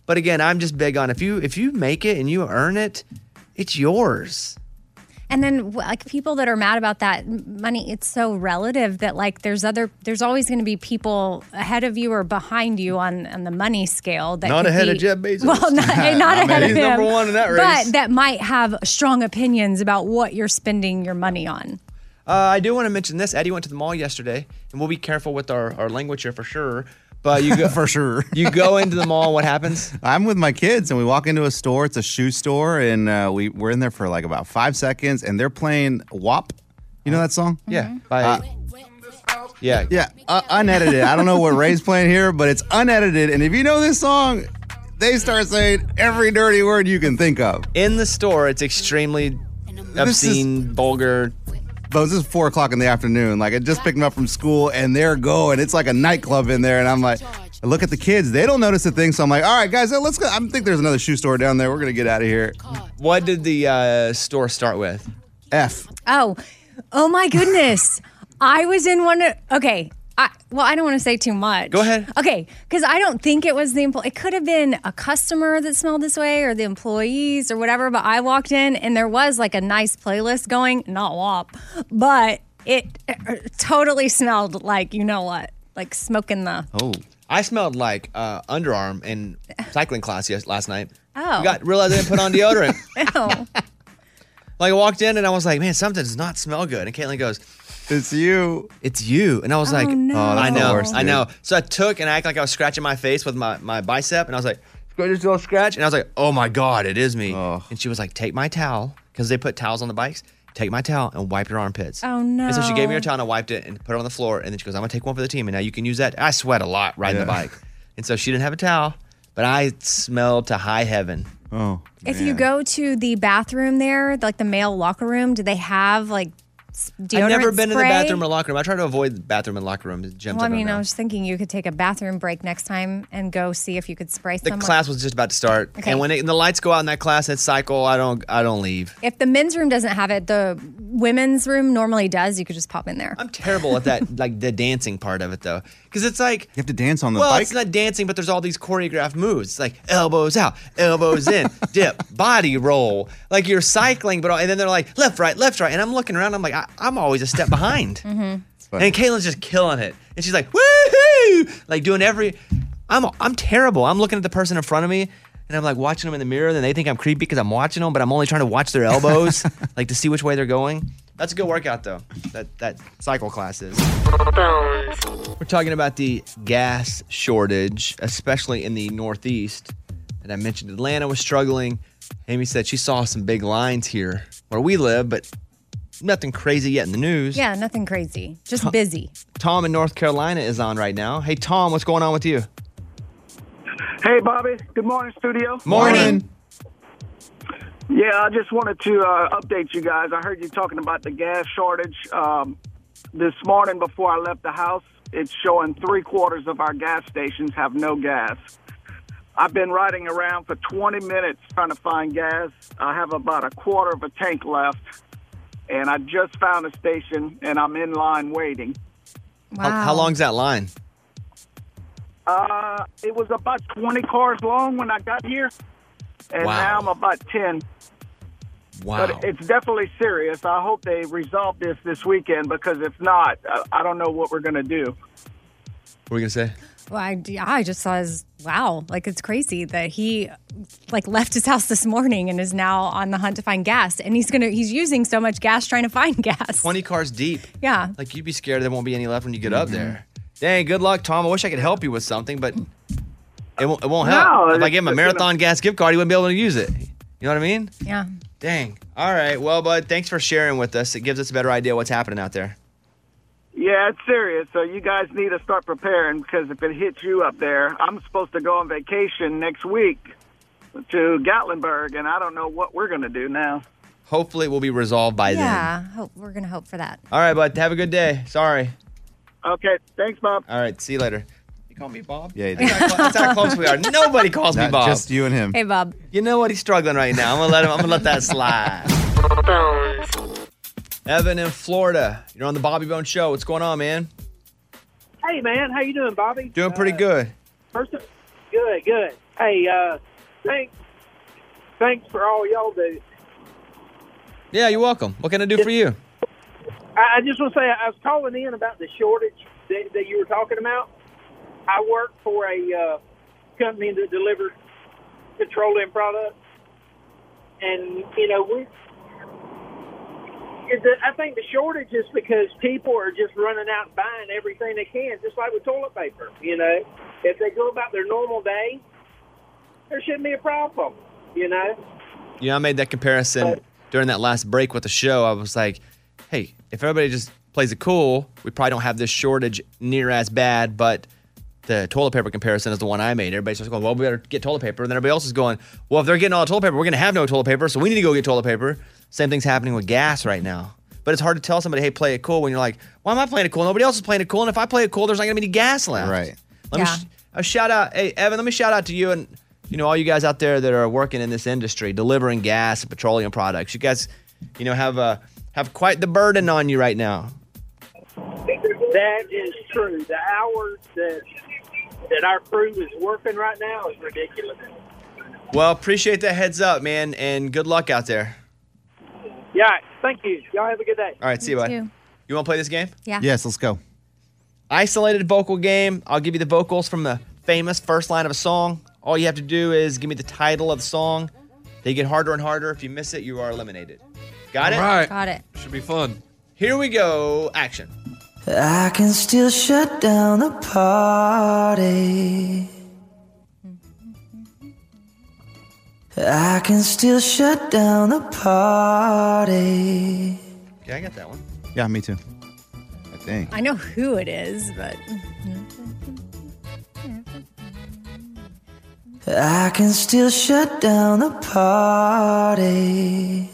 [SPEAKER 2] But again, I'm just big on if you if you make it and you earn it, it's yours.
[SPEAKER 3] And then w- like people that are mad about that m- money, it's so relative that like there's other there's always going to be people ahead of you or behind you on on the money scale that
[SPEAKER 2] Not
[SPEAKER 3] could
[SPEAKER 2] ahead
[SPEAKER 3] be-
[SPEAKER 2] of Jeff Bezos.
[SPEAKER 3] Well, not,
[SPEAKER 2] [laughs] I
[SPEAKER 3] not
[SPEAKER 2] mean,
[SPEAKER 3] ahead of
[SPEAKER 2] he's
[SPEAKER 3] him.
[SPEAKER 2] number one in that race.
[SPEAKER 3] But that might have strong opinions about what you're spending your money on.
[SPEAKER 2] Uh, I do want to mention this. Eddie went to the mall yesterday, and we'll be careful with our, our language here for sure. But you go
[SPEAKER 4] [laughs] for sure.
[SPEAKER 2] You go into the mall. What happens?
[SPEAKER 4] [laughs] I'm with my kids, and we walk into a store. It's a shoe store, and uh, we we're in there for like about five seconds, and they're playing WAP. You know that song?
[SPEAKER 2] Uh-huh.
[SPEAKER 4] Mm-hmm. Uh,
[SPEAKER 2] Yeah. By, yeah.
[SPEAKER 4] Yeah. Uh, unedited. I don't know what [laughs] Ray's playing here, but it's unedited. And if you know this song, they start saying every dirty word you can think of.
[SPEAKER 2] In the store, it's extremely obscene, vulgar.
[SPEAKER 4] But this is four o'clock in the afternoon. Like I just picked them up from school, and they're going. It's like a nightclub in there, and I'm like, I look at the kids. They don't notice a thing. So I'm like, all right, guys, uh, let's go. I think there's another shoe store down there. We're gonna get out of here.
[SPEAKER 2] What did the uh, store start with?
[SPEAKER 4] F.
[SPEAKER 3] Oh, oh my
[SPEAKER 2] [laughs]
[SPEAKER 3] goodness. I was in one of, okay. I, well, I don't want to say too much.
[SPEAKER 2] Go ahead.
[SPEAKER 3] Okay, because I don't think it was the employee. It could have been a customer that smelled this way or the employees or whatever. But I walked in and there was like a nice playlist going, not WAP, but it uh, totally smelled like, you know what, like smoking the.
[SPEAKER 4] [laughs] Oh.
[SPEAKER 2] I smelled like uh, underarm in cycling class yes, last night.
[SPEAKER 3] Oh.
[SPEAKER 2] Got realized I didn't put on deodorant.
[SPEAKER 3] [laughs] Ew.
[SPEAKER 2] Like I walked in and I was like, man, something does not smell good. And Caitlin goes,
[SPEAKER 4] It's you.
[SPEAKER 2] It's you. And I was
[SPEAKER 4] Oh,
[SPEAKER 2] like,
[SPEAKER 4] no. Oh, that's
[SPEAKER 2] I
[SPEAKER 4] the
[SPEAKER 2] know,
[SPEAKER 4] worst,
[SPEAKER 2] I
[SPEAKER 4] dude.
[SPEAKER 2] know. So I took and I act like I was scratching my face with my, my bicep and I was like, just a little scratch. And I was like, oh my God, it is me. And she was like, take my towel, because they put towels on the bikes. Take my towel and wipe your armpits.
[SPEAKER 3] Oh, no.
[SPEAKER 2] And so she gave me her towel and I wiped it and put it on the floor. And then she goes, I'm gonna take one for the team and now you can use that. I sweat a lot riding the
[SPEAKER 4] Yeah.
[SPEAKER 2] bike. And so she didn't have a towel, but I smelled to high heaven.
[SPEAKER 4] Oh.
[SPEAKER 3] If you go to the bathroom there, like the male locker room, do they have like s- deodorant
[SPEAKER 2] I've never been in the
[SPEAKER 3] spray?
[SPEAKER 2] bathroom or locker room. I try to avoid the bathroom and locker room. Gyms
[SPEAKER 3] Well, I
[SPEAKER 2] don't
[SPEAKER 3] mean,
[SPEAKER 2] know.
[SPEAKER 3] I was thinking you could take a bathroom break next time and go see if you could spray
[SPEAKER 2] The
[SPEAKER 3] someone.
[SPEAKER 2] class was just about to start,
[SPEAKER 3] Okay.
[SPEAKER 2] and when it, and the lights go out in that class, that cycle, I don't, I don't leave.
[SPEAKER 3] if the men's room doesn't have it, the women's room normally does. You could just pop in there.
[SPEAKER 2] I'm Terrible at that, like the dancing part of it though, because it's like you
[SPEAKER 4] have to dance on the
[SPEAKER 2] well,
[SPEAKER 4] bike.
[SPEAKER 2] it's not dancing, but there's all these choreographed moves. It's like elbows out, elbows in, [laughs] dip, body roll. Like you're cycling, but all, and then they're like left, right, left, right, and I'm looking around. I'm like, I, I'm always a step [laughs] behind,
[SPEAKER 3] Mm-hmm.
[SPEAKER 2] and Caitlin's just killing it, and she's like, woohoo, like doing every. I'm, I'm terrible. I'm looking at the person in front of me. And I'm like watching them in the mirror, then they think I'm creepy because I'm watching them, but I'm only trying to watch their
[SPEAKER 4] [laughs]
[SPEAKER 2] elbows, like to see which way they're going. That's a good workout though. That that cycle class is. We're talking about the gas shortage, especially in the Northeast. And I mentioned Atlanta was struggling. Amy said she saw some big lines here where we live, but nothing crazy yet in the news.
[SPEAKER 3] Yeah, nothing crazy. Just busy.
[SPEAKER 2] Tom in North Carolina is on right now. Hey, Tom, what's going on with you?
[SPEAKER 22] Hey, Bobby. Good morning, studio.
[SPEAKER 2] Morning.
[SPEAKER 22] Yeah, I just wanted to uh, update you guys. I heard you talking about the gas shortage. Um, this morning before I left the house, it's showing three quarters of our gas stations have no gas. I've been riding around for 20 minutes trying to find gas. I have about a quarter of a tank left, and I just found a station, and I'm in line waiting.
[SPEAKER 2] How, how
[SPEAKER 22] Wow.
[SPEAKER 2] long's that line?
[SPEAKER 22] Uh, it was about 20 cars long when I got here, and
[SPEAKER 2] Wow.
[SPEAKER 22] now I'm about 10.
[SPEAKER 2] Wow.
[SPEAKER 22] But it's definitely serious. I hope they resolve this this weekend because if not, I, I don't know what we're going to do.
[SPEAKER 2] What were you going to say?
[SPEAKER 3] Well, I, yeah, I just saw his wow. Like it's crazy that he like left his house this morning and is now on the hunt to find gas. And he's gonna he's using so much gas trying to find [laughs] gas.
[SPEAKER 2] 20 cars deep.
[SPEAKER 3] Yeah.
[SPEAKER 2] Like you'd be scared there won't be any left when you get
[SPEAKER 22] Mm-hmm.
[SPEAKER 2] up there. Dang, good luck, Tom. I wish I could help you with something, but it won't, it won't help.
[SPEAKER 22] No,
[SPEAKER 2] if I
[SPEAKER 22] it's
[SPEAKER 2] gave him a
[SPEAKER 22] just gonna-
[SPEAKER 2] marathon gas gift card, he wouldn't be able to use it. You know what I mean?
[SPEAKER 3] Yeah.
[SPEAKER 2] Dang. All right. Well, bud, thanks for sharing with us. It gives us a better idea what's happening out there.
[SPEAKER 22] Yeah, it's serious. So you guys need to start preparing because if it hits you up there, I'm supposed to go on vacation next week to Gatlinburg, and I don't know what we're going to do now.
[SPEAKER 2] Hopefully, it will be resolved by then.
[SPEAKER 3] Yeah, hope, we're going to hope for that.
[SPEAKER 2] All right, bud. Have a good day. Sorry.
[SPEAKER 22] Okay. Thanks, Bob.
[SPEAKER 2] All right. See you later. You call me Bob?
[SPEAKER 3] [laughs]
[SPEAKER 2] Yeah,
[SPEAKER 4] did.
[SPEAKER 2] that's, how, that's how close we are. Nobody calls me
[SPEAKER 4] Not
[SPEAKER 2] Bob.
[SPEAKER 4] just
[SPEAKER 2] you and him.
[SPEAKER 3] Hey, Bob.
[SPEAKER 2] You know what? He's struggling right now. I'm gonna let him. I'm gonna let that slide. Evan in Florida. You're on the Bobby Bone Show. What's going on, man?
[SPEAKER 23] Hey man, how you doing, Bobby?
[SPEAKER 2] Doing pretty
[SPEAKER 22] Uh,
[SPEAKER 2] good.
[SPEAKER 23] First, good, good. Hey, uh, thanks, thanks for all y'all do.
[SPEAKER 2] Yeah, you're welcome. What can I do for you?
[SPEAKER 23] I, I just want to say I was calling in about the shortage that, that you were talking about. I work for a uh, company that delivers petroleum products, and you know we. Is that I think the shortage is because people are just running out and buying everything they can, just like with toilet paper. You know, if they go about their normal day, there shouldn't be a problem. You know.
[SPEAKER 2] You know, I made that comparison during that last break with the show. I was like, hey, if everybody just plays it cool, we probably don't have this shortage near as bad. But the toilet paper comparison is the one I made. Everybody's just going, well, we better get toilet paper. And then everybody else is going, well, if they're getting all the toilet paper, we're going to have no toilet paper. So we need to go get toilet paper. Same thing's happening with gas right now. But it's hard to tell somebody, hey, play it cool when you're like, why am I playing it cool? Nobody else is playing it cool. And if I play it cool, there's not going to be any gas left. Right. Let
[SPEAKER 3] Yeah.
[SPEAKER 2] me sh- a shout out, hey Evan. Let me shout out to you and you know all you guys out there that are working in this industry, delivering gas and petroleum products. You guys, you know, have uh, have quite the burden on you right now.
[SPEAKER 23] That is true. The hours that that our crew is working right now is ridiculous.
[SPEAKER 2] Well, appreciate that heads up, man, and good luck out there.
[SPEAKER 23] Yeah, thank you. Y'all have a good day.
[SPEAKER 2] All right, see you, bud. You want to play this game?
[SPEAKER 3] Yeah.
[SPEAKER 4] Yes, let's go.
[SPEAKER 2] Isolated vocal game. I'll give you the vocals from the famous first line of a song. All you have to do is give me the title of the song. They get harder and harder. If you miss it, you are eliminated. Got it?
[SPEAKER 17] All right.
[SPEAKER 3] Got it.
[SPEAKER 2] Should be fun. Here we go. Action.
[SPEAKER 1] I can still shut down the party. I can still shut down the party.
[SPEAKER 2] Yeah, I got that one.
[SPEAKER 4] Yeah, me too. I think.
[SPEAKER 3] I know who it is, but
[SPEAKER 1] I can still shut down the party.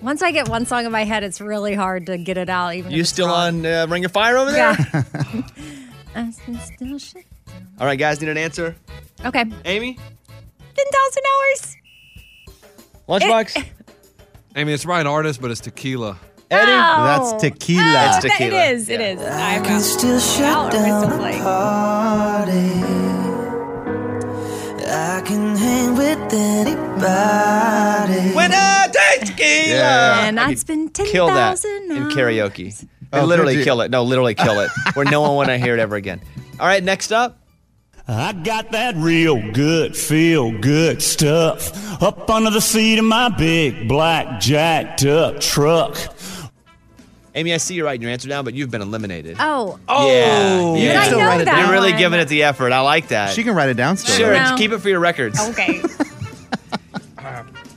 [SPEAKER 3] once I get one song in my head, it's really hard to get it out. Even
[SPEAKER 2] You still on uh, Ring of Fire over there?
[SPEAKER 3] if I can still shit.
[SPEAKER 2] [laughs] All right, guys, need an answer.
[SPEAKER 3] Okay,
[SPEAKER 2] Amy,
[SPEAKER 3] ten thousand hours.
[SPEAKER 2] Lunchbox.
[SPEAKER 17] I mean, it's Ryan Artist, but it's tequila.
[SPEAKER 2] Eddie,
[SPEAKER 3] Oh.
[SPEAKER 17] that's tequila.
[SPEAKER 3] Oh,
[SPEAKER 17] That's
[SPEAKER 3] that-
[SPEAKER 17] tequila.
[SPEAKER 3] It is. It is.
[SPEAKER 1] I can still shut down the party. I can hang with anybody.
[SPEAKER 2] When I take tequila.
[SPEAKER 1] Yeah.
[SPEAKER 3] And
[SPEAKER 2] I
[SPEAKER 3] that's been ten
[SPEAKER 2] kill that
[SPEAKER 3] thousand.
[SPEAKER 2] in karaoke.
[SPEAKER 1] Oh,
[SPEAKER 2] And
[SPEAKER 1] could
[SPEAKER 2] literally
[SPEAKER 1] you?
[SPEAKER 2] kill it. No, literally kill it. Where no one want to hear it ever again. All right, next up.
[SPEAKER 6] I got that real good, feel good stuff up under the seat of my big black jacked up truck.
[SPEAKER 2] Amy, I see you're writing your answer down, but you've been eliminated.
[SPEAKER 3] Oh.
[SPEAKER 2] Yeah.
[SPEAKER 4] You
[SPEAKER 2] yeah.
[SPEAKER 4] can still I know write it that down.
[SPEAKER 2] You're really
[SPEAKER 4] one.
[SPEAKER 2] giving it the effort. I like that.
[SPEAKER 4] She can write it down still.
[SPEAKER 2] Sure,
[SPEAKER 4] right?
[SPEAKER 2] just keep it for your records.
[SPEAKER 20] Oh.
[SPEAKER 3] Okay.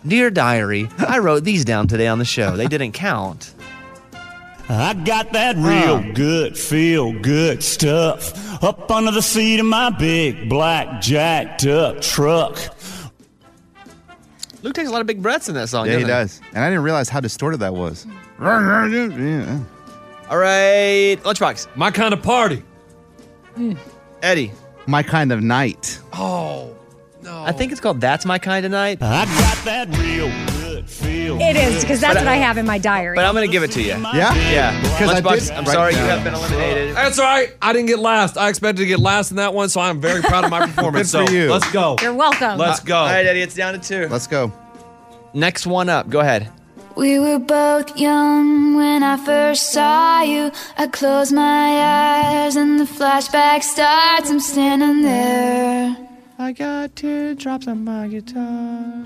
[SPEAKER 2] Dear diary, I wrote these down today on the show. They didn't count.
[SPEAKER 6] I got that real good, feel good stuff up under the seat of my big black jacked up truck.
[SPEAKER 2] Luke takes a lot of big breaths in that song.
[SPEAKER 4] Yeah, he
[SPEAKER 2] doesn't
[SPEAKER 4] does. And I didn't realize how distorted that was. Yeah.
[SPEAKER 2] All right, Lunchbox.
[SPEAKER 17] My kind of party.
[SPEAKER 2] Eddie.
[SPEAKER 4] My kind of night.
[SPEAKER 2] Oh, no. I think it's called That's My Kind of Night.
[SPEAKER 6] I got that real good feel.
[SPEAKER 3] It is because that's
[SPEAKER 2] But
[SPEAKER 3] what I have in my diary.
[SPEAKER 2] But I'm going to give it to you.
[SPEAKER 4] Yeah?
[SPEAKER 2] Yeah.
[SPEAKER 17] Because I
[SPEAKER 2] Lunchbox,
[SPEAKER 17] did
[SPEAKER 2] I'm
[SPEAKER 17] write
[SPEAKER 2] sorry you
[SPEAKER 17] down.
[SPEAKER 2] have been eliminated.
[SPEAKER 17] That's all right. I didn't get last. I expected to get last in that one, so I'm very proud of
[SPEAKER 2] [laughs]
[SPEAKER 17] my performance.
[SPEAKER 2] Good for
[SPEAKER 17] so
[SPEAKER 2] you.
[SPEAKER 17] let's go.
[SPEAKER 3] You're welcome.
[SPEAKER 17] Let's go.
[SPEAKER 2] All right, Eddie, it's down to two.
[SPEAKER 4] Let's go.
[SPEAKER 2] Next one up. Go ahead.
[SPEAKER 24] We were both young when I first saw you. I close my eyes and the flashback starts. I'm standing there.
[SPEAKER 2] I got teardrops on my guitar.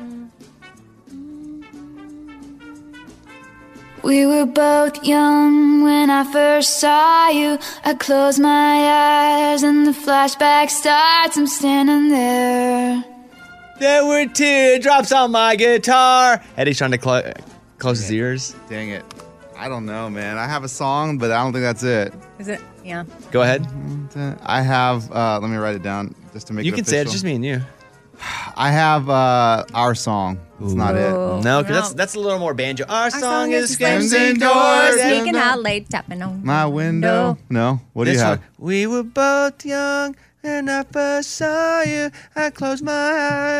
[SPEAKER 24] We were both young when I first saw you. I close my eyes and the flashback starts. I'm standing there.
[SPEAKER 2] There were teardrops on my guitar. Eddie's trying to cl- close his ears.
[SPEAKER 4] Dang it. I don't know, man. I have a song, but I don't think that's it.
[SPEAKER 20] Is it? Yeah.
[SPEAKER 2] Go ahead.
[SPEAKER 4] I have, uh, let me write it down just to make
[SPEAKER 2] You
[SPEAKER 4] it
[SPEAKER 2] can say it, it's just me and you.
[SPEAKER 4] I have uh, our song. It's not it.
[SPEAKER 2] No, 'cause that's that's a little more banjo. Our, song, is screams
[SPEAKER 4] Screams
[SPEAKER 2] and
[SPEAKER 4] Indoors.
[SPEAKER 2] doors.
[SPEAKER 20] Sneaking out late, tapping on.
[SPEAKER 4] My window. No. What do
[SPEAKER 2] This
[SPEAKER 4] you have?
[SPEAKER 2] one. We were both young when I first saw you. I closed my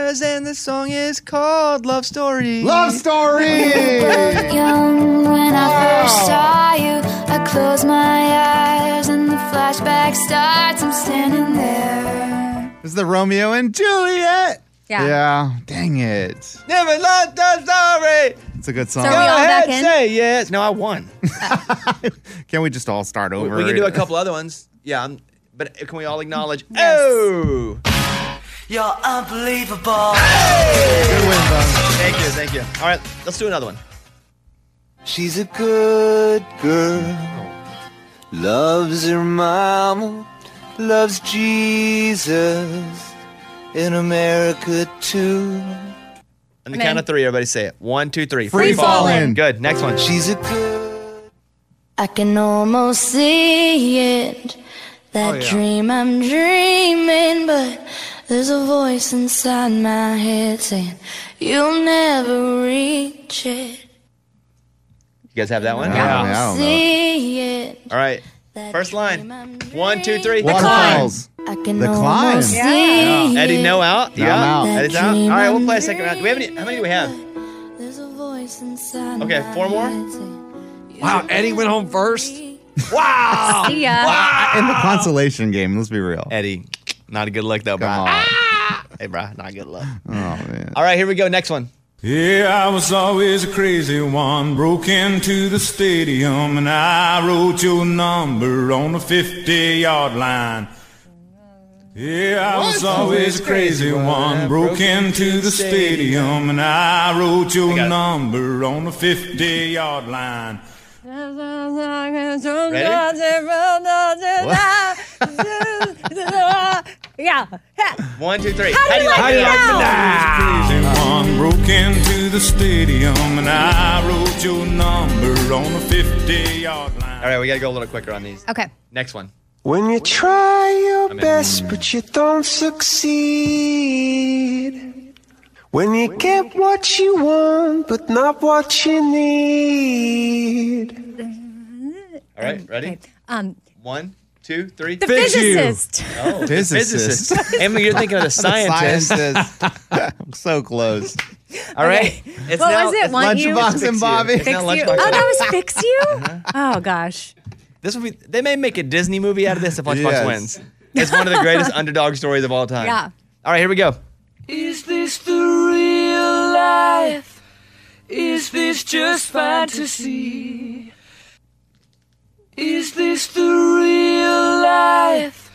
[SPEAKER 2] eyes, and the song is called Love Story.
[SPEAKER 4] Love Story!
[SPEAKER 25] Young when I first saw you, I close my eyes and the flashback starts. I'm standing there.
[SPEAKER 4] This is the Romeo and Juliet.
[SPEAKER 25] Yeah.
[SPEAKER 4] Yeah. Dang it.
[SPEAKER 2] Never loved the story.
[SPEAKER 4] It's a good
[SPEAKER 2] So
[SPEAKER 4] song.
[SPEAKER 2] are we Go all ahead, back in? say yes. No, I won.
[SPEAKER 4] Can we just all start
[SPEAKER 2] We,
[SPEAKER 4] over?
[SPEAKER 2] we can do a couple other ones. Yeah, I'm, but can we
[SPEAKER 26] [laughs]
[SPEAKER 2] all acknowledge? Oh,
[SPEAKER 26] You're unbelievable.
[SPEAKER 4] Good win,
[SPEAKER 2] thank you, thank you. All right, let's do another one.
[SPEAKER 5] She's a good girl. Loves her mama, loves Jesus, in America too.
[SPEAKER 2] On the count of three, everybody say it. One, two, three.
[SPEAKER 5] Free fallin'.
[SPEAKER 2] Good. Next one.
[SPEAKER 5] She's a
[SPEAKER 25] I can almost see it. That
[SPEAKER 2] Oh, yeah.
[SPEAKER 25] dream I'm dreaming, but there's a voice inside my head saying, You'll never reach it.
[SPEAKER 2] You guys have that one?
[SPEAKER 25] Yeah. See it.
[SPEAKER 2] All right. First line. One, two, three.
[SPEAKER 4] Waterfalls.
[SPEAKER 25] I can
[SPEAKER 2] The
[SPEAKER 25] almost
[SPEAKER 2] climb.
[SPEAKER 25] see it.
[SPEAKER 2] Eddie, no out.
[SPEAKER 25] No,
[SPEAKER 2] yeah.
[SPEAKER 25] I'm out.
[SPEAKER 2] Eddie's out. All right, we'll play a second round. Do we have any? How many do we have?
[SPEAKER 25] There's a voice inside
[SPEAKER 2] Okay,
[SPEAKER 25] my
[SPEAKER 2] four more.
[SPEAKER 25] head saying,
[SPEAKER 2] Wow, Eddie went home first. Wow.
[SPEAKER 25] See ya.
[SPEAKER 2] Wow.
[SPEAKER 4] In the consolation game, let's be real.
[SPEAKER 2] Eddie, not a good look though, bro. Hey, bro, not good luck. Oh man. All right, here we go. Next one.
[SPEAKER 27] Yeah, I was always a crazy one. Broke into the stadium and I wrote your number on the 50 yard line. Yeah, I was always a crazy one. Broke into the stadium and I wrote your number on the 50 yard line.
[SPEAKER 20] yeah.
[SPEAKER 2] One, two, three.
[SPEAKER 20] How do you like me now?
[SPEAKER 27] Crazy one broke into the stadium and I wrote your number on the 50 yard line.
[SPEAKER 2] All right, we gotta go a little quicker on these.
[SPEAKER 20] Okay.
[SPEAKER 2] Next one.
[SPEAKER 5] When you try your
[SPEAKER 2] I'm in.
[SPEAKER 5] best, but you don't succeed. When you get what you want, but not what you need.
[SPEAKER 2] All right, ready?
[SPEAKER 20] Um,
[SPEAKER 2] One, two, three.
[SPEAKER 20] The Fix you. physicist.
[SPEAKER 2] Oh, the
[SPEAKER 4] Physicist.
[SPEAKER 2] physicist.
[SPEAKER 4] [laughs]
[SPEAKER 2] Emily, you're thinking of the scientist.
[SPEAKER 4] I'm [laughs] so close.
[SPEAKER 2] All right. It's
[SPEAKER 20] what
[SPEAKER 2] now-
[SPEAKER 20] was it?
[SPEAKER 2] it's
[SPEAKER 20] Want you?
[SPEAKER 4] Lunchbox and Bobby.
[SPEAKER 2] It's
[SPEAKER 20] Fix
[SPEAKER 2] now
[SPEAKER 20] you.
[SPEAKER 2] Lunchbox
[SPEAKER 20] Oh,
[SPEAKER 2] and Bobby.
[SPEAKER 20] that was fix
[SPEAKER 2] [laughs]
[SPEAKER 20] you. Oh gosh.
[SPEAKER 2] This would be. They may make a Disney movie out of this if Lunchbox
[SPEAKER 5] Yes.
[SPEAKER 11] [laughs]
[SPEAKER 2] wins. It's one of the greatest underdog stories of all time.
[SPEAKER 5] Yeah.
[SPEAKER 2] All right, here we go.
[SPEAKER 5] Is this the real life? Is this just fantasy? Is this the real life?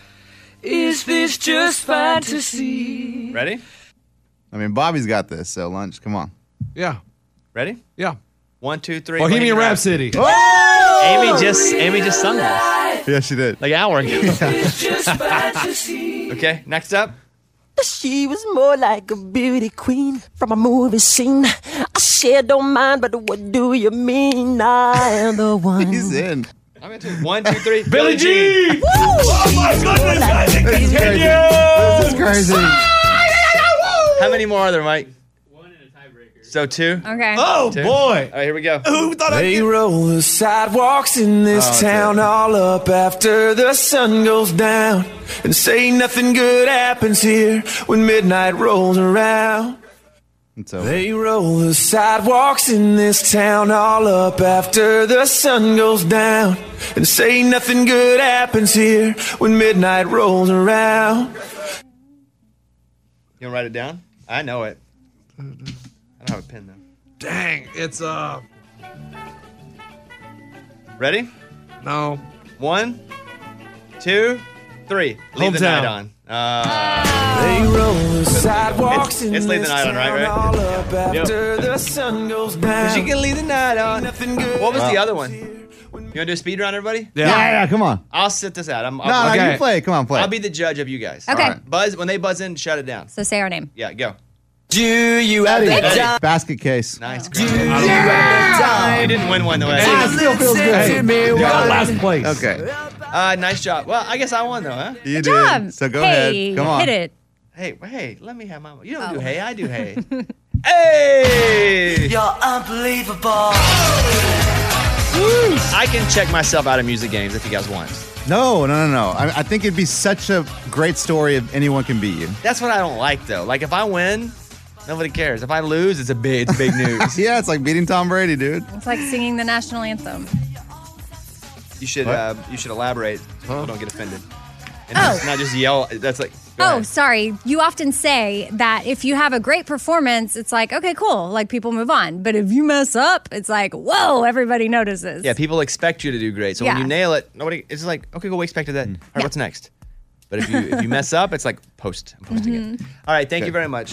[SPEAKER 5] Is this just fantasy?
[SPEAKER 2] Ready?
[SPEAKER 4] I mean, Bobby's got this, so lunch, come on.
[SPEAKER 2] Yeah. Ready? Yeah. One, two, three.
[SPEAKER 28] Bohemian
[SPEAKER 2] Rhapsody.
[SPEAKER 4] Oh!
[SPEAKER 2] Amy just Amy just sung this
[SPEAKER 4] Yeah, she did.
[SPEAKER 2] like [laughs] an hour ago.
[SPEAKER 5] fantasy.
[SPEAKER 2] [laughs] okay, next up.
[SPEAKER 29] She was more like a beauty queen from a movie scene. I said, don't mind, but what do you mean? I am the one. He's
[SPEAKER 4] in.
[SPEAKER 2] I'm into it. One, two, three.
[SPEAKER 5] Billie Jean.
[SPEAKER 2] Woo! Oh my goodness, guys, it
[SPEAKER 5] This is crazy. This
[SPEAKER 2] continues!
[SPEAKER 5] is crazy.
[SPEAKER 2] How many more are there, Mike? One and a tiebreaker. So two.
[SPEAKER 20] Okay.
[SPEAKER 5] Oh,
[SPEAKER 2] Two.
[SPEAKER 5] boy.
[SPEAKER 2] All right, here we go.
[SPEAKER 5] they roll the sidewalks in
[SPEAKER 2] Oh,
[SPEAKER 5] this
[SPEAKER 2] that's
[SPEAKER 5] town all up after the sun goes down and say nothing good happens here when midnight rolls around. They roll the sidewalks in this town all up after the sun goes down and say nothing good happens here when midnight rolls around.
[SPEAKER 2] You want to write it down? I know it. I don't have a pen though.
[SPEAKER 28] Dang, it's uh.
[SPEAKER 2] Ready? No. One, two, three. Leave the
[SPEAKER 5] Hometown.
[SPEAKER 2] night on. Uh,
[SPEAKER 5] They roll the sidewalks
[SPEAKER 2] It's-
[SPEAKER 5] in
[SPEAKER 2] it's
[SPEAKER 5] this
[SPEAKER 2] Leave the Night On, right,
[SPEAKER 5] town
[SPEAKER 2] right?
[SPEAKER 5] all up after the sun goes down.
[SPEAKER 2] 'Cause you can leave the night on.
[SPEAKER 5] Nothing good.
[SPEAKER 2] what was the
[SPEAKER 5] Wow.
[SPEAKER 2] other one? You want to do a speed round, everybody?
[SPEAKER 4] Yeah, yeah, yeah, come on.
[SPEAKER 2] I'll sit this out. I'm,
[SPEAKER 4] No, no, you play. Come on, play.
[SPEAKER 2] I'll be the judge of you guys.
[SPEAKER 20] Okay. All right.
[SPEAKER 2] Buzz when they buzz in, shut it down.
[SPEAKER 20] So say our name.
[SPEAKER 2] Yeah, go.
[SPEAKER 4] Do you
[SPEAKER 1] have a di-
[SPEAKER 4] basket case? Nice.
[SPEAKER 2] I didn't win one the way.
[SPEAKER 4] Ah,
[SPEAKER 2] did.
[SPEAKER 4] still feels good.
[SPEAKER 2] To me
[SPEAKER 4] You got
[SPEAKER 2] one.
[SPEAKER 4] last place. Okay.
[SPEAKER 2] Uh, nice job. Well, I guess I won though, huh?
[SPEAKER 4] You Good did. job. So go Hey, ahead. Come on. hit it.
[SPEAKER 2] Hey, hey, let me have my. You don't do hey, I do
[SPEAKER 4] [laughs]
[SPEAKER 2] hey. hey.
[SPEAKER 1] You're unbelievable.
[SPEAKER 2] I can check myself out of music games if you guys want.
[SPEAKER 4] No, no, no, no. I, I think it'd be such a great story if anyone can beat you.
[SPEAKER 2] That's what I don't like though. Like if I win, nobody cares. If I lose, it's a big, it's
[SPEAKER 4] [laughs]
[SPEAKER 2] big news.
[SPEAKER 4] yeah, it's like beating Tom
[SPEAKER 2] [laughs]
[SPEAKER 4] Brady, dude.
[SPEAKER 3] It's like singing the national anthem.
[SPEAKER 2] You should
[SPEAKER 4] What?
[SPEAKER 2] uh, you should elaborate. so People don't get offended. And
[SPEAKER 4] Oh.
[SPEAKER 2] just- not just yell. That's like
[SPEAKER 3] Oh, sorry. You often say that if you have a great performance, it's like, okay, cool. Like people move on. But if you mess up, it's like, whoa, everybody notices.
[SPEAKER 2] yeah. People expect you to do great. So when
[SPEAKER 3] Yeah.
[SPEAKER 2] you nail it, nobody. It's like okay, well, we expected
[SPEAKER 4] Hmm.
[SPEAKER 2] that. All right, what's next? But if you if you mess up, it's like post. All right, thank you very much.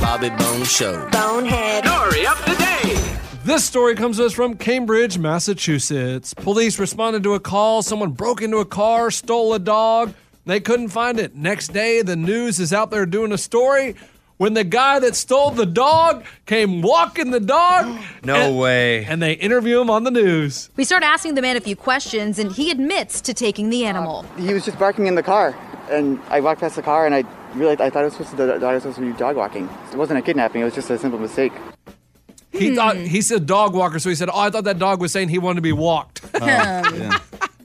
[SPEAKER 12] Bobby Bone Show.
[SPEAKER 8] Bonehead. Story of the day.
[SPEAKER 14] This story comes to us from Cambridge, Massachusetts. Police responded to a call. Someone broke into a car, stole a dog. They couldn't find it. Next day, the news is out there doing a story. When the guy that stole the dog came walking the dog.
[SPEAKER 2] [gasps] no way.
[SPEAKER 14] And they interview him on the news.
[SPEAKER 15] We start asking the man a few questions, and he admits to taking the animal.
[SPEAKER 30] He was just barking in the car, and I walked past the car, and I realized I thought it was supposed to, I was supposed to be dog walking. It wasn't a kidnapping; it was just a simple mistake.
[SPEAKER 14] He
[SPEAKER 2] Hmm.
[SPEAKER 14] thought he's a dog walker, so he said, "Oh, I thought that dog was saying he wanted to be walked."
[SPEAKER 2] Oh,
[SPEAKER 14] [laughs]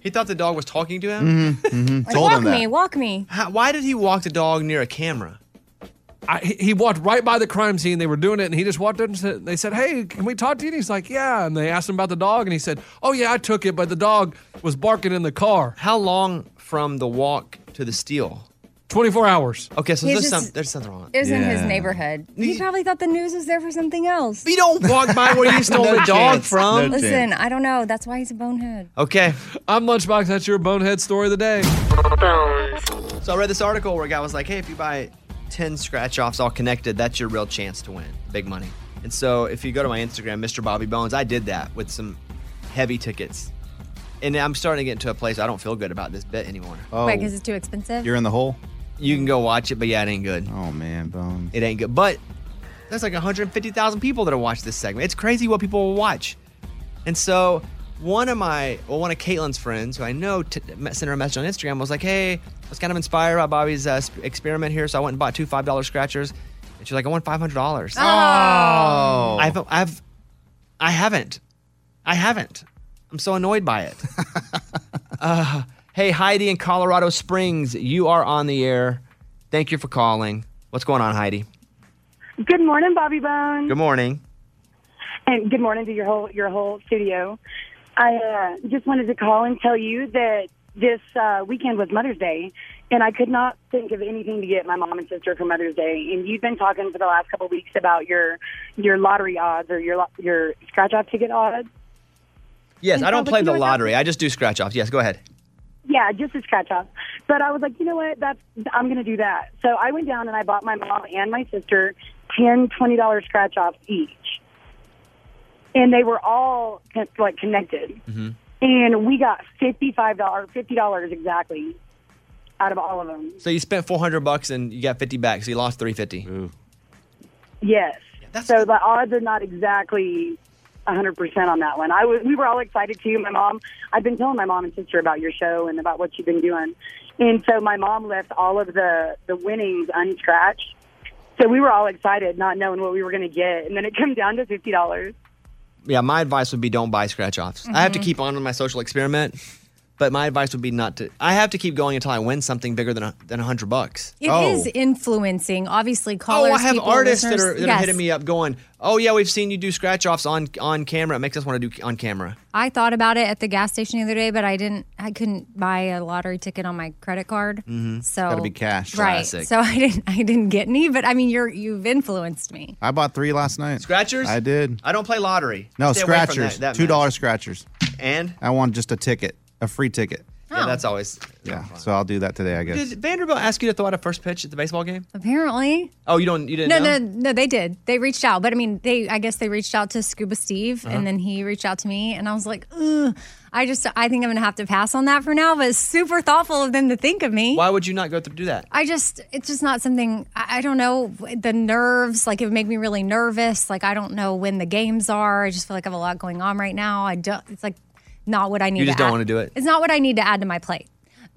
[SPEAKER 2] He thought the dog was talking to him.
[SPEAKER 14] Mm-hmm.
[SPEAKER 2] Like, Told him walk that. me,
[SPEAKER 3] walk me.
[SPEAKER 2] why did he walk the dog near a camera?
[SPEAKER 14] I, he he walked right by the crime scene. They were doing it, and he just walked up and said, they said, "Hey, can we talk to you?" And he's like, "Yeah." And they asked him about the dog, and he said, "Oh yeah, I took it, but the dog was barking in the car."
[SPEAKER 2] How long from the walk to the steal?
[SPEAKER 14] Twenty-four hours.
[SPEAKER 2] Okay, so
[SPEAKER 3] He's
[SPEAKER 2] there's,
[SPEAKER 3] just-
[SPEAKER 2] some, there's something wrong.
[SPEAKER 3] It was in his neighborhood. He probably thought the news was there for something else.
[SPEAKER 2] You don't walk by where you
[SPEAKER 14] [laughs]
[SPEAKER 2] stole
[SPEAKER 14] No
[SPEAKER 2] the dog
[SPEAKER 14] chance.
[SPEAKER 2] from.
[SPEAKER 14] No
[SPEAKER 3] Listen,
[SPEAKER 14] chance.
[SPEAKER 3] I don't know. That's why he's a bonehead.
[SPEAKER 2] Okay.
[SPEAKER 14] I'm Lunchbox. That's your bonehead story of the day.
[SPEAKER 2] So I read this article where a guy was like, hey, if you buy 10 scratch offs all connected, that's your real chance to win big money. And so if you go to my Instagram, Mr. Bobby Bones, I did that with some heavy tickets. And I'm starting to get into a place I don't feel good about this bet anymore.
[SPEAKER 3] Wait, because it's too expensive?
[SPEAKER 2] in the hole? You can go watch it, but yeah, it ain't good. Oh, man, Bones. It ain't good. But there's like 150,000 people that have watched this segment. It's crazy what people will watch. And so one of my, well, one of Caitlin's friends, who I know, t- sent her a message on Instagram, was like, hey, I was kind of inspired by Bobby's uh, sp- experiment here. So I went and bought two $5 scratchers. And she's like, I won $500.
[SPEAKER 14] Oh.
[SPEAKER 2] I've, I've, I haven't. I haven't. I'm so annoyed by it. uh, hey, Heidi in Colorado Springs, you are on the air. Thank you for calling. What's going on, Heidi?
[SPEAKER 31] Good morning, Bobby Bones,
[SPEAKER 2] Good morning.
[SPEAKER 31] and good morning to your whole your whole studio. I uh, just wanted to call and tell you that this uh, weekend was Mother's Day, and I could not think of anything to get my mom and sister for Mother's Day. And you've been talking for the last couple of weeks about your your lottery odds or your lo- your scratch off ticket odds.
[SPEAKER 2] Yes,
[SPEAKER 31] It
[SPEAKER 2] I don't
[SPEAKER 31] sounds
[SPEAKER 2] play
[SPEAKER 31] like
[SPEAKER 2] the
[SPEAKER 31] you don't have-
[SPEAKER 2] lottery. I just do scratch offs. Yes, go ahead.
[SPEAKER 31] Yeah, just a scratch off. But I was like, you know what? That's I'm going to do that. So I went down and I bought my mom and my sister ten twenty dollars scratch offs each, and they were all con- like connected. And we got fifty five dollars, fifty dollars exactly, out of all of them.
[SPEAKER 2] So you spent 400 bucks and you got 50 back, so you lost 350. Ooh.
[SPEAKER 31] Yes. so the odds are not exactly 100% on that one. I was, we were all excited too. My mom, I've been telling my mom and sister about your show and about what you've been doing. And so my mom left all of the, the winnings unscratched. So we were all excited, not knowing what we were going to get. And then it [laughs] came down to $50.
[SPEAKER 2] Yeah, my advice would be don't buy scratch offs. I have to
[SPEAKER 3] Mm-hmm.
[SPEAKER 31] Mhm.
[SPEAKER 2] keep on with my social experiment, but my advice would be not to. I have to keep going until I win something bigger than a, than 100 bucks.
[SPEAKER 3] It is
[SPEAKER 14] oh.
[SPEAKER 3] influencing, obviously,
[SPEAKER 2] Oh,
[SPEAKER 3] callers.
[SPEAKER 2] I have
[SPEAKER 3] people,
[SPEAKER 2] artists that are,
[SPEAKER 3] listeners.
[SPEAKER 2] that are
[SPEAKER 3] Yes.
[SPEAKER 2] hitting me up going, "Oh yeah, we've seen you do scratch offs on on camera. It makes us want to do on camera."
[SPEAKER 3] I thought about it at the gas station the other day, but I didn't. I couldn't buy a lottery ticket on my credit card.
[SPEAKER 14] Mm-hmm.
[SPEAKER 2] Mm-hmm.
[SPEAKER 4] Mhm.
[SPEAKER 3] So
[SPEAKER 4] Gotta be cash.
[SPEAKER 3] right?
[SPEAKER 4] Classic.
[SPEAKER 3] So [laughs] I didn't. I didn't get any. But I mean, you're you've influenced me.
[SPEAKER 4] I bought three last night.
[SPEAKER 2] Scratchers?
[SPEAKER 4] I did.
[SPEAKER 2] I don't play lottery.
[SPEAKER 4] No
[SPEAKER 2] Stay away from
[SPEAKER 4] scratchers.
[SPEAKER 2] that- that
[SPEAKER 4] Two
[SPEAKER 2] mess.
[SPEAKER 4] dollar scratchers.
[SPEAKER 2] And
[SPEAKER 4] I want just a ticket, a free ticket.
[SPEAKER 2] Yeah,
[SPEAKER 3] Oh.
[SPEAKER 2] Yeah, that's always.
[SPEAKER 4] Yeah. So I'll do that today, I guess.
[SPEAKER 2] Did Vanderbilt ask you to throw out a first pitch at the baseball game?
[SPEAKER 3] Apparently.
[SPEAKER 2] Oh, you don't. You didn't.
[SPEAKER 3] No,
[SPEAKER 2] know?
[SPEAKER 3] no, no, they did. They reached out. But I mean, they I guess they reached out to Scuba Steve
[SPEAKER 2] Uh-huh.
[SPEAKER 3] and then he reached out to me and I was like, Ugh, I just I think I'm gonna have to pass on that for now, but it's super thoughtful of them to think of me.
[SPEAKER 2] Why would you not go through do that?
[SPEAKER 3] I just it's just not something I, I don't know the nerves, like it would make me really nervous. Like I don't know when the games are. I just feel like I have a lot going on right now. I don't it's like not what I need
[SPEAKER 2] You just
[SPEAKER 3] to
[SPEAKER 2] don't
[SPEAKER 3] add-
[SPEAKER 2] want to do it.
[SPEAKER 3] It's not what I need to add to my plate.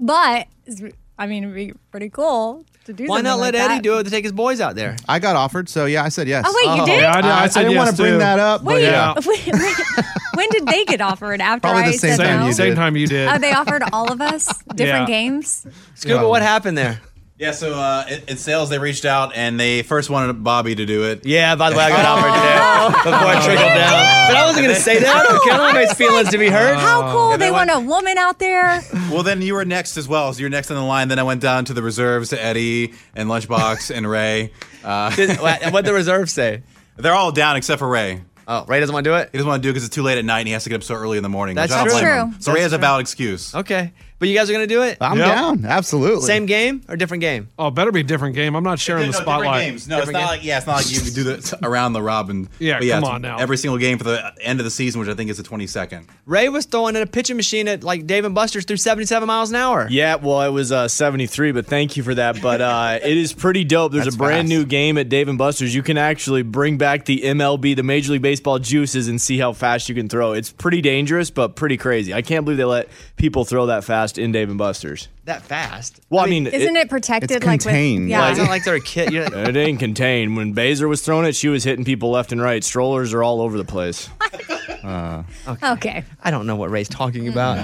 [SPEAKER 3] But it's- I mean it'd be pretty cool to do
[SPEAKER 2] Why
[SPEAKER 3] something
[SPEAKER 2] not
[SPEAKER 3] like
[SPEAKER 2] let Eddie
[SPEAKER 3] that.
[SPEAKER 2] do it to take his boys out there?
[SPEAKER 4] I got offered, so yeah, I said yes. Uh-huh.
[SPEAKER 3] Oh, wait, you Oh. did? Yeah, I did- I said
[SPEAKER 4] didn't
[SPEAKER 3] yes,
[SPEAKER 4] want to bring
[SPEAKER 3] too.
[SPEAKER 4] that up. but
[SPEAKER 3] Wait, [laughs]
[SPEAKER 4] yeah.
[SPEAKER 3] wait, wait. when did they get offered after I said no?
[SPEAKER 14] Same time you did.
[SPEAKER 3] Oh, they offered all of us different
[SPEAKER 7] Yeah.
[SPEAKER 3] games.
[SPEAKER 2] Scuba, what happened there?
[SPEAKER 7] Yeah, so uh, in, in sales, they reached out and they first wanted Bobby to do it. Oh.
[SPEAKER 2] Yeah, by the way, I got offered too before I trickled down. But I wasn't going to say that.
[SPEAKER 7] Oh,
[SPEAKER 2] Can I
[SPEAKER 7] I
[SPEAKER 2] make
[SPEAKER 7] was
[SPEAKER 2] feelings to be hurt? Oh.
[SPEAKER 7] How
[SPEAKER 3] Cool. they want a woman out there. [laughs]
[SPEAKER 7] Well, then you were next as well. So you're next on the line. Then I went down to the reserves to Eddie and
[SPEAKER 2] [laughs]
[SPEAKER 7] Lunchbox and Ray. Uh,
[SPEAKER 2] what would the reserves say?
[SPEAKER 7] They're all down except for Ray.
[SPEAKER 2] Oh, Ray doesn't want to do it?
[SPEAKER 7] He doesn't want to do it because it's too late at night and he has to get up so early in the morning. which
[SPEAKER 2] That's
[SPEAKER 7] I don't
[SPEAKER 2] true.
[SPEAKER 7] blame
[SPEAKER 2] That's
[SPEAKER 7] him.
[SPEAKER 2] true.
[SPEAKER 7] So Ray
[SPEAKER 2] That's
[SPEAKER 7] has a
[SPEAKER 2] true.
[SPEAKER 7] valid excuse.
[SPEAKER 2] Okay. But you guys are going to do it?
[SPEAKER 7] I'm down.
[SPEAKER 4] Absolutely.
[SPEAKER 2] Same game or different game?
[SPEAKER 14] Oh, better be different game. I'm not sharing the spotlight.
[SPEAKER 7] games. No, it's not like yeah, it's not like you do the [laughs] around the robin.
[SPEAKER 14] Yeah,
[SPEAKER 7] But
[SPEAKER 14] come
[SPEAKER 7] it's
[SPEAKER 14] on now.
[SPEAKER 7] Every single game for the end of the season, which I think is the 22nd.
[SPEAKER 2] Ray was throwing a pitching machine at like Dave and Buster's through 77 miles an hour.
[SPEAKER 11] Yeah, well, it was uh, 73, but thank you for that. But uh, it is pretty dope. There's
[SPEAKER 2] That's
[SPEAKER 11] a
[SPEAKER 2] fast.
[SPEAKER 11] brand new game at Dave and Buster's. You can actually bring back the MLB, the Major League Baseball juices, and see how fast you can throw. It's pretty dangerous, but pretty crazy. I can't believe they let people throw that fast in Dave and Buster's.
[SPEAKER 2] That fast.
[SPEAKER 11] Well, I mean,
[SPEAKER 3] Isn't it protected? like with, yeah.
[SPEAKER 2] it's not like [laughs] they're a kid. You're
[SPEAKER 11] [laughs] it ain't contained. When Baser was throwing it, she was hitting people left and right. Strollers are all over the place.
[SPEAKER 2] okay.
[SPEAKER 3] okay.
[SPEAKER 2] [laughs] I don't know what Ray's talking about.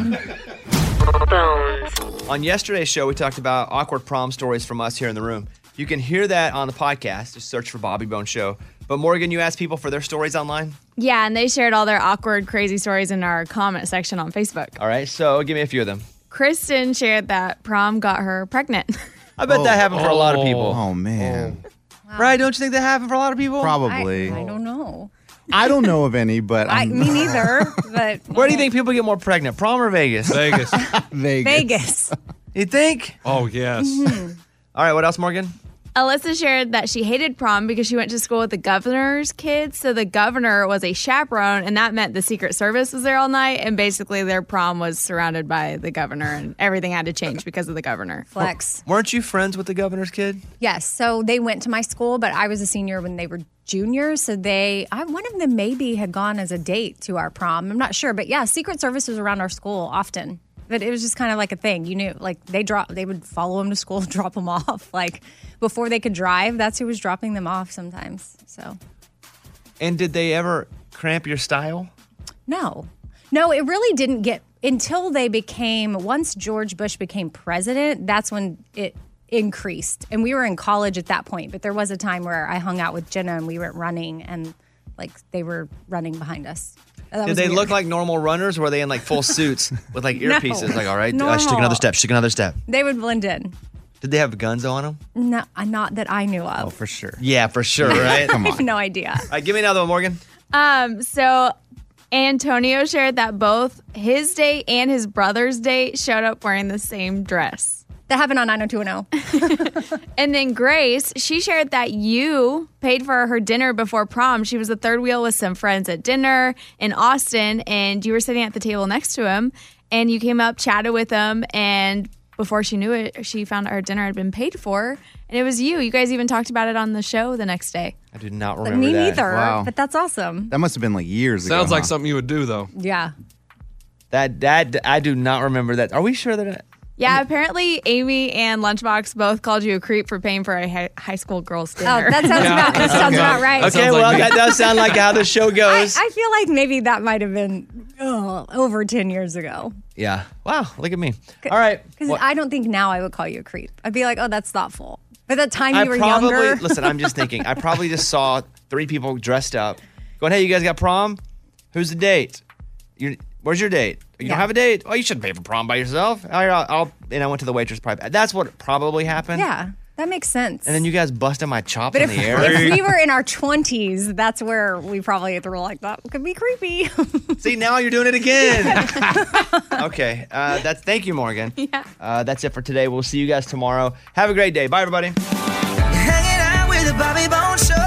[SPEAKER 2] on yesterday's show, we talked about awkward prom stories from us here in the room. You can hear that on the podcast. Just search for Bobby Bone Show. But Morgan, you asked people for their stories online.
[SPEAKER 19] Yeah, and they shared all their awkward, crazy stories in our comment section on Facebook.
[SPEAKER 2] All right, so give me a few of them.
[SPEAKER 19] Kristen shared that prom got her pregnant.
[SPEAKER 2] I bet that happened for a lot of people.
[SPEAKER 4] Oh man.
[SPEAKER 2] Right? Don't you think that happened for a lot of people?
[SPEAKER 4] Probably.
[SPEAKER 3] I don't know.
[SPEAKER 4] I don't know of any, but
[SPEAKER 3] I,
[SPEAKER 4] I'm
[SPEAKER 3] me
[SPEAKER 2] [laughs]
[SPEAKER 3] neither. But
[SPEAKER 2] Where do you think people get more pregnant, prom or Vegas?
[SPEAKER 14] Vegas.
[SPEAKER 4] [laughs] Vegas. Mm-hmm.
[SPEAKER 3] Vegas.
[SPEAKER 2] You think?
[SPEAKER 14] Oh yes.
[SPEAKER 2] All right. What else, Morgan?
[SPEAKER 3] [laughs]
[SPEAKER 19] Alyssa shared that she hated prom because she went to school with the governor's kids. So the governor was a chaperone, and that meant the Secret Service was there all night. And basically, their prom was surrounded by the governor, and everything had to change because of the governor.
[SPEAKER 3] Flex. [laughs]
[SPEAKER 2] Weren't you friends with the governor's kid?
[SPEAKER 3] Yes. So they went to my school, but I was a senior when they were juniors. So they, I, one of them maybe had gone as a date to our prom. I'm not sure, but yeah, Secret Service was around our school often. But it was just kind of like a thing, you knew. Like they drop, they would follow him to school, [laughs] drop him off. Like before they could drive, that's who was dropping them off sometimes. So
[SPEAKER 2] And did they ever cramp your style?
[SPEAKER 3] No. No, it really didn't get until they became once George Bush became president, that's when it increased. And we were in college at that point, but there was a time where I hung out with Jenna and we went running and like they were running behind us. That
[SPEAKER 2] Did
[SPEAKER 3] was
[SPEAKER 2] they
[SPEAKER 3] weird.
[SPEAKER 2] look like normal runners? Or were they in like full suits with like
[SPEAKER 3] [laughs] No.
[SPEAKER 2] earpieces? Like, all right, uh, she took
[SPEAKER 3] Normal.
[SPEAKER 2] another step. She took another step.
[SPEAKER 3] They would blend in.
[SPEAKER 2] Did they have guns on them?
[SPEAKER 3] No, uh, not that I knew of.
[SPEAKER 2] Oh, for sure. Yeah, for sure. Right?
[SPEAKER 3] I have no idea.
[SPEAKER 2] [laughs] All right, give me another one, Morgan.
[SPEAKER 19] Um, so Antonio shared that both his date and his brother's date showed up wearing the same dress.
[SPEAKER 3] That happened on 90210. oh.
[SPEAKER 19] [laughs] and then Grace, she shared that you paid for her dinner before prom. She was the third wheel with some friends at dinner in Austin, and you were sitting at the table next to him, and you came up, chatted with him, and before she knew it, she found out her dinner had been paid for, and it was you. You guys even talked about it on the show the next day.
[SPEAKER 2] I did not
[SPEAKER 19] But
[SPEAKER 4] remember
[SPEAKER 19] me
[SPEAKER 4] that.
[SPEAKER 19] neither,
[SPEAKER 4] Wow.
[SPEAKER 3] But that's awesome.
[SPEAKER 4] That must have been like years ago.
[SPEAKER 14] Sounds like
[SPEAKER 4] huh?
[SPEAKER 14] something you would do though.
[SPEAKER 3] Yeah.
[SPEAKER 2] That that I do not remember that. Are we sure that? I-
[SPEAKER 19] Yeah, apparently Amy and Lunchbox both called you a creep for paying for a hi- high school girls' dinner.
[SPEAKER 3] Oh, that sounds about that sounds about right.
[SPEAKER 2] Okay, well, that does sound like how the show
[SPEAKER 3] [laughs]
[SPEAKER 2] goes.
[SPEAKER 3] I feel like maybe that might have been ugh, over 10 years ago.
[SPEAKER 2] yeah. Wow, look at me. All right.
[SPEAKER 3] Because
[SPEAKER 2] What-
[SPEAKER 3] I don't think now I would call you a creep. I'd be like, oh, that's thoughtful. But that time you
[SPEAKER 2] I
[SPEAKER 3] were
[SPEAKER 2] probably
[SPEAKER 3] younger.
[SPEAKER 2] [laughs] listen. I'm just thinking. I probably just saw three people dressed up, going, "Hey, you guys got prom? Who's the date? you where's your date? You don't
[SPEAKER 3] Yeah.
[SPEAKER 2] have a date? Oh, you shouldn't pay for prom by yourself. All right, I'll, I'll and I went to the waitress. Probably that's what probably happened.
[SPEAKER 3] yeah, That makes sense.
[SPEAKER 2] And then you guys busted my chop
[SPEAKER 3] But
[SPEAKER 2] in
[SPEAKER 3] if,
[SPEAKER 2] the air.
[SPEAKER 3] [laughs] if we were in our 20s, that's where we probably were like, that could be creepy. [laughs]
[SPEAKER 2] See, now you're doing it again. [laughs] okay. Uh, that's thank you, Morgan. Yeah. Uh, that's it for today. We'll see you guys tomorrow. Have a great day. Bye, everybody.
[SPEAKER 1] Hanging out with the Bobby Bone Show.